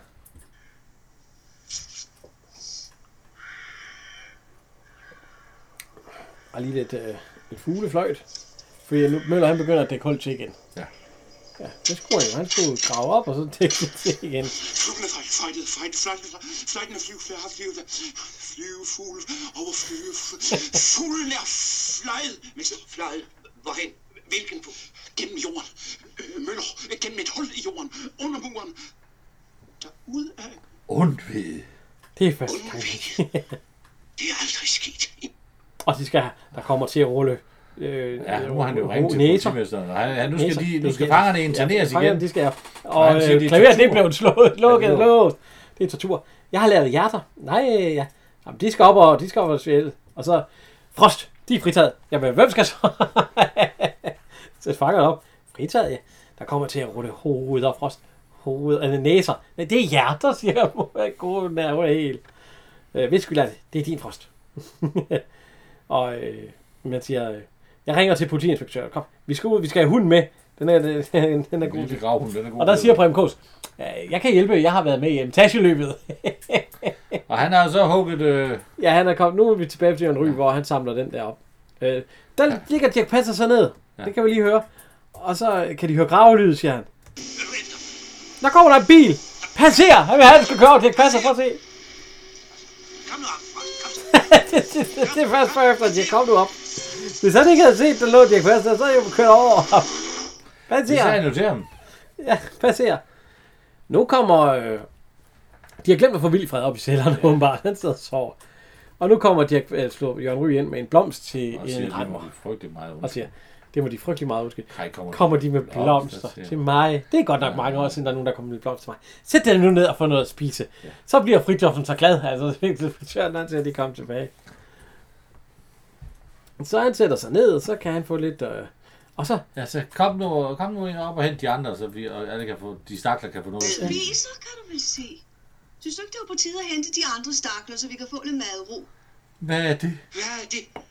Speaker 1: Og lige lidt, øh, lidt fuglefløjt. Fordi nu Møller han begynder at dække hul til igen.
Speaker 2: Ja.
Speaker 1: Ja, det skulle han jo. Han skulle grave op, og så dække det til igen.
Speaker 4: Fuglene fløjt, fløjtede, fløjtede, fløjtede, fløjtende flyv, flyve, flyve, flyve, fugle, over flyve, fuglen er fløjet, men så fløjet, hvorhen, hvilken på, gennem jorden, øh, møller, øh, gennem et hul i jorden, under muren, derud af
Speaker 2: Undved.
Speaker 1: Det er første gang.
Speaker 4: undvæg. Det er aldrig sket.
Speaker 1: Og de skal, der kommer til at rulle Øh,
Speaker 2: Ja, nu har han jo
Speaker 1: ro-
Speaker 2: ringet til
Speaker 1: næser.
Speaker 2: politimesteren. og Han, han, nu skal,
Speaker 1: Næser.
Speaker 2: de, nu
Speaker 1: Det
Speaker 2: skal
Speaker 1: skal-
Speaker 2: fangerne interneres
Speaker 1: Ja,
Speaker 2: igen.
Speaker 1: de skal Og
Speaker 2: han siger,
Speaker 1: øh,
Speaker 2: det er
Speaker 1: klaveret, det
Speaker 2: tortur.
Speaker 1: blev slået, lukket,
Speaker 2: Ja, det er
Speaker 1: låst. Det er tortur. Jeg har lavet hjerter. Nej, øh, ja. Jamen, de skal op og de skal op og svæle. Og så Frost, de er fritaget. Jamen, hvem skal så? så fanger op. Fritaget, ja. Der kommer til at rulle hoveder og Frost. Hoveder, eller næser. Nej, det er hjerter, siger jeg. Må jeg gå nærmere helt. Øh, hvis skyld er det. Det er din Frost. og øh, man siger, øh, jeg ringer til politiinspektøren. Kom, vi skal ud, vi skal have hunden med. Den er, den er, den er god.
Speaker 2: Lille gravhund, den er god.
Speaker 1: Og der siger Prem Kås, "Øh, jeg kan hjælpe, jeg har været med i etageløbet.
Speaker 2: Og han har så hugget... Øh,
Speaker 1: ja, han er kommet. Nu er vi tilbage til Jørgen Ry, hvor han samler den der op. Øh, der ja. ligger Dirk Passer så ned. Ja. Det kan vi lige høre. Og så kan de høre gravelyd, siger han.
Speaker 5: Er du efter?
Speaker 1: Der kommer der en bil. Passer! Han vil have, den skal køre over Dirk Passer. Prøv at se.
Speaker 5: Kom nu op, Frost. Kom så.
Speaker 1: det, det, det, det, er først før efter, at de kom nu op. Hvis han ikke havde set, der lå Dirk Passer, så havde jeg jo kørt over ham.
Speaker 2: det
Speaker 1: Passer!
Speaker 2: sagde han jo til ham.
Speaker 1: Ja, passer. Nu kommer... Øh, de har glemt at få Vilfred op i cellerne, ja. åbenbart. Han sidder og sover. Og nu kommer Dirk, øh, slår Jørgen Ry ind med en blomst til
Speaker 2: Og siger,
Speaker 1: en
Speaker 2: det må
Speaker 1: rammer.
Speaker 2: de frygtelig meget
Speaker 1: Og
Speaker 2: ondt.
Speaker 1: siger, det må de frygtelig meget undskylde.
Speaker 2: Hej, kommer,
Speaker 1: Kommer de med
Speaker 2: blomster
Speaker 1: blomster
Speaker 2: til-
Speaker 1: til mig? Det er godt nok mange år siden, der er nogen, der kommer med blomster til mig. Sæt den nu ned og få noget at spise. Så bliver Fritjofen så glad. Altså, det er nok til, at de kommer tilbage. Så han sætter sig ned, så kan han få lidt... Øh, og så
Speaker 2: Ja, så kom nu, kom nu ind op og hent de andre, så vi, og alle kan få, de stakler kan få noget. at spise.
Speaker 3: Spiser, kan du vel se. Synes du ikke, det var på tide at hente de andre stakler, så vi kan få lidt madro?
Speaker 2: Hvad er det?
Speaker 4: Hvad er det,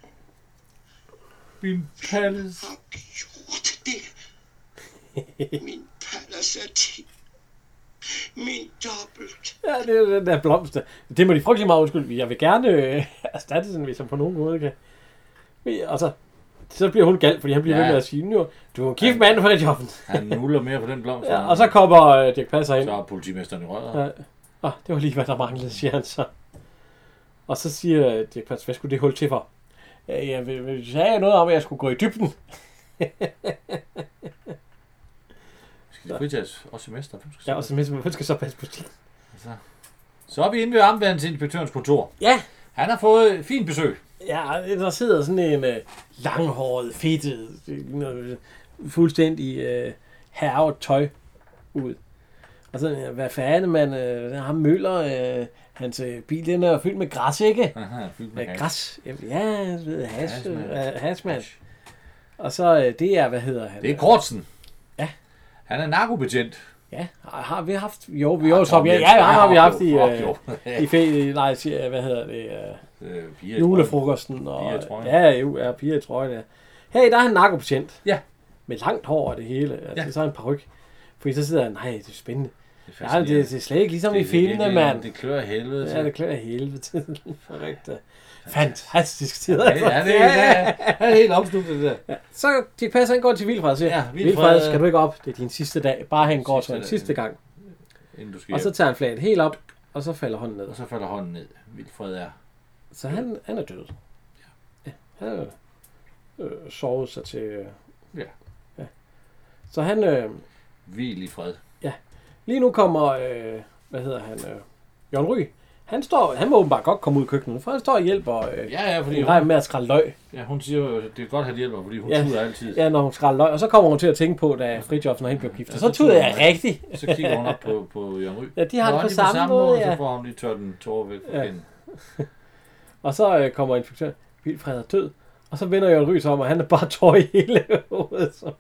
Speaker 2: Min palles.
Speaker 4: har gjort det? Min palace er til. Min dobbelt.
Speaker 1: Ja, det er jo den der blomster. Det må de frygtelig meget undskylde. Jeg vil gerne øh, erstatte den, hvis jeg på nogen måde kan. Men- Og så, så bliver hun gal, fordi han bliver ja.
Speaker 2: Ja.
Speaker 1: ved med at sige, nu, du er gift med anden for jobben.
Speaker 2: Han nuller mere på den blomst.
Speaker 1: Ja, og så kommer øh, Dirk Passer ind.
Speaker 2: så er politimesteren i røret.
Speaker 1: Ja. Åh, det var lige, hvad der manglede, siger han så. Og så siger øh, Dirk Passer, hvad skulle det hul til for? Ja, jeg vil- vil- sagde jeg noget om, at jeg skulle gå i dybden.
Speaker 2: Skal de fritages? Og semester? Hvem skal
Speaker 1: Ja, og så mindst, man skal så passe på det.
Speaker 2: Så er vi inde ved armbandsinspektørens kontor.
Speaker 1: Ja,
Speaker 2: Han har fået fint besøg.
Speaker 1: Ja, der sidder sådan en øh, langhåret, fedtet, øh, noget fuldstændig øh, herret tøj ud. Og så, øh, hvad fanden, man, øh, ham Møller, øh, hans øh, bil, den er fyldt med græs, ikke?
Speaker 2: Aha, fyldt med
Speaker 1: Okay.
Speaker 2: kage.
Speaker 1: Græs, ja, ja, du ved, has, øh,
Speaker 2: Hasmand.
Speaker 1: hasmand. Og så, øh, det er, hvad hedder han?
Speaker 2: Det er Kortsen.
Speaker 1: Ja.
Speaker 2: Han er narkobetjent.
Speaker 1: Ja, har har vi haft, jo, vi har jo,
Speaker 2: Tom
Speaker 1: ja,
Speaker 2: Jensen.
Speaker 1: ja, ham har vi
Speaker 2: Ja,
Speaker 1: haft i,
Speaker 2: jo,
Speaker 1: øh,
Speaker 2: fuck, jo.
Speaker 1: i fe, nej, siger- hvad hedder det, øh,
Speaker 2: Øh, piger i
Speaker 1: julefrokosten
Speaker 2: Piger
Speaker 1: og...
Speaker 2: i trøjen.
Speaker 1: Ja, jo, ja, piger i trøjen, ja. Hey, der er en narkopatient.
Speaker 2: Ja.
Speaker 1: Med langt hår og det hele. Altså, ja.
Speaker 2: Ja.
Speaker 1: så er en paryk. Fordi så sidder han, nej, det er spændende.
Speaker 2: trøjen.
Speaker 1: Nej, det, det, er slet ikke ligesom det, i
Speaker 2: Det- det- det-
Speaker 1: filmene,
Speaker 2: det-
Speaker 1: mand.
Speaker 2: Det klør af helvede.
Speaker 1: Ja, det
Speaker 2: det,
Speaker 1: klør af helvede til. Rigtigt. Fantastisk tid. altså.
Speaker 2: ja, det, er- det, er- det er helt opslugt, det der.
Speaker 1: Så Dirk Passer, han går til Vilfred og siger, ja,
Speaker 2: Ja,
Speaker 1: Vilfred,
Speaker 2: Wilfred,
Speaker 1: skal du ikke op? Det er din sidste dag. Bare han går
Speaker 2: Sidste
Speaker 1: til en
Speaker 2: dag,
Speaker 1: sidste
Speaker 2: ja.
Speaker 1: gang.
Speaker 2: Inden du skal
Speaker 1: Og så
Speaker 2: hjem.
Speaker 1: tager han flaget helt op, og så falder hånden ned.
Speaker 2: og så falder hånden ned. Vilfred er.
Speaker 1: Så han, han er død. Ja. Han øh, øh, sovet sig til... Øh,
Speaker 2: Ja.
Speaker 1: ja. Så han... Øh,
Speaker 2: Hvil i fred.
Speaker 1: lige nu kommer... Øh, hvad hedder han? Øh, Jørgen Ry. Han, står, han må åbenbart godt komme ud i køkkenet, for han står og hjælper øh, ja,
Speaker 2: Ja, ja, fordi hun,
Speaker 1: Rej med at skrælle løg.
Speaker 2: ja, hun siger jo, det er godt, at han hjælper, fordi hun
Speaker 1: Ja.
Speaker 2: ja. tuder altid. Ja.
Speaker 1: Ja, når hun skræller løg. Og så kommer hun til at tænke på, da Fridtjofsen og hende blev gift. Og så tuder jeg rigtigt.
Speaker 2: Så kigger hun op på, på Jørgen Ry.
Speaker 1: Ja, de har
Speaker 2: Nå,
Speaker 1: det på samme måde,
Speaker 2: og
Speaker 1: ja.
Speaker 2: Så får hun lige tørt en tårer væk fra
Speaker 1: Ja.
Speaker 2: ja.
Speaker 1: Og så øh, kommer inspektøren. Vilfred er død. Og så vender Jørgen Ry sig om, og han er bare tår i hele hovedet. Så.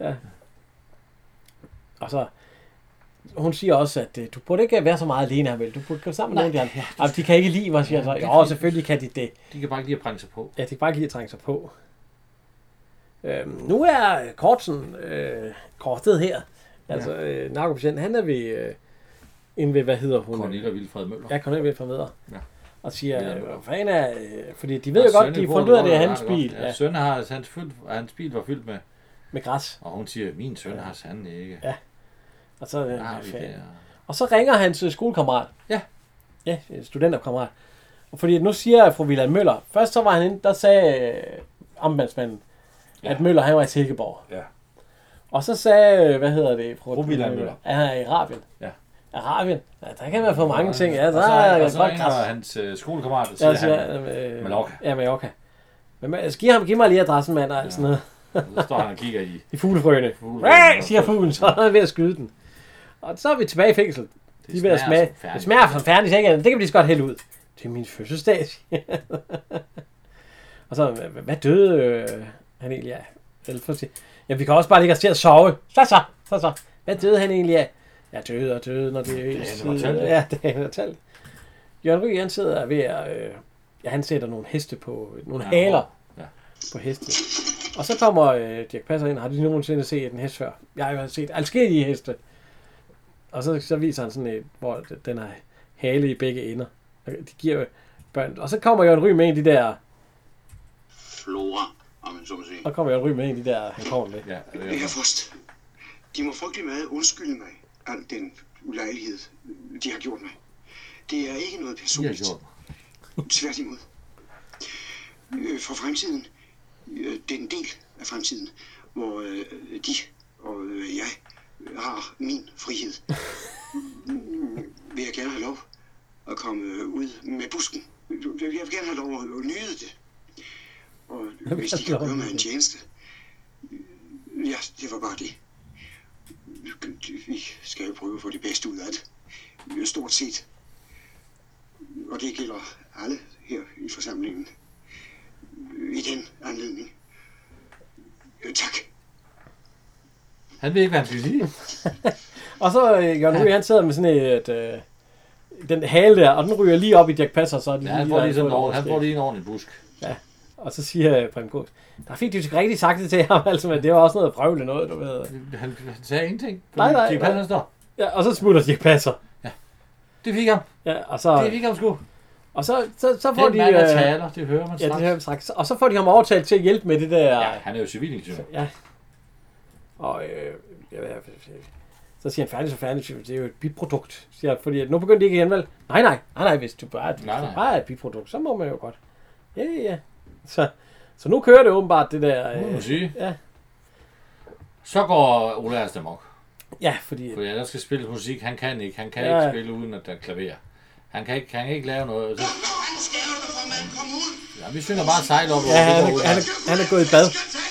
Speaker 1: Ja. Og så... Hun siger også, at øh, du burde ikke være så meget alene her, vel? Du burde gå sammen med nogen af de andre. Jamen, de kan ikke lide mig, siger jeg så. Jo, selvfølgelig kan de det.
Speaker 2: De kan bare ikke lige at prænge sig på.
Speaker 1: Ja, de kan bare ikke lide at trænge sig på. Øhm, nu er Kortsen øh, kortet her. Altså, øh, narkopatienten, han er ved... Øh, inde ved, hvad hedder hun?
Speaker 2: Cornelia Vilfred Møller.
Speaker 1: Ja, kom ned ved formidler. Ja.
Speaker 2: Ja.
Speaker 1: Og siger,
Speaker 2: Ja.
Speaker 1: øh, hvad fanden er... øh, Fordi de ved jo godt, de har fundet ud af, det er hans bil.
Speaker 2: Ja.
Speaker 1: Ja,
Speaker 2: Søn har, hans, fyldt, hans bil var fyldt med,
Speaker 1: med græs.
Speaker 2: og hun siger, min søn har sanden ikke.
Speaker 1: Ja. Og så, øh,
Speaker 2: Der har vi
Speaker 1: fanden.
Speaker 2: det.
Speaker 1: og så ringer hans øh, skolekammerat.
Speaker 2: Ja.
Speaker 1: Ja, øh, studenterkammerat. Og Fordi nu siger fru Vilhelm Møller, først så var han inde, der sagde øh, amtmandsmanden, ja. at Møller han var i Silkeborg.
Speaker 2: Ja.
Speaker 1: Og så sagde, øh, hvad hedder det? Fru
Speaker 2: Fru Vilhelm Møller.
Speaker 1: At han er i Arabien.
Speaker 2: Ja.
Speaker 1: Arabien. Ja, der kan være for mange ting. Ja,
Speaker 2: og
Speaker 1: der
Speaker 2: så,
Speaker 1: er
Speaker 2: og så
Speaker 1: godt
Speaker 2: ringer
Speaker 1: græs.
Speaker 2: hans øh, skolekammerat, og siger,
Speaker 1: Jeg
Speaker 2: ja,
Speaker 1: siger,
Speaker 2: han,
Speaker 1: øh,
Speaker 2: Mallorca.
Speaker 1: Ja, Mallorca. Men man, altså, giv, ham, giv mig lige adressen, mand, og ja. sådan noget.
Speaker 2: Så står han og kigger i.
Speaker 1: I fuglefrøene.
Speaker 2: Fuglefrøene.
Speaker 1: Fuglefrøene. siger fuglen, så er han ved at skyde den. Og så er vi tilbage i fængsel. De er ved at
Speaker 2: smager
Speaker 1: smage.
Speaker 2: som fernis.
Speaker 1: Det smager som færdig, siger jeg. Det kan vi lige så godt hælde ud. Det er min fødselsdag. siger han. og så, "Hva- hvad døde øh, han egentlig af? Alfred siger, ja, vi kan også bare ligge os til at sove. Så så, så så. Hvad døde han egentlig af? Ja, døde og døde, når det er
Speaker 2: er
Speaker 1: ens
Speaker 2: hende, der
Speaker 1: tid."
Speaker 2: fortalte det.
Speaker 1: Ja, det er hende, der talt. Jørgen Ryg, han sidder ved at... Øh, ja, han sætter nogle heste på... Nogle
Speaker 2: Ja,
Speaker 1: haler
Speaker 2: ja.
Speaker 1: på heste. Og så kommer øh, Dirk Passer ind, har de nogensinde set en hest før? Jeg har jo set alskillige heste. Og så, så viser han sådan et, hvor den har hale i begge ender. Og De giver jo børn. Og så kommer Jørgen Ry med en af de der,
Speaker 6: Flora, om man så må sige.
Speaker 1: og kommer Jørgen Ry med en af de der, han kommer med.
Speaker 2: Ja, det er
Speaker 4: Det her
Speaker 2: jo-
Speaker 4: frost. De må frygtelig meget undskylde mig al den ulejlighed, de har gjort mig. Det er ikke noget
Speaker 2: de har
Speaker 4: personligt.
Speaker 2: gjort.
Speaker 4: Tværtimod. Øh, For fremtiden, øh, det er en del af fremtiden, hvor øh, de og øh, jeg har min frihed. Mm, Vil jeg gerne have lov at komme øh, ud med busken. Jeg vil gerne have lov at, at nyde det. Og hvis de kan
Speaker 1: lov at
Speaker 4: gøre mig
Speaker 1: nyde
Speaker 4: en
Speaker 1: det.
Speaker 4: tjeneste. øh, Ja, det var bare det. Vi skal jo prøve at få det bedste ud af det. Øh, Stort set og det gælder alle her i forsamlingen i den anledning. Øh, Tak.
Speaker 2: Han ved ikke, hvad han skal sige.
Speaker 1: Og så øh, Jørgen Ry, han sidder med sådan et, øh, den hale der, og den ryger lige op i Dirk Passer, så er de
Speaker 2: Ja, han
Speaker 1: lige
Speaker 2: får
Speaker 1: der,
Speaker 2: lige sådan
Speaker 1: fået
Speaker 2: en
Speaker 1: et
Speaker 2: ordentlig, han
Speaker 1: overskæg.
Speaker 2: får lige en ordentlig busk.
Speaker 1: Og så siger øh, Prem Gås, der fik du rigtig sagt det til ham, altså, men det var også noget prøvle noget, du ved.
Speaker 2: Han, han sagde ingenting.
Speaker 1: Nej, nej,
Speaker 2: De
Speaker 1: nej.
Speaker 2: passer står.
Speaker 1: Ja, og så smutter Dirk Passer.
Speaker 2: Det fik ham.
Speaker 1: Ja, og
Speaker 2: Det
Speaker 1: så,
Speaker 2: fik ham sgu.
Speaker 1: og så, så, så får
Speaker 2: Den
Speaker 1: de...
Speaker 2: mand,
Speaker 1: øh,
Speaker 2: der taler, det hører man
Speaker 1: Ja, det
Speaker 2: straks.
Speaker 1: har jeg sagt. Og så får de ham overtalt til at hjælpe med det der...
Speaker 2: Ja, han er jo civilingeniør.
Speaker 1: Ja. Og øh, ja, ja, ja, ja. så siger han, færdig så færdig, det er jo et biprodukt. Siger, han, fordi at nu begynder de ikke igen, vel? Nej, nej, nej, nej, hvis du bare, hvis
Speaker 2: Nej,
Speaker 1: du
Speaker 2: nej.
Speaker 1: bare er et biprodukt, så må man jo godt. Ja, ja, ja. Så, så nu kører det åbenbart det der...
Speaker 2: Det må
Speaker 1: Øh,
Speaker 2: man sige.
Speaker 1: ja.
Speaker 2: Så går Ole Ernst amok.
Speaker 1: ja, fordi...
Speaker 2: Fordi der skal spilles musik. Han kan ikke. Han kan
Speaker 1: Ja,
Speaker 2: ikke
Speaker 1: ja.
Speaker 2: spille uden at der er klaver. Han kan ikke, han kan ikke lave noget. Så,
Speaker 5: Han skal du for, mand. Kom ud.
Speaker 2: ja, vi synger bare sejl op.
Speaker 1: Ja,
Speaker 2: over det,
Speaker 1: han,
Speaker 2: der Ole
Speaker 1: er, han,
Speaker 2: Ernst.
Speaker 1: er, han er gået i bad.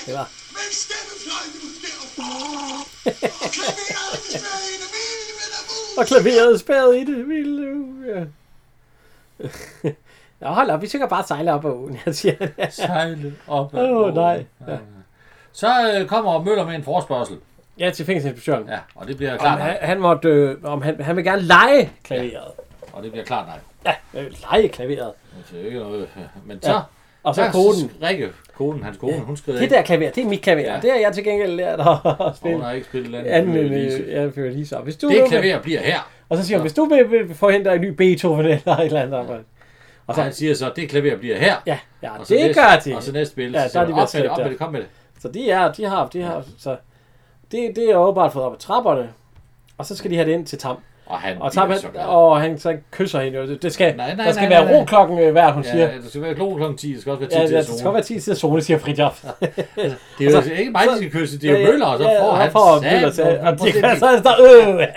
Speaker 1: Eller,
Speaker 5: Men stemmefløjten derovre. Og klaveret er smaget i det vilde med der ud.
Speaker 1: og klaveret er spærret i det vilde. uge, Ja. Nå, hold op, vi synger bare sejle op ad åen, jeg siger det.
Speaker 2: Sejle op. ad
Speaker 1: Åh,
Speaker 2: åen.
Speaker 1: nej. Ja.
Speaker 2: Så øh, kommer Møller med en forspørgsel.
Speaker 1: Ja, til fængselsinspektøren.
Speaker 2: Ja, og det bliver
Speaker 1: Om
Speaker 2: klart nej.
Speaker 1: han, han, måtte, øh, om han, han vil gerne lege klaveret.
Speaker 2: Og det bliver klart nej.
Speaker 1: Ja, ja øh, lege klaveret.
Speaker 2: Altså, Det er ikke noget. Men så...
Speaker 1: Og så
Speaker 2: der
Speaker 1: koden.
Speaker 2: Rikke, koden, hans kone, hun skrider
Speaker 1: Det
Speaker 2: ind.
Speaker 1: der klaver, det er mit klaver.
Speaker 2: Ja.
Speaker 1: Ja. Det har jeg til gengæld lært at, at
Speaker 2: Og hun
Speaker 1: spille.
Speaker 2: har ikke spillet andet.
Speaker 1: Anden
Speaker 2: end
Speaker 1: end
Speaker 2: Elise.
Speaker 1: øh, ja, Før Elise. Og hvis du
Speaker 2: Det
Speaker 1: vil-
Speaker 2: klaver bliver her.
Speaker 1: Og så siger hun, hvis du vil, vil forhindre en ny Beethoven eller et eller andet. arbejde.
Speaker 2: Og så han siger så, det klaver bliver her.
Speaker 1: Ja, ja
Speaker 2: Og så
Speaker 1: det
Speaker 2: næste,
Speaker 1: gør de.
Speaker 2: Og så næste spil,
Speaker 1: Ja,
Speaker 2: ja, så
Speaker 1: der er
Speaker 2: siger
Speaker 1: de ved at sætte
Speaker 2: de op med det, op med
Speaker 1: der.
Speaker 2: det, kom med det.
Speaker 1: Så de er, de har, de har, så det, det er åbenbart fået op ad trapperne. Og så skal de have det ind til Tam.
Speaker 2: Og han
Speaker 1: Og Tam,
Speaker 2: bliver
Speaker 1: han,
Speaker 2: så glad.
Speaker 1: og han så kysser hende jo. Det- Det skal,
Speaker 2: Nej, nej,
Speaker 1: der skal
Speaker 2: nej, nej,
Speaker 1: være
Speaker 2: nej.
Speaker 1: ro klokken øh, hver, hun siger.
Speaker 2: Ja, det skal være klokken klokken 10, det skal også være 10
Speaker 1: Ja,
Speaker 2: ja, til
Speaker 1: ja,
Speaker 2: at
Speaker 1: det skal
Speaker 2: zone.
Speaker 1: være 10 til at zone, siger Fridtjof.
Speaker 2: Det er jo
Speaker 1: og så-
Speaker 2: ikke mig, der
Speaker 1: så-
Speaker 2: skal kysse, det er jo Møller, og så får han
Speaker 1: får
Speaker 2: sat
Speaker 1: Møller til,
Speaker 2: nogle-
Speaker 1: og det
Speaker 2: prøv at
Speaker 1: kan
Speaker 2: se,
Speaker 1: så der, øh!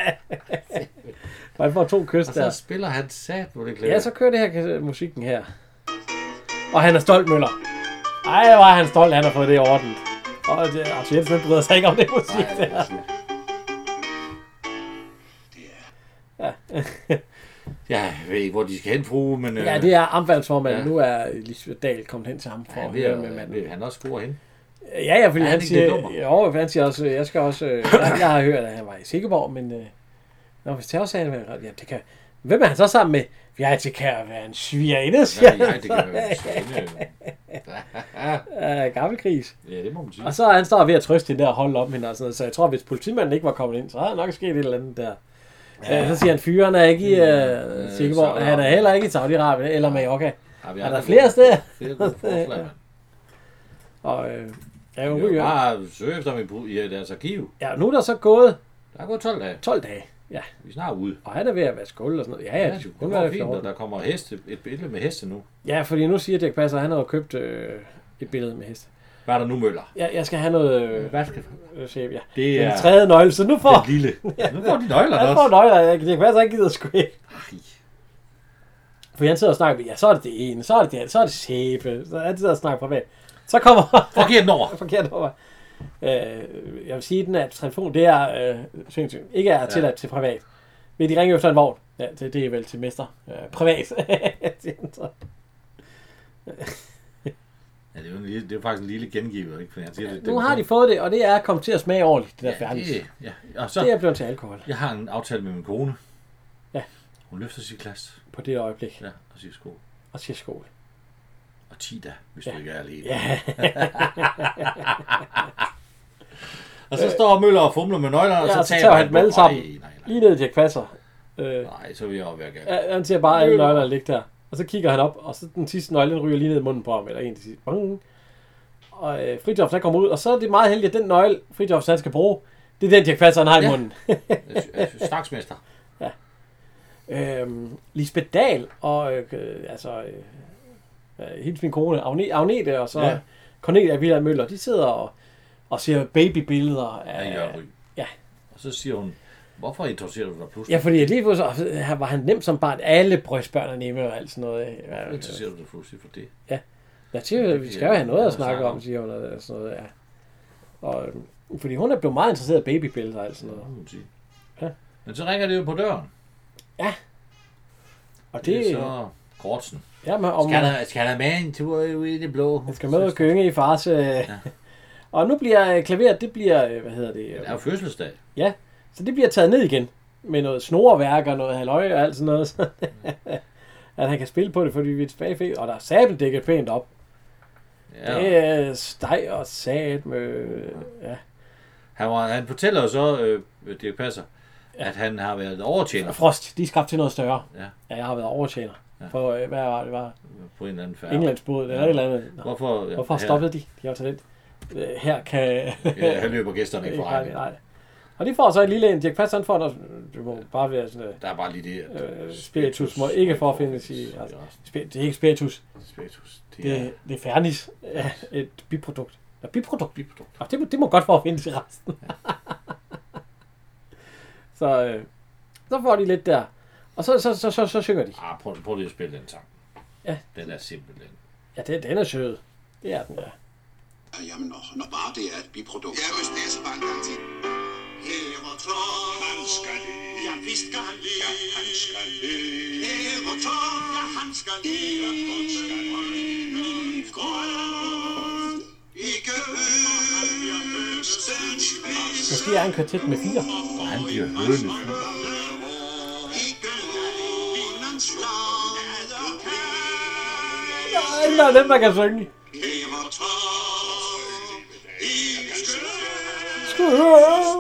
Speaker 1: Og han får to kys
Speaker 2: og så
Speaker 1: der.
Speaker 2: spiller han sat på det klaver.
Speaker 1: Ja, så kører det her øh, musikken her. Og han er stolt, Møller. Ej, hvor er han stolt, han har fået det i orden. Og det, Arthur Jensen bryder sig ikke om det musik
Speaker 2: Nej,
Speaker 1: der.
Speaker 2: Ja, jeg ved ikke, hvor de skal hen, fru, men... øh,
Speaker 1: Ja, det er amtvalgsformanden.
Speaker 2: Ja.
Speaker 1: Nu er Elisabeth Dahl kommet hen til ham for
Speaker 2: han
Speaker 1: at
Speaker 2: ved,
Speaker 1: høre med
Speaker 2: øh,
Speaker 1: manden.
Speaker 2: ved han også score hen.
Speaker 1: Ja, ja, fordi
Speaker 2: Er han
Speaker 1: han
Speaker 2: ikke lidt
Speaker 1: siger,
Speaker 2: dummer?
Speaker 1: jo, for han siger også, jeg skal også, øh, jeg, jeg har hørt, at han var i Sikkeborg, men øh, når hvis det også er, han- ja, det kan, hvem er han så sammen med? Jeg det kan være en svigerinde,
Speaker 2: Ja,
Speaker 1: siger
Speaker 2: ja,
Speaker 1: han.
Speaker 2: det kan være spændende.
Speaker 1: Ja, gammel gris.
Speaker 2: Ja, det må man sige.
Speaker 1: Og så er han står ved at trøste hende der og holde om hende og sådan noget, så jeg tror, hvis politimanden ikke var kommet ind, så havde der nok sket et eller andet der. Ja. Så siger han, fyren er ikke i øh, Sikkeborg,
Speaker 2: Saudi-Arabien.
Speaker 1: han er heller ikke i Saudi-Arabien eller Mallorca.
Speaker 2: Har vi
Speaker 1: Er
Speaker 2: andre
Speaker 1: der flere
Speaker 2: gode-
Speaker 1: steder?
Speaker 2: Flere gode forslag, mand.
Speaker 1: Og øh, ja, hun
Speaker 2: Jeg vil
Speaker 1: ryger.
Speaker 2: bare søge efter min brud i øh, deres arkiv.
Speaker 1: Ja, nu er der så gået
Speaker 2: Der er gået 12 dage.
Speaker 1: 12 dage,
Speaker 2: Vi er snart ude.
Speaker 1: og han er ved at vaske gulv og sådan noget. Ja, ja,
Speaker 2: Ja,
Speaker 1: det
Speaker 2: det
Speaker 1: skulle
Speaker 2: kun
Speaker 1: kun være
Speaker 2: være fint,
Speaker 1: 14.
Speaker 2: og der kommer heste, et billede med heste nu.
Speaker 1: Ja, fordi nu siger Dirk Passer, at han har jo købt øh, et billede med hest.
Speaker 2: Hvad er der nu, Møller?
Speaker 1: Jeg, jeg skal have noget... Øh,
Speaker 2: Hvad skal
Speaker 1: øh, chef, ja.
Speaker 2: Det
Speaker 1: Den
Speaker 2: er
Speaker 1: tredje nøgle, så nu får
Speaker 2: den lille. Nu får de nøglerne
Speaker 1: han får
Speaker 2: også.
Speaker 1: nøgler. Jeg, Dirk Passer ikke gider sgu ikke. For han sidder og snakker med, ja, så er det det ene, så er det det andet, så er det sæbe. Så han sidder og snakker privat. Så kommer...
Speaker 2: Forkert nummer.
Speaker 1: forkert nummer. Øh, jeg vil sige, at den her telefon, det er øh, sindssygt. Ikke er tilladt til privat. Vil de ringe efter en vogn? Ja, det, det er vel til mester. Øh, privat. Det er så-
Speaker 2: Ja, det er, jo en lille, det er faktisk en lille gengiver, ikke? For jeg siger, det,
Speaker 1: nu har de fået det, og det er kommet til at smage ordentligt, det der
Speaker 2: ja,
Speaker 1: færdigt.
Speaker 2: det, ja. Og så,
Speaker 1: Det er blevet til alkohol
Speaker 2: jeg har en aftale med min kone.
Speaker 1: Ja.
Speaker 2: Hun løfter sit glas
Speaker 1: på det øjeblik.
Speaker 2: ja, og siger skål.
Speaker 1: Og siger skål.
Speaker 2: Og ti da, hvis ja. du ikke er alene.
Speaker 1: Ja.
Speaker 2: Og så står Møller og fumler med nøglerne, og
Speaker 1: Ja,
Speaker 2: så,
Speaker 1: og så tager han dem alle sammen.
Speaker 2: Nej, nej, nej.
Speaker 1: Lige ned til kvasser. Øh,
Speaker 2: Nej, så vil jeg jo være gal.
Speaker 1: Ja, han ser bare alle nøgler ligge der. Og så kigger han op, og så den sidste nøgle, den ryger lige ned i munden på ham, eller en til sidst. Bang. Og øh, Fridtjof, han kommer ud, og så er det meget heldigt, at den nøgle, Fridtjof, han skal bruge, det er den, Dirk Passer, han har i
Speaker 2: Ja.
Speaker 1: munden.
Speaker 2: Jeg sy- jeg synes, Snaksmester.
Speaker 1: øhm, Lisbeth Dahl, og øh, øh, altså, øh, øh, hendes min kone, Agne, Agnete, og så ja.
Speaker 2: Ja.
Speaker 1: Cornelia Villa Møller, de sidder og, og ser babybilleder af...
Speaker 2: Ja, Jørgen Ryg.
Speaker 1: ja.
Speaker 2: Og så siger hun, hvorfor interesserer du dig pludselig?
Speaker 1: Ja, fordi lige pludselig øh, han var han nem som barn. Alle brystbørn er nemme og alt sådan noget. ikke? Ja, øh,
Speaker 2: Hvorfor interesserer du dig pludselig for det?
Speaker 1: Ja, det, vi skal jo have noget at snakke om, siger hun. Og øh, sådan noget, ja. Og, øhm, fordi hun er blevet meget interesseret i babybilleder og alt sådan
Speaker 2: må
Speaker 1: noget.
Speaker 2: hun sige.
Speaker 1: Ja.
Speaker 2: Men så ringer det jo på døren.
Speaker 1: Og
Speaker 2: Det er
Speaker 1: det,
Speaker 2: så Kortsen.
Speaker 1: ja, men om,
Speaker 2: Skal der, skal der med en tur ud i det blå?
Speaker 1: man skal med og kynge i fars. Ja. Og nu bliver øh, klaveret, det bliver, øh, hvad hedder det,
Speaker 2: Det
Speaker 1: øh,
Speaker 2: er jo fødselsdag.
Speaker 1: ja, så det bliver taget ned igen med noget snorværk og noget halløj og alt sådan noget. Så, at han kan spille på det, fordi vi er tilbage i Og der er sabeldækket pænt op. Ja.
Speaker 2: Ja.
Speaker 1: Det er steg og sat med... Ja.
Speaker 2: Han, var, han fortæller jo så, øh, Dirk Passer, at han har været overtjener
Speaker 1: Frost, de er skabt til noget større.
Speaker 2: Ja.
Speaker 1: ja jeg har været overtjener. Ja. For, øh, hvad var det, det var?
Speaker 2: på en eller anden færge.
Speaker 1: Englands båd, eller et eller andet. Nå,
Speaker 2: Hvorfor, ja,
Speaker 1: Hvorfor
Speaker 2: her-
Speaker 1: stoppede de? De har jo talent. Øh, Her kan...
Speaker 2: Ja, her løber gæsterne ikke
Speaker 1: ikke
Speaker 2: for
Speaker 1: Øh, nej,
Speaker 2: regning.
Speaker 1: nej. Og de får så en lille en. Dirk Pass, han får noget... Det må bare være sådan noget...
Speaker 2: Der er bare lige det, at
Speaker 1: Øh, spiritus må ikke forfindes i... Altså, spi- det er ikke spiritus.
Speaker 2: Spiritus, det
Speaker 1: Det,
Speaker 2: er
Speaker 1: er, det er fernis. Ja, et biprodukt. Ja, biprodukt.
Speaker 2: biprodukt.
Speaker 1: Og det, må, det må godt forfindes i resten. så, øh, så får de lidt der. Og så, så, så, så, så synger de.
Speaker 2: Ah, prøv, prøv lige at spille den sang.
Speaker 1: Ja.
Speaker 2: Den er simpelthen.
Speaker 1: Ja, den, den er sød. Det er den, ja.
Speaker 6: Jamen, når, når bare det er et biprodukt.
Speaker 5: Ja, hvis det er så bare en gang til.
Speaker 7: Hæver tår.
Speaker 5: Han skal leve.
Speaker 7: Ja, vist skal han leve.
Speaker 5: Ja, han skal leve.
Speaker 7: Hæver tår. Ja, han skal leve.
Speaker 5: Han skal leve.
Speaker 7: Min grøn. Ikke østen i vest.
Speaker 1: Måske er han kvartet med fire.
Speaker 2: Og han bliver høne.
Speaker 7: Ikke vindens land og kær.
Speaker 1: Nej, det er dem, der kan synge.
Speaker 7: Hæver tår. I skøn.
Speaker 1: Skal vi høre?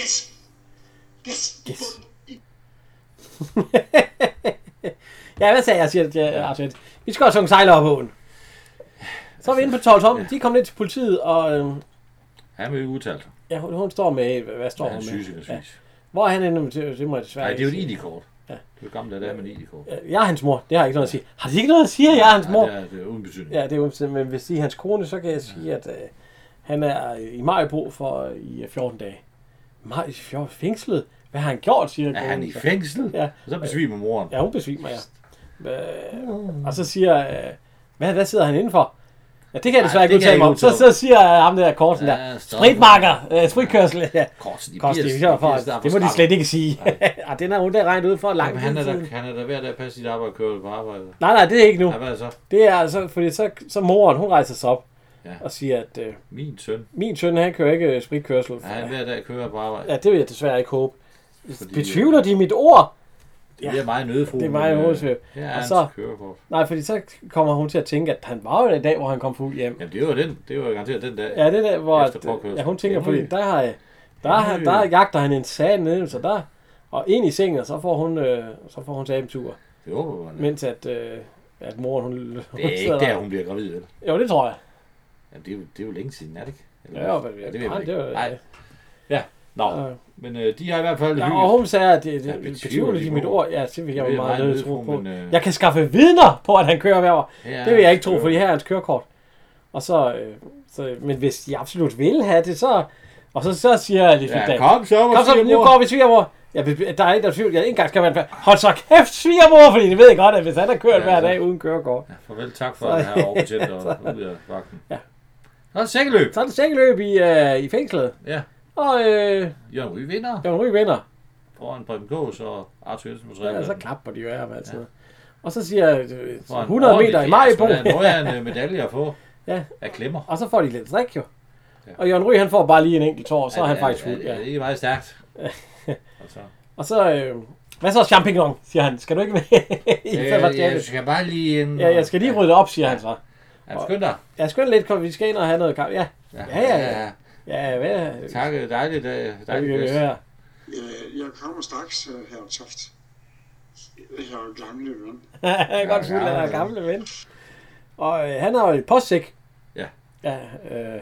Speaker 5: Yes. Yes.
Speaker 1: Yes. ja, hvad sagde jeg, siger ja, Arset? Vi skal også synge sejler op åen. Så er vi inde på 12 Tom. De kom ned til politiet, og øh,
Speaker 2: Han vil ikke udtale sig.
Speaker 1: ja, hun, hun, står med... Hvad står
Speaker 2: Han
Speaker 1: hun
Speaker 2: synes
Speaker 1: med?
Speaker 2: ikke, han synes.
Speaker 1: Hvor er han inde? Det, det må jeg desværre
Speaker 2: Nej, det er jo
Speaker 1: ikke
Speaker 2: et
Speaker 1: sige. Øh,
Speaker 2: ID-kort. Det er jo gammelt, at det er med et ID-kort.
Speaker 1: Jeg er hans mor. Det har jeg ikke noget at sige. Har de ikke noget at sige, at jeg er hans mor?
Speaker 2: Nej, det er, det er uden betydning.
Speaker 1: Ja, det er jo sådan, men hvis det er hans kone, så kan jeg sige, at øh, han er i Majbo for øh, i 14 dage. Maj, 14 fængslet? Hvad har han gjort, siger
Speaker 2: Er
Speaker 1: konen
Speaker 2: han i
Speaker 1: så.
Speaker 2: fængsel?
Speaker 1: Ja.
Speaker 2: Og så besvimer moren.
Speaker 1: Ja, hun besvimer, ja.
Speaker 2: Mm.
Speaker 1: Øh, og så siger... Øh, hvad, hvad sidder han indenfor? Ja, det kan jeg
Speaker 2: Ej,
Speaker 1: desværre
Speaker 2: det
Speaker 1: ikke
Speaker 2: kan jeg
Speaker 1: udtale mig om.
Speaker 2: ikke
Speaker 1: Så,
Speaker 2: udtale.
Speaker 1: så siger øh, ham der korsen
Speaker 2: Ja,
Speaker 1: der.
Speaker 2: stop.
Speaker 1: Spritmarker, øh, spritkørsel. Ja.
Speaker 2: Kort, de
Speaker 1: Kost, det, er for, at- det må de slet ikke sige. Ja, den har hun der regnet ud for
Speaker 2: Jamen,
Speaker 1: langt
Speaker 2: han er,
Speaker 1: tid
Speaker 2: da,
Speaker 1: siden.
Speaker 2: han er da hver dag passe sit arbejde og køre på arbejde.
Speaker 1: Nej, nej, det er ikke nu.
Speaker 2: Ja, hvad er så?
Speaker 1: Det er altså, fordi så, så moren, hun rejser sig op
Speaker 2: Ja.
Speaker 1: og siger, at øh,
Speaker 2: Min søn.
Speaker 1: min søn, han kører ikke øh, spritkørsel.
Speaker 2: Ja, han hver dag kører på arbejde.
Speaker 1: Ja, det vil jeg desværre ikke håbe.
Speaker 2: Fordi, Uh,
Speaker 1: Betvivler de mit ord?
Speaker 2: Det bliver meget øh, nødefru.
Speaker 1: Det er meget hovedsvøb.
Speaker 2: Ja,
Speaker 1: Og
Speaker 2: han
Speaker 1: så-
Speaker 2: så... kørekort.
Speaker 1: Nej, fordi så kommer hun til at tænke, at han var jo en dag, hvor han kom fuld hjem.
Speaker 2: Jamen, det var den. Det var garanteret den dag.
Speaker 1: Ja, det er der, hvor
Speaker 2: Efter
Speaker 1: at, øh,
Speaker 2: påkørsel.
Speaker 1: ja, hun tænker på
Speaker 2: Henry.
Speaker 1: det. Der, har, der, har,
Speaker 2: Henry.
Speaker 1: der jagter han en sag nede, så der og ind i sengen, og så får hun, øh, så får hun sabentur.
Speaker 2: Det håber man.
Speaker 1: Mens at, øh, at moren, hun, det
Speaker 2: det er ikke der, hun bliver gravid, vel?
Speaker 1: Jo, det tror jeg.
Speaker 2: Jamen, det er, jo, det er jo længe siden, er det ikke? Eller
Speaker 1: Ja,
Speaker 2: hvad?
Speaker 1: men-
Speaker 2: ja, det ved jeg
Speaker 1: nej,
Speaker 2: ikke.
Speaker 1: det var-
Speaker 2: Nej. Ja, nå.
Speaker 1: Øh.
Speaker 2: Men øh, de har i hvert fald
Speaker 1: Ja,
Speaker 2: hygget.
Speaker 1: og hun sagde, at øh, det,
Speaker 2: Ja,
Speaker 1: det
Speaker 2: betvivler
Speaker 1: betvivler
Speaker 2: de
Speaker 1: de mit
Speaker 2: på.
Speaker 1: ord. Ja, det vil jeg
Speaker 2: Det
Speaker 1: jo
Speaker 2: er
Speaker 1: meget
Speaker 2: meget
Speaker 1: nødt tro
Speaker 2: nødtro,
Speaker 1: på.
Speaker 2: men, øh,
Speaker 1: Jeg kan skaffe vidner på, at han kører hver år.
Speaker 2: Ja,
Speaker 1: Det vil jeg ikke
Speaker 2: han
Speaker 1: tro,
Speaker 2: kører.
Speaker 1: fordi her er hans kørekort. Og så, øh, så, men hvis de absolut vil have det, så... Og så, så siger Lisbeth
Speaker 2: Ja,
Speaker 1: Dahl,
Speaker 2: kom så,
Speaker 1: Kom så, nu går vi svigermor. Ja, men der er ikke der er tvivl. Jeg er ikke engang skal være en fa- Hold så kæft, svigermor, fordi det ved jeg godt, at hvis han har kørt
Speaker 2: Ja,
Speaker 1: hver
Speaker 2: så-
Speaker 1: dag uden kørekort,
Speaker 2: Farvel, tak for
Speaker 1: Så-
Speaker 2: at have overbetjent og ud af vagten.
Speaker 1: Ja.
Speaker 2: Nå, er det sækkeløb.
Speaker 1: så er det sækkeløb i, øh, i fængslet.
Speaker 2: Ja.
Speaker 1: Og øh,
Speaker 2: Jørgen Ryge vinder
Speaker 1: Jørgen Ryg vinder.
Speaker 2: foran Preben Kås og Arthur Jensen på træet.
Speaker 1: Ja, så klapper de jo af ham altid. Og så siger øh,
Speaker 2: For en
Speaker 1: 100
Speaker 2: ordentlig
Speaker 1: meter i
Speaker 2: fiasko.
Speaker 1: Majbo.
Speaker 2: Ja, Nu er han øh, medalje at få
Speaker 1: Ja.
Speaker 2: af klemmer.
Speaker 1: Og så får de lidt strik jo.
Speaker 2: Ja.
Speaker 1: Og Jørgen Ryg, han får bare lige en enkelt tår, så er han
Speaker 2: Ja,
Speaker 1: faktisk
Speaker 2: ja,
Speaker 1: ud.
Speaker 2: ja,
Speaker 1: Ja.
Speaker 2: Det er meget stærkt. Og så-
Speaker 1: Og så, øh, hvad så champignon, siger han. Skal du ikke med? I
Speaker 2: Øh, jeg
Speaker 1: øh,
Speaker 2: skal bare lige en...
Speaker 1: ja, jeg skal lige rydde det op, siger han så.
Speaker 2: Ja, skynd dig.
Speaker 1: Jeg skynd lidt, kom, vi skal ind og have noget kaffe. Ja, Ja, ja, ja. ja, hvad?
Speaker 2: Tak, øh, dejligt. øh,
Speaker 1: Ja, vi
Speaker 2: dejligt.
Speaker 1: kan
Speaker 2: fest.
Speaker 1: høre.
Speaker 4: Jeg, jeg kommer straks, øh, herre Toft. Herre gamle ven.
Speaker 1: Han er godt fuld af gamle ven. Og øh, han har jo et postsæk.
Speaker 2: Ja.
Speaker 1: Ja, øh,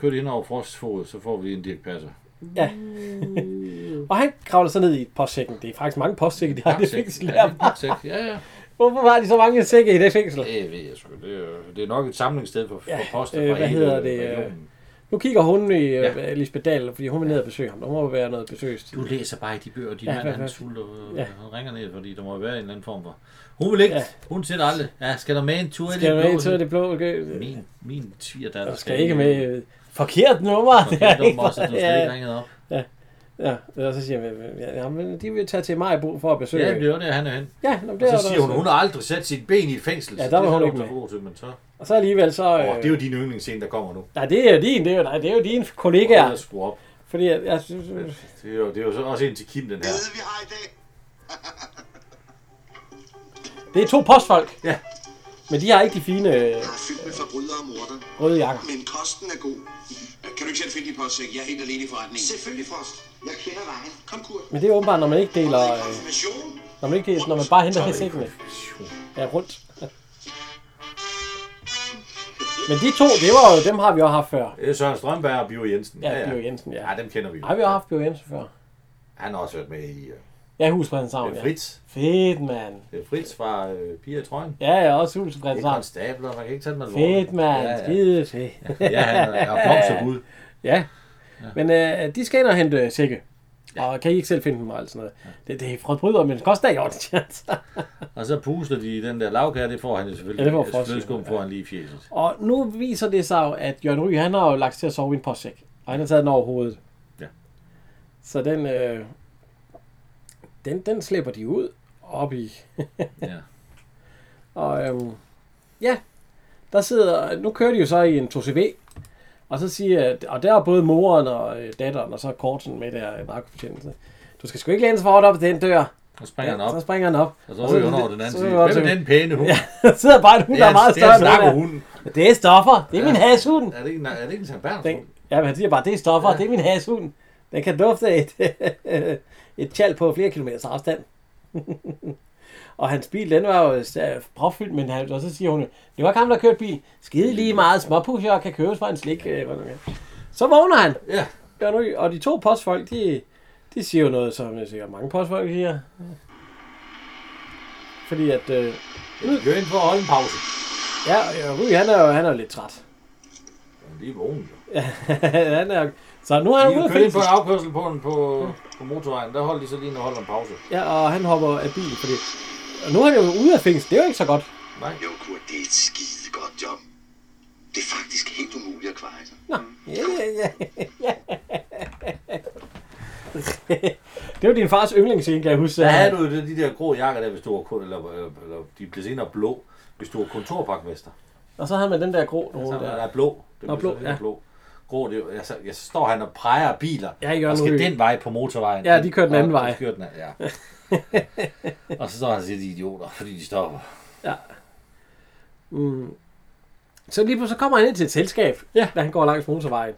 Speaker 2: Kør det ind over frostfodet, så får vi en Dirk Passer.
Speaker 1: ja. og han kravler så ned i postsækken. Det er faktisk mange postsække, de har i det
Speaker 2: Pappsæk.
Speaker 1: fængsel.
Speaker 2: Ja,
Speaker 1: Ja.
Speaker 2: en pappsæk. Ja, ja.
Speaker 1: Hvorfor har de så mange sække i det fængsel?
Speaker 2: Det ved jeg sgu. Det er, det er nok et samlingssted for, for
Speaker 1: Ja,
Speaker 2: poster
Speaker 1: øh,
Speaker 2: fra
Speaker 1: hvad
Speaker 2: hele
Speaker 1: hedder det, øh,
Speaker 2: regionen.
Speaker 1: Nu kigger hun i ja.
Speaker 2: Ja.
Speaker 1: Lisbeth Dahl, fordi hun vil ned og besøge ham. Der må jo være noget besøgstid.
Speaker 2: Du læser bare i de bøger, din
Speaker 1: Ja,
Speaker 2: ja, mand
Speaker 1: hvad- hvad-
Speaker 2: han sulter,
Speaker 1: ja.
Speaker 2: ja. han ringer ned, fordi der må være en eller anden form for... Hun vil ikke,
Speaker 1: Ja.
Speaker 2: ja. hun sætter aldrig. Ja, skal der med en tur i
Speaker 1: Skal
Speaker 2: det
Speaker 1: med
Speaker 2: blå?
Speaker 1: til det blå? Okay.
Speaker 2: Min, min svigerdatter
Speaker 1: Der skal ikke med. øh, Forkert nummer.
Speaker 2: Og det er dumt også, at du slet ikke
Speaker 1: ja,
Speaker 2: ringede op.
Speaker 1: ja, og så siger han, ja, jamen, de vil tage til Majbo for at besøge.
Speaker 2: Ja, det er jo det, han er hen.
Speaker 1: ja nå, men det
Speaker 2: Og
Speaker 1: er
Speaker 2: så
Speaker 1: der
Speaker 2: siger hun,
Speaker 1: også.
Speaker 2: hun har aldrig sat sit ben i et fængsel.
Speaker 1: Ja,
Speaker 2: så
Speaker 1: der var
Speaker 2: det er
Speaker 1: hun
Speaker 2: nok
Speaker 1: ikke
Speaker 2: så
Speaker 1: med.
Speaker 2: god til, men så... Åh,
Speaker 1: Og så alligevel så... øh,
Speaker 2: det er jo din yndlingsscene, der kommer nu.
Speaker 1: Nej, det er jo din, det er jo, nej, det er jo dine kollegaer.
Speaker 2: Ja. Skru op.
Speaker 1: Fordi jeg, jeg synes...
Speaker 2: Det er jo, det er jo så også en til Kim, den her.
Speaker 5: Glæde, vi har i dag.
Speaker 1: Det er to postfolk.
Speaker 2: Ja.
Speaker 1: Men de har ikke de fine øh,
Speaker 5: Jeg er fyldt med forbrydere og morder,
Speaker 1: røde jakker.
Speaker 5: men kosten er god.
Speaker 6: Kan du ikke selv finde din postsæk? Jeg er helt alene i forretningen.
Speaker 5: Selvfølgelig, Frost. Jeg kender vejen. Kom, Kurt.
Speaker 1: Men det er åbenbart, når man ikke deler... Øh,
Speaker 5: Konfirmation.
Speaker 1: når man ikke deler, når man bare henter her sækkene. Ja, rundt. Men de to, det var jo, dem har vi jo haft før.
Speaker 2: Det er Søren Strømberg og Bio Jensen.
Speaker 1: Ja, Bjørn Jensen, ja.
Speaker 2: Ja, dem kender vi jo.
Speaker 1: Har vi jo haft Bjørn Jensen før?
Speaker 2: Han har også været med i øh,
Speaker 1: Ja, Husprinshavn, ja.
Speaker 2: Fritz.
Speaker 1: Fedt, mand.
Speaker 2: Det er Fritz fra øh, Pia i Trøjen.
Speaker 1: Ja, ja, også
Speaker 2: Det er
Speaker 1: Husprinshavn.
Speaker 2: konstabler, man kan ikke tage den alvorligt.
Speaker 1: Fedt, mand.
Speaker 2: Ja, ja.
Speaker 1: Skide fedt.
Speaker 2: ja han er- er blomsterbud.
Speaker 1: Ja. Men øh, de skal ind og hente øh, sække. Og kan I ikke selv finde dem og alt sådan noget. Det, det er Frød Bryder, men det koster ikke ordentligt. altså.
Speaker 2: Og så pusler de i den der lavkage, det får han jo selvfølgelig.
Speaker 1: Ja, det får
Speaker 2: Øh,
Speaker 1: Frost,
Speaker 2: Flødeskum
Speaker 1: ja.
Speaker 2: får han lige i fjeset.
Speaker 1: og nu viser det sig jo, at Jørgen Ry, han har jo lagt til at sove i en postsæk. Og han har taget den over hovedet.
Speaker 2: Ja.
Speaker 1: Så den, øh, den, den slæber de ud op i.
Speaker 2: Ja.
Speaker 1: Og øhm, ja, der sidder, nu kører de jo så i en 2CV, og så siger, og der er både moren og øh, datteren, og så er Kortsen med der narkobetjentelse. Du skal sgu ikke læne så hårdt op ad den dør.
Speaker 2: Så springer han
Speaker 1: Ja,
Speaker 2: op,
Speaker 1: så springer han op.
Speaker 2: og så ryger han over den anden side. Hvem er den pæne hund? Ja,
Speaker 1: Der sidder bare en hund, der er meget
Speaker 2: det er
Speaker 1: større
Speaker 2: en snakke
Speaker 1: end
Speaker 2: hund.
Speaker 1: der. Det er stoffer. Det er min
Speaker 2: Ja.
Speaker 1: hashund.
Speaker 2: Er det ikke, en- er det ikke en Sankt Berners hund?
Speaker 1: Den, ja, men han siger bare, det er stoffer. Det er min hashund. Den kan dufte af et, et tjal på flere kilometers afstand. og hans bil, den var jo øh, propfyldt, men han, og så siger hun, det var ikke ham, der kørte bil. Skide lige meget småpusher kan købes for en slik. øh, hvad nu kan. Så vågner han.
Speaker 2: Ja.
Speaker 1: Gør nu- Og de to postfolk, de, de siger jo noget, som jeg sikkert mange postfolk siger. Fordi at... Øh,
Speaker 2: Vi kører ind for at holde en pause.
Speaker 1: Ja, og Ry, han er jo han er jo lidt træt.
Speaker 2: Han er Lige vågen. jo.
Speaker 1: han er, så nu er han
Speaker 2: De
Speaker 1: ude af
Speaker 2: kører ind
Speaker 1: fængsel.
Speaker 2: på en afkørsel på, en, på, på motorvejen. Der holder de så lige en og holder en pause.
Speaker 1: Ja, og han hopper af bilen, fordi... Og nu er han jo ude af fængsel, det er jo ikke så godt.
Speaker 6: Jo, Kurt, det er et skide godt job. Det er faktisk helt umuligt at kveje sig.
Speaker 1: Ja, ja, ja. det var din fars yndlingsscene, kan jeg huske.
Speaker 2: Der
Speaker 1: Ja,
Speaker 2: havde du jo de der grå jakker, der hvis du var, kun- eller, eller, eller de blev senere blå, hvis du var kontorpakmester.
Speaker 1: Og så havde man den der grå
Speaker 2: Så
Speaker 1: nogen
Speaker 2: der
Speaker 1: der.
Speaker 2: er blå. Det
Speaker 1: Nå,
Speaker 2: bliver
Speaker 1: blå,
Speaker 2: så lidt
Speaker 1: ja.
Speaker 2: blå. Grå, det er, jo- altså, jeg står han og peger biler.
Speaker 1: Ja, I gør
Speaker 2: og
Speaker 1: nu
Speaker 2: skal
Speaker 1: ikke.
Speaker 2: den vej på motorvejen.
Speaker 1: Ja, de kører den
Speaker 2: Og
Speaker 1: anden
Speaker 2: de
Speaker 1: vej.
Speaker 2: kører den anden, ja. og så står han og siger, de er idioter, fordi de stopper.
Speaker 1: Mm. Så lige pludselig så kommer han ind til et selskab,
Speaker 2: Ja.
Speaker 1: da han går langs motorvejen.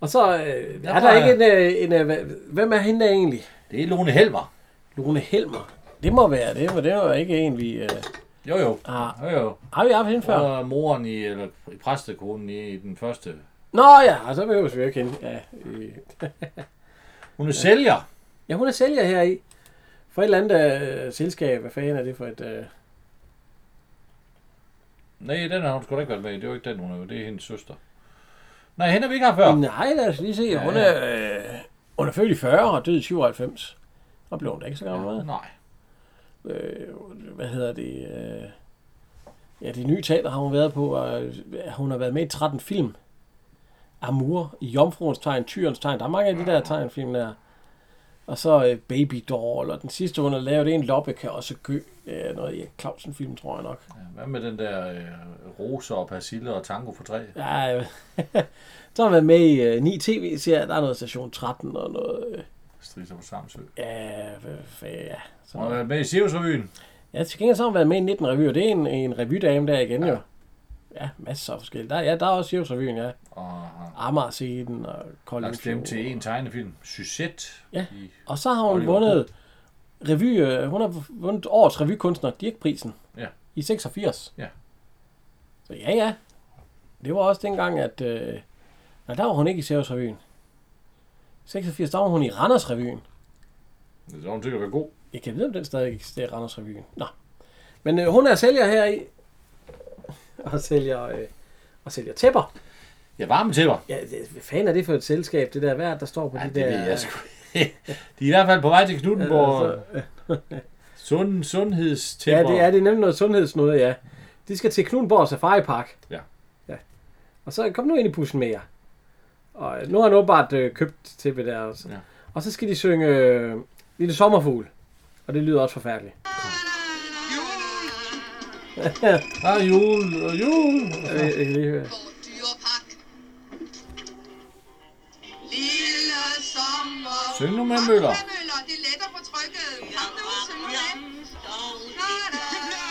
Speaker 1: Og så øh, er
Speaker 2: tror,
Speaker 1: der ikke en,
Speaker 2: jeg-
Speaker 1: øh, en, øh, hva- hvem er hende der egentlig?
Speaker 2: Det er Lone Helmer.
Speaker 1: Lone Helmer. Det må være det, for det var ikke en, vi... Øh,
Speaker 2: Jo, jo.
Speaker 1: har,
Speaker 2: Jo, jo.
Speaker 1: har vi haft hende Ah. før?
Speaker 2: Og moren i, eller i præstekonen i den første.
Speaker 1: Nå ja, og så behøver vi jo ikke hende. Ja, øh.
Speaker 2: Hun er sælger.
Speaker 1: ja, hun er sælger her i. For et eller andet øh, selskab. Hvad fanden er det for et... Øh...
Speaker 2: Nej, den har hun sgu da ikke været med i. Det var ikke den, hun er med i. Det er hendes søster. Nej, hende har vi ikke haft før.
Speaker 1: Nej, lad os lige se. Hun er, øh, hun er født i 40 og død i 97. Og blev hun da ikke så gammel. Ja.
Speaker 2: Nej.
Speaker 1: Øh, hvad hedder det? Øh, ja, det nye teater har hun været på. Og øh, hun har været med i 13 film. Amour, Jomfruens tegn, Tyrens tegn. Der er mange af de der tegnfilm der. Og så øh, Baby Doll, og den sidste, hun har lavet, det er en loppeka, og så Gø. Øh, noget i Clausen-film, tror jeg nok.
Speaker 2: Hvad med den der øh, roser og persille og tango på træ?
Speaker 1: Ja, øh, så har hun været med i øh, 9 tv-serier. Der er noget Station 13 og noget... Øh,
Speaker 2: Striser på Samsø.
Speaker 1: Ja, hvad fanden, ja. Så,
Speaker 2: Hun har været med i Sirius-revyen.
Speaker 1: ja, til gengæld så har hun været med i 19 revyer. Det er en, en revydame der igen, ja. jo. Ja, masser af forskellige. Der, ja, der er også Sirius Revyen, ja.
Speaker 2: Og har
Speaker 1: Amager scenen og Kolding
Speaker 2: lagt stemme
Speaker 1: Fjord.
Speaker 2: til en tegnefilm. Suzette.
Speaker 1: Ja.
Speaker 2: I,
Speaker 1: Og så har hun
Speaker 2: Oliver
Speaker 1: vundet revy, øh, hun har vundet årets revykunstner, Dirkprisen.
Speaker 2: Ja.
Speaker 1: I 86.
Speaker 2: Ja.
Speaker 1: Så ja, ja. Det var også dengang, at... Øh, nej, der var hun ikke i Sirius Revyen. I 86, der var hun i Randers Revyen.
Speaker 2: så har hun sikkert været god.
Speaker 1: Jeg kan vide, om den stadig eksisterer, Randers Revyen. Nå. Men øh, hun er sælger her i. Og sælger, øh, og sælger tæpper.
Speaker 2: Ja, varme tæpper.
Speaker 1: Ja, det, hvad fanden er det for et selskab, det der værd, der står på
Speaker 2: Ja,
Speaker 1: ja,
Speaker 2: det,
Speaker 1: det der...
Speaker 2: ved jeg sgu ikke. De er i hvert fald på vej til Knuttenborg.
Speaker 1: Altså, øh,
Speaker 2: Sund, sundhedstæpper.
Speaker 1: ja, det er det er nemlig noget sundhedsnode, ja. De skal til Knudborg Safari Park.
Speaker 2: Ja.
Speaker 1: ja. Og så kom nu ind i bussen med jer. Og øh, nu har han åbenbart øh, købt tæppe der. Og så,
Speaker 2: Ja.
Speaker 1: ja. og så skal de synge øh, Lille Sommerfugl. Og det lyder også forfærdeligt.
Speaker 2: Der er jul og jul.
Speaker 1: Ja. Jeg, jeg kan lige høre.
Speaker 5: Vår dyrepark. Lille sommer.
Speaker 2: Syng nu med møller.
Speaker 5: Kom med, Møller, det letter på trykket. Kom nu, syng nu med. Da, da, da,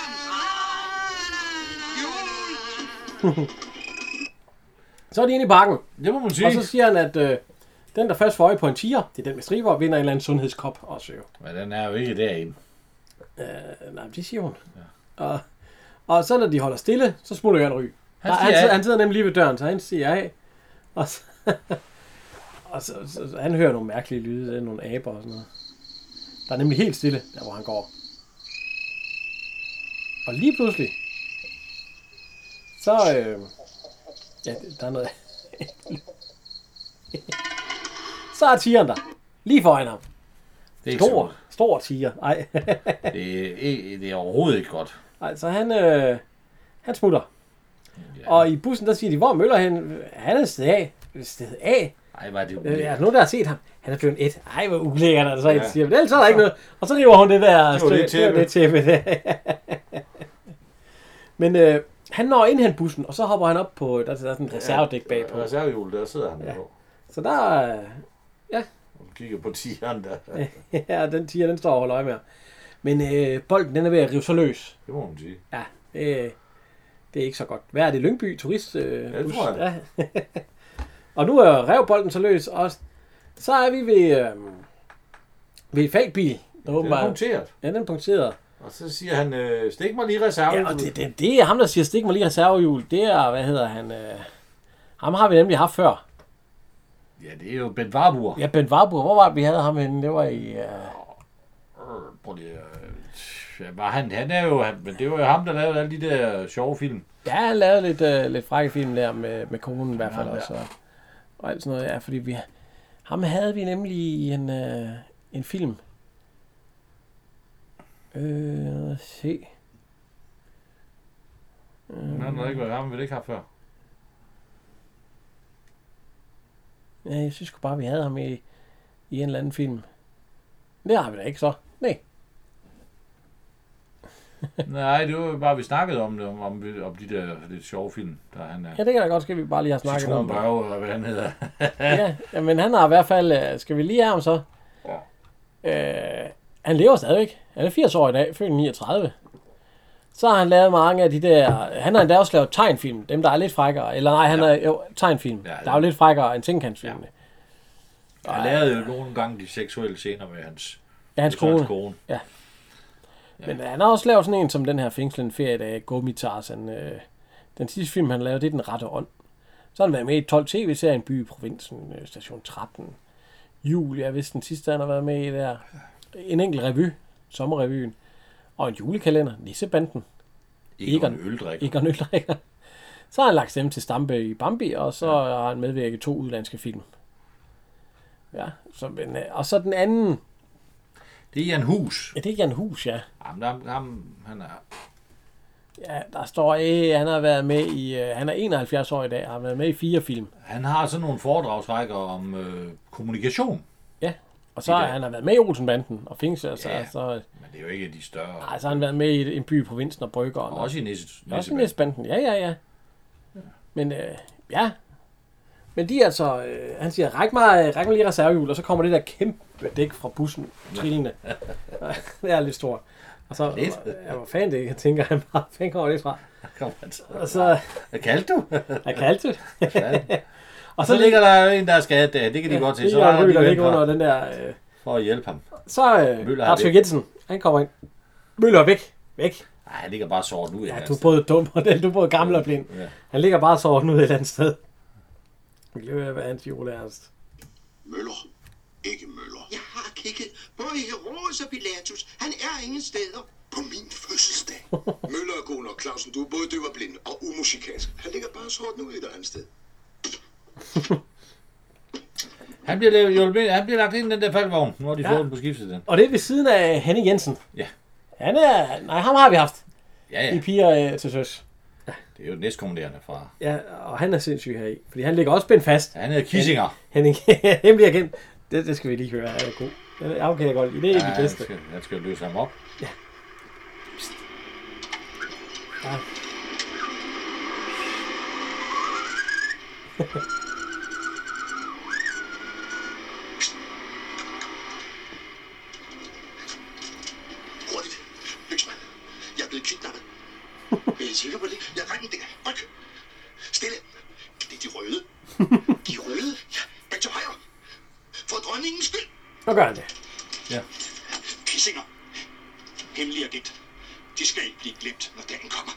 Speaker 5: da, da.
Speaker 1: Så er de inde i parken.
Speaker 2: Det må man sige.
Speaker 1: Og så siger han, at øh, den, der først får øje på en tiger, det er den med striber, vinder en eller anden sundhedskop også jo.
Speaker 2: Men den er jo ikke derinde.
Speaker 1: Øh, nej, men det siger hun. Ja. Og, og så når de holder stille, så smutter Jørgen Ry. Han,
Speaker 2: siger
Speaker 1: han,
Speaker 2: af.
Speaker 1: sidder, han sidder nemlig lige ved døren, så han siger af. Og så, og så, så, så han hører nogle mærkelige lyde, nogle aber og sådan noget. Der er nemlig helt stille, der hvor han går. Og lige pludselig, så... Øh, ja, der er noget... så er tigeren der. Lige foran ham.
Speaker 2: Det er ikke så
Speaker 1: Stor,
Speaker 2: godt.
Speaker 1: stor tiger. Ej.
Speaker 2: Det er, ikke- det er overhovedet ikke godt.
Speaker 1: Altså, han, øh, han smutter. Ja. Og i bussen, der siger de, hvor er Møller hen? Han er sted af. Sted af?
Speaker 2: Ej, var det
Speaker 1: Øh, Er der
Speaker 2: ulækkert.
Speaker 1: nogen, der har set ham? Han er blevet et. Ej, hvor ulækkert, altså.
Speaker 2: Ja.
Speaker 1: Ja. Siger, men ellers er der ikke noget. Og så river hun det der
Speaker 2: var det
Speaker 1: det, var det tæppe. der. Men øh, han når ind hen bussen, og så hopper han op på, altså, der, der er sådan en reservedæk bagpå.
Speaker 2: Ja, reservehjul, der sidder han ja. på.
Speaker 1: Så der, øh,
Speaker 2: Hun kigger på tigeren der.
Speaker 1: ja, den tiger, den står og holder øje med ham. Men øh, bolden, den er ved at rive sig løs.
Speaker 2: Det må man sige.
Speaker 1: Ja, øh, det er ikke så godt. Hvad er det? Lyngby turist? Øh,
Speaker 2: det
Speaker 1: bus?
Speaker 2: tror jeg.
Speaker 1: Ja. og nu er revbolden så løs, og så er vi ved, øh, ved fagbil. Der
Speaker 2: Den er
Speaker 1: åbenbart,
Speaker 2: punkteret.
Speaker 1: ja, den er punkteret.
Speaker 2: Og så siger han, øh, stik mig lige reserve.
Speaker 1: Ja, og det, det, det, er ham, der siger, stik mig lige reservehjul. Det er, hvad hedder han? Øh, ham har vi nemlig haft før.
Speaker 2: ja, det er jo Ben Warburg.
Speaker 1: Ja, Ben Warburg. Hvor var det, vi havde ham henne? Det var i... Øh,
Speaker 2: Øh, Prøv lige, øh, ja, var han, han er jo, han, men det var jo ham, der lavede alle de der sjove film.
Speaker 1: ja, han lavede lidt, øh, lidt frække film der med, med konen i hvert fald
Speaker 2: Ja, ja.
Speaker 1: også. Og, og alt sådan noget. Ja, fordi vi, ham havde vi nemlig i en, øh, en film. Øh, lad os se.
Speaker 2: Mm. Han har ikke været ham, vi ikke haft før.
Speaker 1: Ja, jeg synes sgu bare, vi havde ham i, i en eller anden film. Det har vi da ikke så. Nej.
Speaker 2: Nej, det var jo bare, vi snakkede om det, om, om, om de der lidt sjove film, der han er.
Speaker 1: Ja, det kan da godt ske, at vi bare lige har snakket om det.
Speaker 2: Citronbørge, eller hvad han hedder.
Speaker 1: Ja, ja, men han har i hvert fald... øh, Skal vi lige have ham så?
Speaker 2: Ja.
Speaker 1: Øh, han lever stadigvæk. Han er 80 år i dag, født i 39. Så har han lavet mange af de der... Han har endda også lavet tegnfilm, dem der er lidt frækkere. Eller nej, han ja. er jo tegnfilm,
Speaker 2: Ja,
Speaker 1: ja,
Speaker 2: ja.
Speaker 1: der er jo lidt frækkere end tingkantsfilmene.
Speaker 2: Han lavede jo nogle gange de seksuelle scener med hans,
Speaker 1: Ja, hans
Speaker 2: med så
Speaker 1: kone.
Speaker 2: kone.
Speaker 1: Men han har også lavet sådan en som den her fængslende feriedag, Gummitarsen. Øh, den sidste film, han lavede, det er Den Rette Ånd. Så har han været med i 12 tv-serien By i Provinsen, øh, Station 13. Jul, jeg vidste den sidste, han har været med i der. En enkelt revy, sommerrevyen. Og en julekalender, Nissebanden.
Speaker 2: Egon Øldrikker.
Speaker 1: Egon Øldrikker. Så har han lagt stemme til Stampe i Bambi, og så ja. har han medvirket i to udlandske film. Ja, så, men, øh, og så den anden,
Speaker 2: Det er Jan Hus.
Speaker 1: ja, det er Jan Hus, ja.
Speaker 2: Jamen, ham, ham, han er...
Speaker 1: Ja, der står, øh, han har været med i, øh, han er 71 år i dag, og har været med i fire film.
Speaker 2: Han har sådan nogle foredragsrækker om øh, kommunikation.
Speaker 1: Ja, og så
Speaker 2: I
Speaker 1: har
Speaker 2: dag.
Speaker 1: han har været med i Olsenbanden og Fings, og så,
Speaker 2: Ja.
Speaker 1: ja. så,
Speaker 2: Men det er jo ikke de større.
Speaker 1: ej, så har han været med i En by i provinsen og Bryggeren.
Speaker 2: Og også i Nisse,
Speaker 1: Også
Speaker 2: Nisseband.
Speaker 1: i Næstbanden, ja, ja, ja. Men øh, ja. Men de er altså, øh, han siger, ræk mig, øh, ræk mig lige reservehjul, og så kommer det der kæmpe dæk fra bussen trillende. det er lidt stort. Og så,
Speaker 2: Lidt.
Speaker 1: ja, hvor fanden det er, jeg tænker, han bare, fanden kommer det fra?
Speaker 2: Kom, altså.
Speaker 1: Og så,
Speaker 2: Hvad kaldte du?
Speaker 1: jeg kaldte det. og
Speaker 2: Og så ligger der en, der er skadet der. Det kan de godt se. Så
Speaker 1: der
Speaker 2: har de
Speaker 1: ryger
Speaker 2: vendt
Speaker 1: ligger under
Speaker 2: her
Speaker 1: den der, øh,
Speaker 2: for at hjælpe ham.
Speaker 1: så øh,
Speaker 2: Møller er
Speaker 1: Arthur
Speaker 2: væk.
Speaker 1: Jensen, han kommer ind. Møller er væk, væk.
Speaker 2: Nej, han ligger bare såret ud.
Speaker 1: Ja, du er både dum, og den- du er både gammel og blind.
Speaker 2: Ja.
Speaker 1: Han ligger bare så ud et eller andet sted. Vi glemmer, hvad hans jule er. altså.
Speaker 6: Møller. Ikke Møller.
Speaker 4: Jeg har kigget både i Herodes og Pilatus. Han er ingen steder.
Speaker 6: På min fødselsdag. Møller er god nok, Clausen. Du er både døv og blind og umusikalsk. Han ligger bare sort ud et andet sted.
Speaker 2: Han bliver, lavet, hjulpet, han bliver lagt ind i den der faldvogn. Nu har de ja. fået den på skiftet den.
Speaker 1: Og det er ved siden af Henning Jensen.
Speaker 2: Ja.
Speaker 1: Han er... Nej, ham har vi haft
Speaker 2: Ja,
Speaker 1: i
Speaker 2: ja.
Speaker 1: piger øh, til søs.
Speaker 2: Det er jo næstkommanderende fra...
Speaker 1: Ja, og han er sindssyg heri. Fordi han ligger også spændt fast.
Speaker 2: Han hedder Kissinger.
Speaker 1: Henning, hemmelig agent. Det, det skal vi lige høre. Han er god. Den er okay, jeg godt. lide. Det er ja, det
Speaker 2: han
Speaker 1: bedste.
Speaker 2: skal, han skal løse ham op.
Speaker 6: Hurtigt. Lysmand. Jeg er blevet kidnappet. Er I sikker på det? Jeg regner det. Ryk. Stille. Det er de røde. De røde? Ja. Bag til højre. For dronningens skyld.
Speaker 1: Nu gør han det.
Speaker 6: Kissinger. Hemmelig agent. De skal ikke blive glemt, når dagen kommer.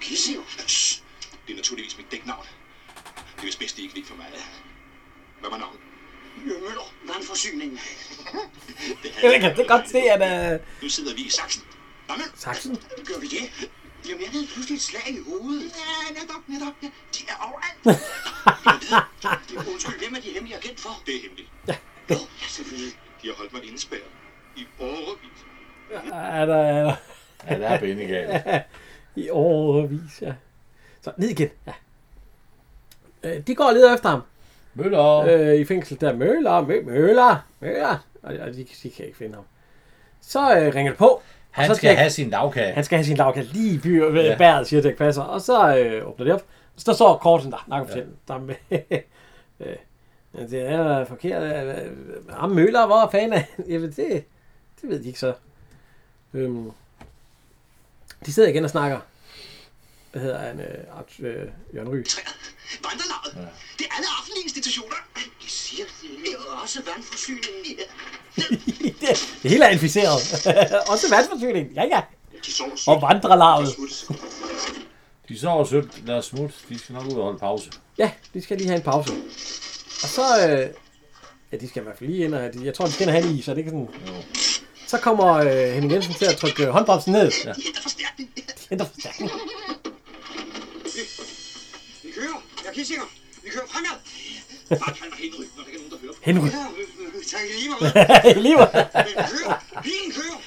Speaker 6: Kissinger? Shh. Det er naturligvis mit dæknavn. Det er vist bedst, de ikke ved for meget. Hvad var navnet?
Speaker 4: Jørgen Møller, vandforsyningen.
Speaker 6: Det, havde
Speaker 1: Jeg kan det godt se, at... Øh,
Speaker 6: Nu sidder vi i Sachsen. Hvad med?
Speaker 1: Saxen.
Speaker 4: Gør vi det? Jamen, jeg havde pludselig et slag i hovedet.
Speaker 6: Ja, netop, netop. Ja.
Speaker 4: De er overalt. Undskyld, hvem er de hemmelige agent for?
Speaker 6: Det er hemmeligt.
Speaker 4: Nå, ja, selvfølgelig.
Speaker 6: De har holdt mig indespærret i årevis.
Speaker 1: Er der, er der
Speaker 2: Ja, der er bindegalt.
Speaker 1: i årevis, ja. Så ned igen. Ja. Øh, De går og leder efter ham.
Speaker 2: Møller.
Speaker 1: øh, i fængsel der. Møller, mø, møller, møller. Og, og de, de kan ikke finde ham. Så øh, ringer det på. og
Speaker 2: Han
Speaker 1: så
Speaker 2: skal
Speaker 1: Dirch-
Speaker 2: have sin dagkage.
Speaker 1: han skal have sin lavkald lige i by, ja.
Speaker 2: Ja.
Speaker 1: bæret, siger Dirk Passer. Og så øh, åbner det op. Så der står korten der. Nej, ja. der er med, øh, det er forkert. Øh, øh, Ham Møller, hvor fanden er han? Jamen, det, det ved de ikke så. Øhm, de sidder igen og snakker. Hvad hedder han? Øh, Art- øh, Jørgen Ry.
Speaker 4: Træer. Vandrelaget. Ja. Det er alle offentlige institutioner. De siger, det er også vandforsyningen. Ja.
Speaker 1: det, det hele er inficeret. Også vandforsyning. Ja, ja.
Speaker 6: De sover
Speaker 1: Og
Speaker 6: sødt.
Speaker 1: vandrelarvet.
Speaker 2: De sover sødt. Lad os smutte. De skal nok ud og holde pause.
Speaker 1: Ja, de skal lige have en pause. Og så... Øh, ja, de skal i hvert fald lige ind og have de, Jeg tror, de skal ind og have en is, så det er ikke sådan...
Speaker 2: Jo.
Speaker 1: Så kommer øh, Henning Jensen til at trykke øh, håndbremsen ned. Ja.
Speaker 4: De henter forstærkning.
Speaker 1: Henter forstærkning.
Speaker 4: Vi kører. Jeg er kissinger. Vi kører fremad.
Speaker 6: Bare kald mig Henry, når der ikke er nogen, der hører.
Speaker 1: Henry.
Speaker 4: Ja, øh, øh, tak i lige meget.
Speaker 1: Elever.
Speaker 4: Men kører. Bilen kører.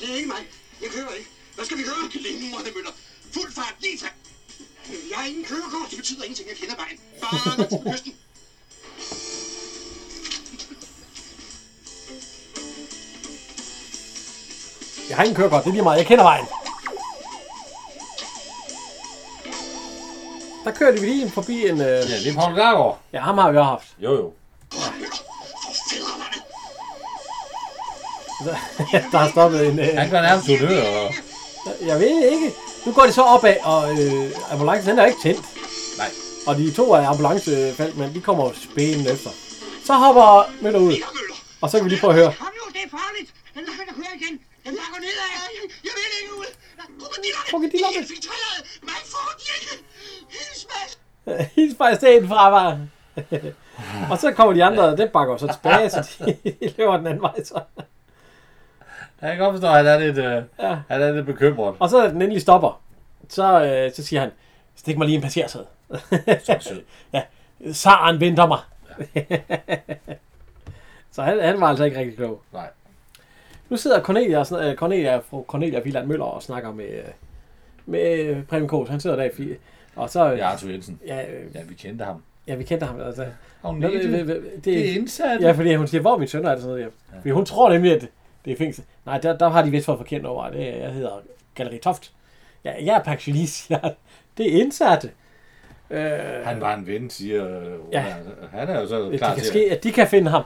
Speaker 4: Det er ikke mig. Jeg kører ikke. Hvad skal vi køre?
Speaker 6: Glimrende Møller. Fuld fart, lige tak.
Speaker 4: Jeg har ingen kørekort. Det betyder ingenting. Jeg kender vejen.
Speaker 6: Bare langs med kysten.
Speaker 1: Jeg har ingen kørekort, det er lige meget. Jeg kender vejen. Der kørte vi lige forbi en... Øh,
Speaker 2: Ja, det er Paul Gargaard.
Speaker 1: ja, ham har vi også haft.
Speaker 2: Jo, jo.
Speaker 6: Møller, for fædrelandet.
Speaker 1: Der har stoppet en... Øh,
Speaker 2: Han går nærmest dør. Og...
Speaker 1: Jeg ved ikke. Nu går de så opad, og øh, ambulancen den er ikke tændt.
Speaker 2: Nej.
Speaker 1: Og de to af ambulancefald, men de kommer spændende efter. Så hopper Møller ud, og så kan vi lige prøve at høre.
Speaker 4: Kom nu, det er farligt. Den lader mig køre igen. Den lader går nedad. Jeg vil ikke ud. Krokodillerne.
Speaker 1: Krokodillerne.
Speaker 4: De infiltrerede mig for de ikke. Hils mig.
Speaker 1: Hils fra stedet fra var. og så kommer de andre, og den bakker jo så tilbage, så de løber den anden vej. Så.
Speaker 2: Jeg kan godt forstå, at han er lidt, øh,
Speaker 1: Ja.
Speaker 2: han er lidt bekymret.
Speaker 1: Og så da den endelig stopper, så, øh, så siger han, stik mig lige en passagersæde.
Speaker 2: sød.
Speaker 1: ja, Saren venter mig. så han, han var altså ikke rigtig klog.
Speaker 2: Nej.
Speaker 1: Nu sidder Cornelia, og sn- øh, Cornelia, fru Cornelia Villand Møller og snakker med, øh, med øh, Preben Kås. Han sidder der i fi- og så... øh,
Speaker 2: Det er Arthur Jensen.
Speaker 1: Ja, øh,
Speaker 2: Ja, vi kendte ham.
Speaker 1: ja, vi kendte ham. Altså.
Speaker 2: Og hun
Speaker 1: Nå,
Speaker 2: det,
Speaker 1: øh,
Speaker 2: det,
Speaker 1: øh, øh,
Speaker 2: det er indsat.
Speaker 1: Ja, fordi hun siger, hvor er min søn og alt sådan noget. Ja. Fordi hun tror nemlig, at det er fængsel. Nej, der, der har de vist fået forkendt over, at det, er- jeg hedder Galeri Toft. Ja, jeg er pensionist. Ja, det er indsatte. Øh,
Speaker 2: Han var en ven, siger øh,
Speaker 1: Ja.
Speaker 2: Roland. Han er jo så
Speaker 1: det
Speaker 2: klar
Speaker 1: kan
Speaker 2: til
Speaker 1: ske, at de kan finde ham.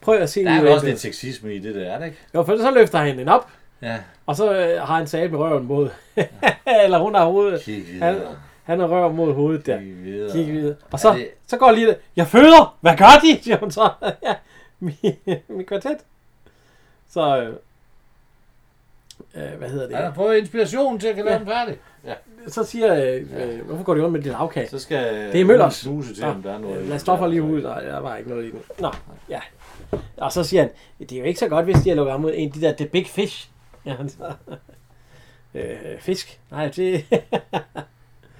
Speaker 1: Prøv at se.
Speaker 2: Der er
Speaker 1: lige,
Speaker 2: vel også
Speaker 1: hvad-
Speaker 2: lidt sexisme i det der, er det ikke?
Speaker 1: Jo, for så løfter han den op,
Speaker 2: Ja.
Speaker 1: og så øh, har han sat med røven mod. Eller hun har hovedet.
Speaker 2: Kig
Speaker 1: Han,
Speaker 2: videre.
Speaker 1: han har røven mod hovedet der.
Speaker 2: Kig videre.
Speaker 1: Kig videre. Og så,
Speaker 2: Er det-
Speaker 1: så går lige det. Jeg føder! Hvad gør de? Siger hun så. ja, min, min kvartet. Så, øh, øh, hvad hedder det?
Speaker 2: Han har fået inspiration til at kan lave den færdig. Ja.
Speaker 1: Så siger jeg, øh, hvorfor går det rundt med dit lavkage?
Speaker 2: Så skal øh,
Speaker 1: Det er Møllers.
Speaker 2: Snuse til,
Speaker 1: Nå,
Speaker 2: om der er noget.
Speaker 1: øh, Lad Stoffer lige ud. Nej, der var ikke noget i den. Nå, ja. Og så siger han, det er jo ikke så godt, hvis de har lukket ham ud. En af de der The Big Fish. Ja, han så. Øh, fisk? Nej, det...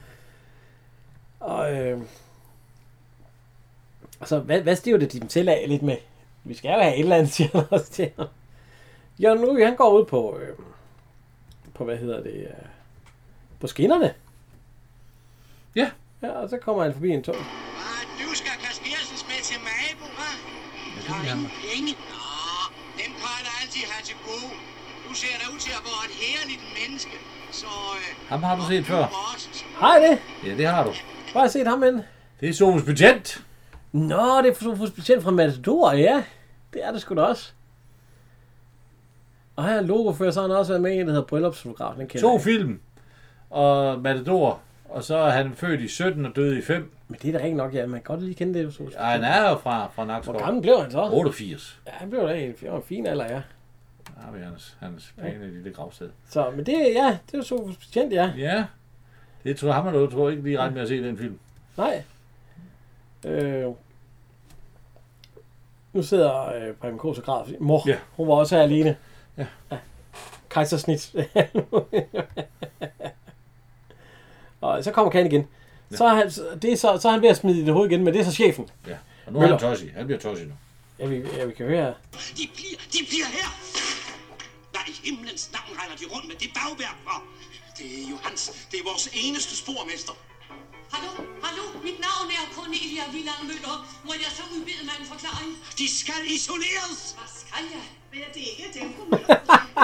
Speaker 1: og, øh... og så, hvad, hvad stiver det dem til af lidt med? Vi skal jo have et eller andet, siger han også til ham. Jørgen Ryge, han går ud på, øh, på hvad hedder det, øh, på skinnerne.
Speaker 2: Ja.
Speaker 1: Ja, og så kommer han forbi en tog.
Speaker 7: Ah, du skal Kasper Jensens med til Mabo, hva'? Jeg har ingen penge. Nå, dem plejer der altid have til gode. Du ser da ud til at være et herligt menneske. Så, øh,
Speaker 2: Ham har du set
Speaker 7: du
Speaker 2: før.
Speaker 7: var også så
Speaker 1: Har I det?
Speaker 2: Ja, det har du.
Speaker 1: Hvor har jeg set ham henne?
Speaker 2: Det er Sofus Budget.
Speaker 1: Nå, det er for- for specielt fra Matador, ja. Det er det sgu da også. Og her er logofører, så har han også været med i en, der hedder Bryllupsfotograf. Den kender
Speaker 2: To
Speaker 1: jeg.
Speaker 2: film. Og Matador. Og så er han født i 17 og døde i 5.
Speaker 1: Men det er da ikke nok, ja. Man kan godt lige kende det. Så.
Speaker 2: Og han er jo fra, fra Nakskov.
Speaker 1: Hvor gammel blev han så?
Speaker 2: 88.
Speaker 1: Ja, han blev da en, han var en fin alder, ja.
Speaker 2: Har vi hans, hans pæne lille gravsted.
Speaker 1: Så, men det, ja, det er jo så specielt, ja.
Speaker 2: Ja. Det tror jeg, ham og tror jeg ikke lige ret med at se den film.
Speaker 1: Nej. Øh, nu sidder øh, Preben Kås og græder. fordi Mor, ja.
Speaker 2: Ja.
Speaker 1: hun var også her alene.
Speaker 2: Ja.
Speaker 1: ja. Kejsersnit. og så kommer Kan igen. Ja. Så, er han, så- det er så, så er han ved at smide det hoved igen, men det er så chefen.
Speaker 2: Ja. Og nu er han
Speaker 1: Møller.
Speaker 2: tossi. Han bliver tossi nu.
Speaker 1: Ja, vi, ja, vi kan høre her.
Speaker 5: De bliver, de bliver her! Hvad i himlens navn regner de rundt med det bagværk for? Det er jo hans. Det er vores eneste spormester.
Speaker 3: Hallo, hallo, mit navn er Cornelia Villand Møller. Må jeg så udbede mig en forklaring?
Speaker 5: De skal isoleres!
Speaker 3: Hvad skal jeg?
Speaker 8: Men det er ikke dem på Møller.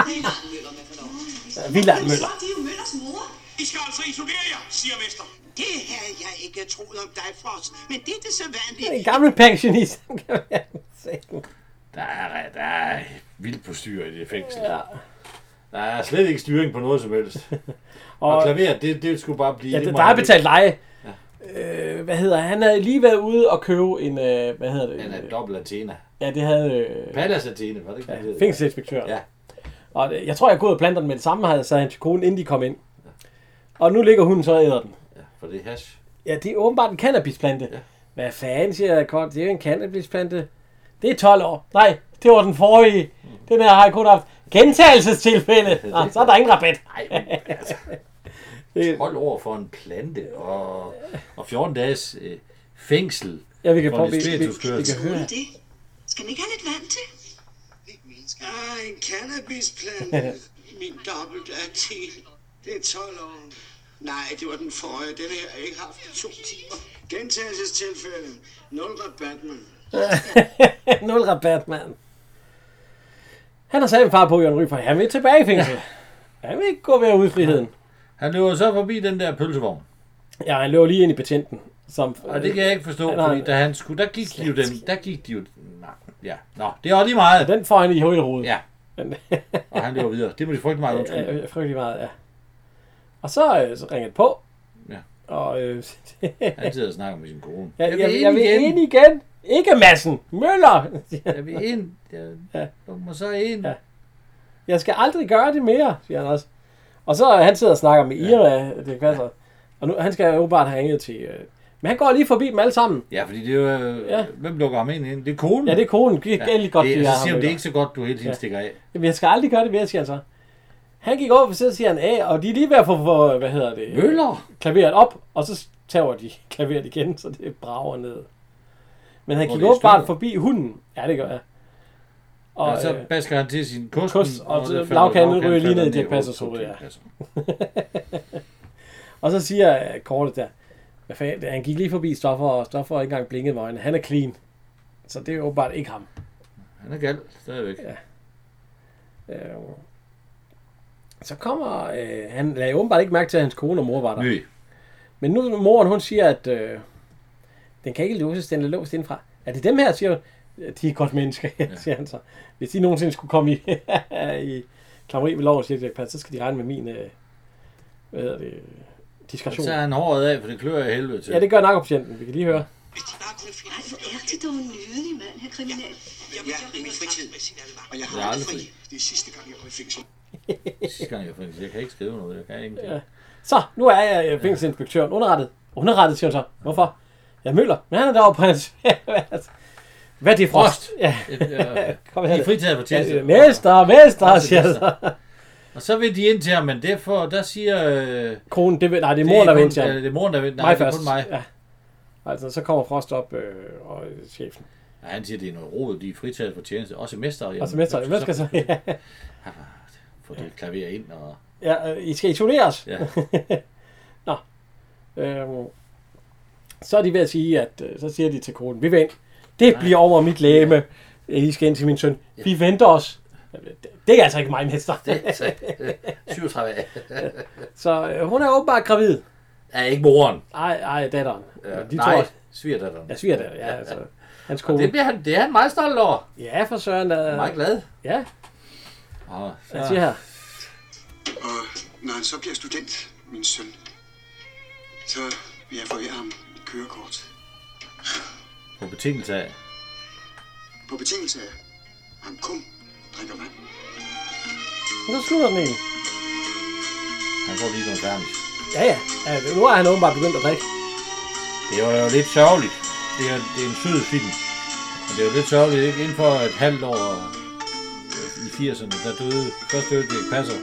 Speaker 5: Villand Møller med forlov.
Speaker 1: Villand Møller.
Speaker 8: Det er jo Møllers mor.
Speaker 5: I skal altså isolere jer, siger mester. Det havde jeg ikke troet om dig, Frost. Men det er det så vanligt.
Speaker 1: En gammel pensionist. han kan være i sengen.
Speaker 2: Der er, der er vildt på styr i det fængsel.
Speaker 1: Ja.
Speaker 2: Der er slet ikke styring på noget som helst. Og,
Speaker 1: Og-
Speaker 2: og klaveret, det, det skulle bare blive...
Speaker 1: Ja,
Speaker 2: det
Speaker 1: der,
Speaker 2: må
Speaker 1: der er
Speaker 2: han
Speaker 1: betalt leje. Øh, hvad hedder han? Han havde lige været ude og købe en, øh, hvad hedder det?
Speaker 2: ikke. Han er dobbelt Athena.
Speaker 1: ja, det havde... Øh,
Speaker 2: Pallas Athena, var det ikke? det, det hed?
Speaker 1: Fængselsinspektøren.
Speaker 2: Ja.
Speaker 1: Og det- jeg tror, jeg går ud og planter den med det samme, havde sagde han til konen, inden de kom ind. Og nu ligger hun så og æder den.
Speaker 2: ja, for det er hash.
Speaker 1: Ja, det er åbenbart en cannabisplante. Ja. Hvad fanden, siger jeg kort. Det er jo en cannabisplante. Det er 12 år. Nej, det var den forrige. Den her har jeg kun haft gentagelsestilfælde. Nå, så er der ingen rabat.
Speaker 2: Ej, men altså,
Speaker 1: Det-
Speaker 2: 12 år for en plante og, og 14 dages øh, fængsel.
Speaker 1: Ja, vi kan
Speaker 2: For
Speaker 1: prøve.
Speaker 2: en
Speaker 1: Vi, vi, vi
Speaker 2: spirituskørsel.
Speaker 1: kan høre.
Speaker 5: Det skal man ikke have lidt vand til. Ah, en cannabisplante. Min dobbelt er 10. Det er 12 år. Nej, det var den forrige. Den har jeg ikke haft i to timer. Gentagelsestilfælde. Nul rabat, mand.
Speaker 1: Nul rabat, mand. Han har sat en far på, Jørgen Ryg, for han vil tilbage i fængsel. Han vil ikke gå ved ud i friheden.
Speaker 2: Han løber så forbi den der pølsevogn.
Speaker 1: Ja, han løber lige ind i betjenten. Som, øh,
Speaker 2: Og det kan jeg ikke forstå,
Speaker 1: Han har-
Speaker 2: fordi da han skulle, der gik de jo den, der gik de jo, nej, ja, nå, det er også lige meget.
Speaker 1: Den får han i hovedet. i hovedet.
Speaker 2: Ja, og han løber videre. Det må de frygte meget undskylde.
Speaker 1: Øh, øh, frygtelig meget, ja. Og så, øh, så ringer det på.
Speaker 2: Ja.
Speaker 1: Og øh,
Speaker 2: Han sidder og snakker med sin kone.
Speaker 1: jeg, jeg, jeg, vil ind igen. Ikke Madsen. Møller.
Speaker 2: Jeg vil ind. Jeg nummer så ind.
Speaker 1: Ja. Jeg skal aldrig gøre det mere, siger han også. Og så øh, han sidder og snakker med Ira, det passer. Og nu, han skal åbenbart have ringet til... Øh, Men han går lige forbi dem alle sammen.
Speaker 2: Ja, fordi det er jo... Øh,
Speaker 1: Ja.
Speaker 2: ja. Hvem lukker ham ind? ind? Det er konen.
Speaker 1: Ja, det er konen. Det er ja, godt,
Speaker 2: det,
Speaker 1: det,
Speaker 2: det,
Speaker 1: er
Speaker 2: så
Speaker 1: ham.
Speaker 2: siger hun, det
Speaker 1: ikke?
Speaker 2: er ikke så godt, du hele tiden
Speaker 1: Ja.
Speaker 2: ja. stikker af.
Speaker 1: Jamen, jeg skal aldrig gøre det mere, siger han så. Han gik over, og så siger han af, og de er lige ved at få, for, hvad hedder det?
Speaker 2: Møller!
Speaker 1: Klaveret op, og så tager de klaveret igen, så det brager ned. Men han
Speaker 2: Går
Speaker 1: gik
Speaker 2: det i
Speaker 1: åbenbart
Speaker 2: stykker?
Speaker 1: forbi hunden. Ja, det gør jeg. Og, øh,
Speaker 2: Og så basker han til sin kost,
Speaker 1: kost, og så lagkagen ryger lige ned i Dirch Passers hoved, ja. Og så siger øh, kortet der, hvad fanden, han gik lige forbi Stoffer, og Stoffer har ikke engang blinket med øjnene. Han er clean. Så det er åbenbart ikke ham.
Speaker 2: Han er gal, stadigvæk.
Speaker 1: Ja. Øh, så kommer, øh, han lagde åbenbart ikke mærke til, at hans kone og mor var der.
Speaker 2: Ny.
Speaker 1: Men nu når moren, hun siger, at øh, den kan ikke låses, den er låst indenfra. Er det dem her, siger hun? "Ja, De er godt mennesker, ja. siger han så. Hvis de nogensinde skulle komme i, i klammeri med loven, siger Dirk Passer, så skal de regne med min, øh, hvad hedder det,
Speaker 2: Så
Speaker 1: diskretion.
Speaker 2: tager han håret af, for det klør af helvede til.
Speaker 1: Ja, det gør narkopatienten, vi kan lige høre.
Speaker 5: Hvis de bare kunne finde
Speaker 3: Ej, hvor er det dog en nydelig mand, her kriminal.
Speaker 5: Jamen, jeg ringer fritid. Med sin alvar.
Speaker 4: Og jeg
Speaker 2: Jeg er
Speaker 4: har aldrig
Speaker 2: aldrig
Speaker 4: fri. Det er sidste gang, jeg går i fængsel.
Speaker 2: Sidste gang, jeg, fandt, jeg kan ikke skrive noget, jeg kan ingenting.
Speaker 1: Ja. Så, nu er jeg øh, fængselsinspektøren underrettet. Underrettet, siger hun så. Hvorfor? Jeg er Møller, men han er deroppe på hans... Hvad er det, Frost?
Speaker 2: Frost.
Speaker 1: Ja.
Speaker 2: Ja.
Speaker 1: Kom
Speaker 2: De
Speaker 1: her.
Speaker 2: er fritaget for tjeneste.
Speaker 1: Ja, øh, Mester, mester, siger han så.
Speaker 2: Og så vil de ind til ham, men det for, der siger... Øh,
Speaker 1: Konen, det, vil- nej, det er mor, der
Speaker 2: kun- øh,
Speaker 1: venter.
Speaker 2: ja, Det er moren, der venter. Nej,
Speaker 1: mig
Speaker 2: det er
Speaker 1: først.
Speaker 2: kun mig.
Speaker 1: Ja. Altså, så kommer Frost op øh, og chefen.
Speaker 2: Ja, han siger, det er noget rod, de er fritaget for tjeneste. Også mester. Jamen,
Speaker 1: Og så mester, hvad skal så? Ja,
Speaker 2: Få det klaver ind, og...
Speaker 1: ja øh, I skal isoleres.
Speaker 2: Ja.
Speaker 1: Nå. Øhm, så er de ved at sige, at øh, så siger de til konen, vi venter. Det bliver over mit læme. I skal ind til min søn. Vi venter os. Det er altså ikke mig, mester.
Speaker 2: Så, øh, 37 af.
Speaker 1: Så øh, hun er åbenbart gravid.
Speaker 2: Ja, ikke moren.
Speaker 1: Ej, ej, datteren. Ja, de
Speaker 2: Nej,
Speaker 1: tror,
Speaker 2: svigerdatteren.
Speaker 1: jeg sviger det. Ja, altså. Hans
Speaker 2: Det,
Speaker 1: kone.
Speaker 2: bliver han, det er han meget stolt over.
Speaker 1: Ja, for søren.
Speaker 2: Han er
Speaker 1: Øh,
Speaker 2: meget glad. Ah.
Speaker 1: ja,
Speaker 2: Og så,
Speaker 1: jeg siger her.
Speaker 4: Og når han så bliver student, min søn, så vil jeg forære ham et kørekort.
Speaker 2: på betingelse af.
Speaker 4: På betingelse af, at han kun drikker vand.
Speaker 1: Nu slutter den egentlig.
Speaker 2: Han får lige noget færdigt.
Speaker 1: Ja, ja. ja nu er han åbenbart begyndt at drikke.
Speaker 2: Det var jo lidt sørgeligt. Det er, det er en sød film. Og det er jo lidt sørgeligt, ikke? Inden for et halvt år øh, i 80'erne, der døde, først døde Dirk Passer.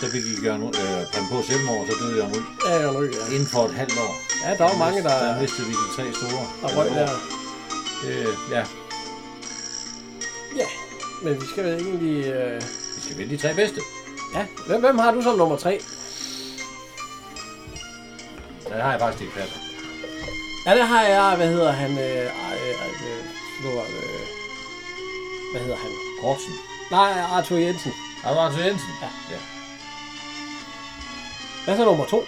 Speaker 2: Så begik Jørgen øh, Prem på selvmord, så døde Jørgen Ulf.
Speaker 1: Ja, ja, nu, ja.
Speaker 2: Inden for et halvt år.
Speaker 1: ja der er jo mange, der,
Speaker 2: Der mistede vi de tre store.
Speaker 1: der røg der.
Speaker 2: Øh, ja,
Speaker 1: Ja, men vi skal vel egentlig... Øh...
Speaker 2: vi skal vinde de tre bedste.
Speaker 1: Ja, hvem, hvem har du som nummer tre?
Speaker 2: Ja, Der har jeg faktisk Dirk Passer.
Speaker 1: Ja, det har jeg, hvad hedder han... Øh, ej, ej, øh, nu var det, øh, hvad hedder han?
Speaker 2: Kortsen.
Speaker 1: Nej, Arthur Jensen.
Speaker 2: Og Martin Jensen. Ja. ja.
Speaker 1: Hvad er så nummer to?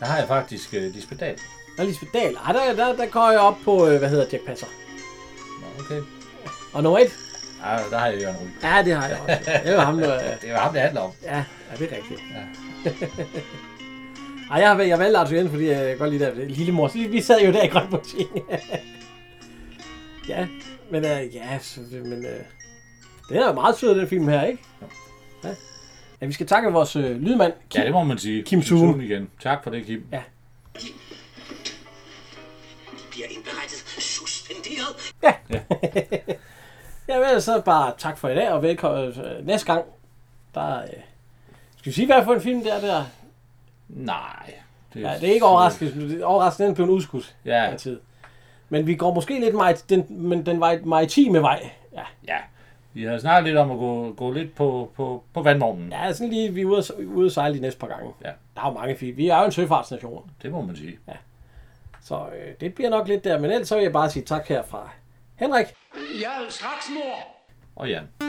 Speaker 2: Der har jeg faktisk øh, Lisbeth Dahl.
Speaker 1: Der er Lisbeth Dahl. Ej, der, der, der går jeg op på, øh, hvad hedder Jack Passer.
Speaker 2: Nå, okay.
Speaker 1: Og nummer et?
Speaker 2: Ja, der har jeg Jørgen Ryg.
Speaker 1: Ja, det har jeg også. Det var ham, der... Øh,
Speaker 2: Det var ham, det handler om.
Speaker 1: ja, ja, det er rigtigt. Ja. Ej, jeg, har, valgt- jeg valgte Arthur Jensen, fordi jeg kan godt lide det. Lille mor. Vi, vi sad jo der i grøn butik. ja, men, øh, ja, så- men øh, den er jo meget sød, den film her, ikke? Ja. ja vi skal takke vores øh, lydmand.
Speaker 2: Ja, det må man sige.
Speaker 1: Kim Thune.
Speaker 2: igen. Tak for det, Kim.
Speaker 1: Ja.
Speaker 5: Bliver indberettet. Suspenderet.
Speaker 1: Ja, vel, så bare tak for i dag, og velkommen øh, næste gang. Der, øh, skal vi sige, hvad for en film det er der?
Speaker 2: Nej.
Speaker 1: Ja, det er ikke overraskende. Det er overraskende, den blev en udskudt
Speaker 2: Ja.
Speaker 1: af tid. Men vi går måske lidt meget, den, men den vej, maritime vej. Ja,
Speaker 2: Ja. Vi har snakket lidt om at gå, gå lidt på, på, på vandvognen. Ja.
Speaker 1: Ja, sådan lige, vi er ude, at- ude at sejle de næste par gange.
Speaker 2: Ja.
Speaker 1: Der er jo mange fine. Vi er jo en søfartsnation,
Speaker 2: Det må man sige.
Speaker 1: så øh, det bliver nok lidt der. Men ellers så vil jeg bare sige tak herfra. Henrik,
Speaker 2: Og Jan.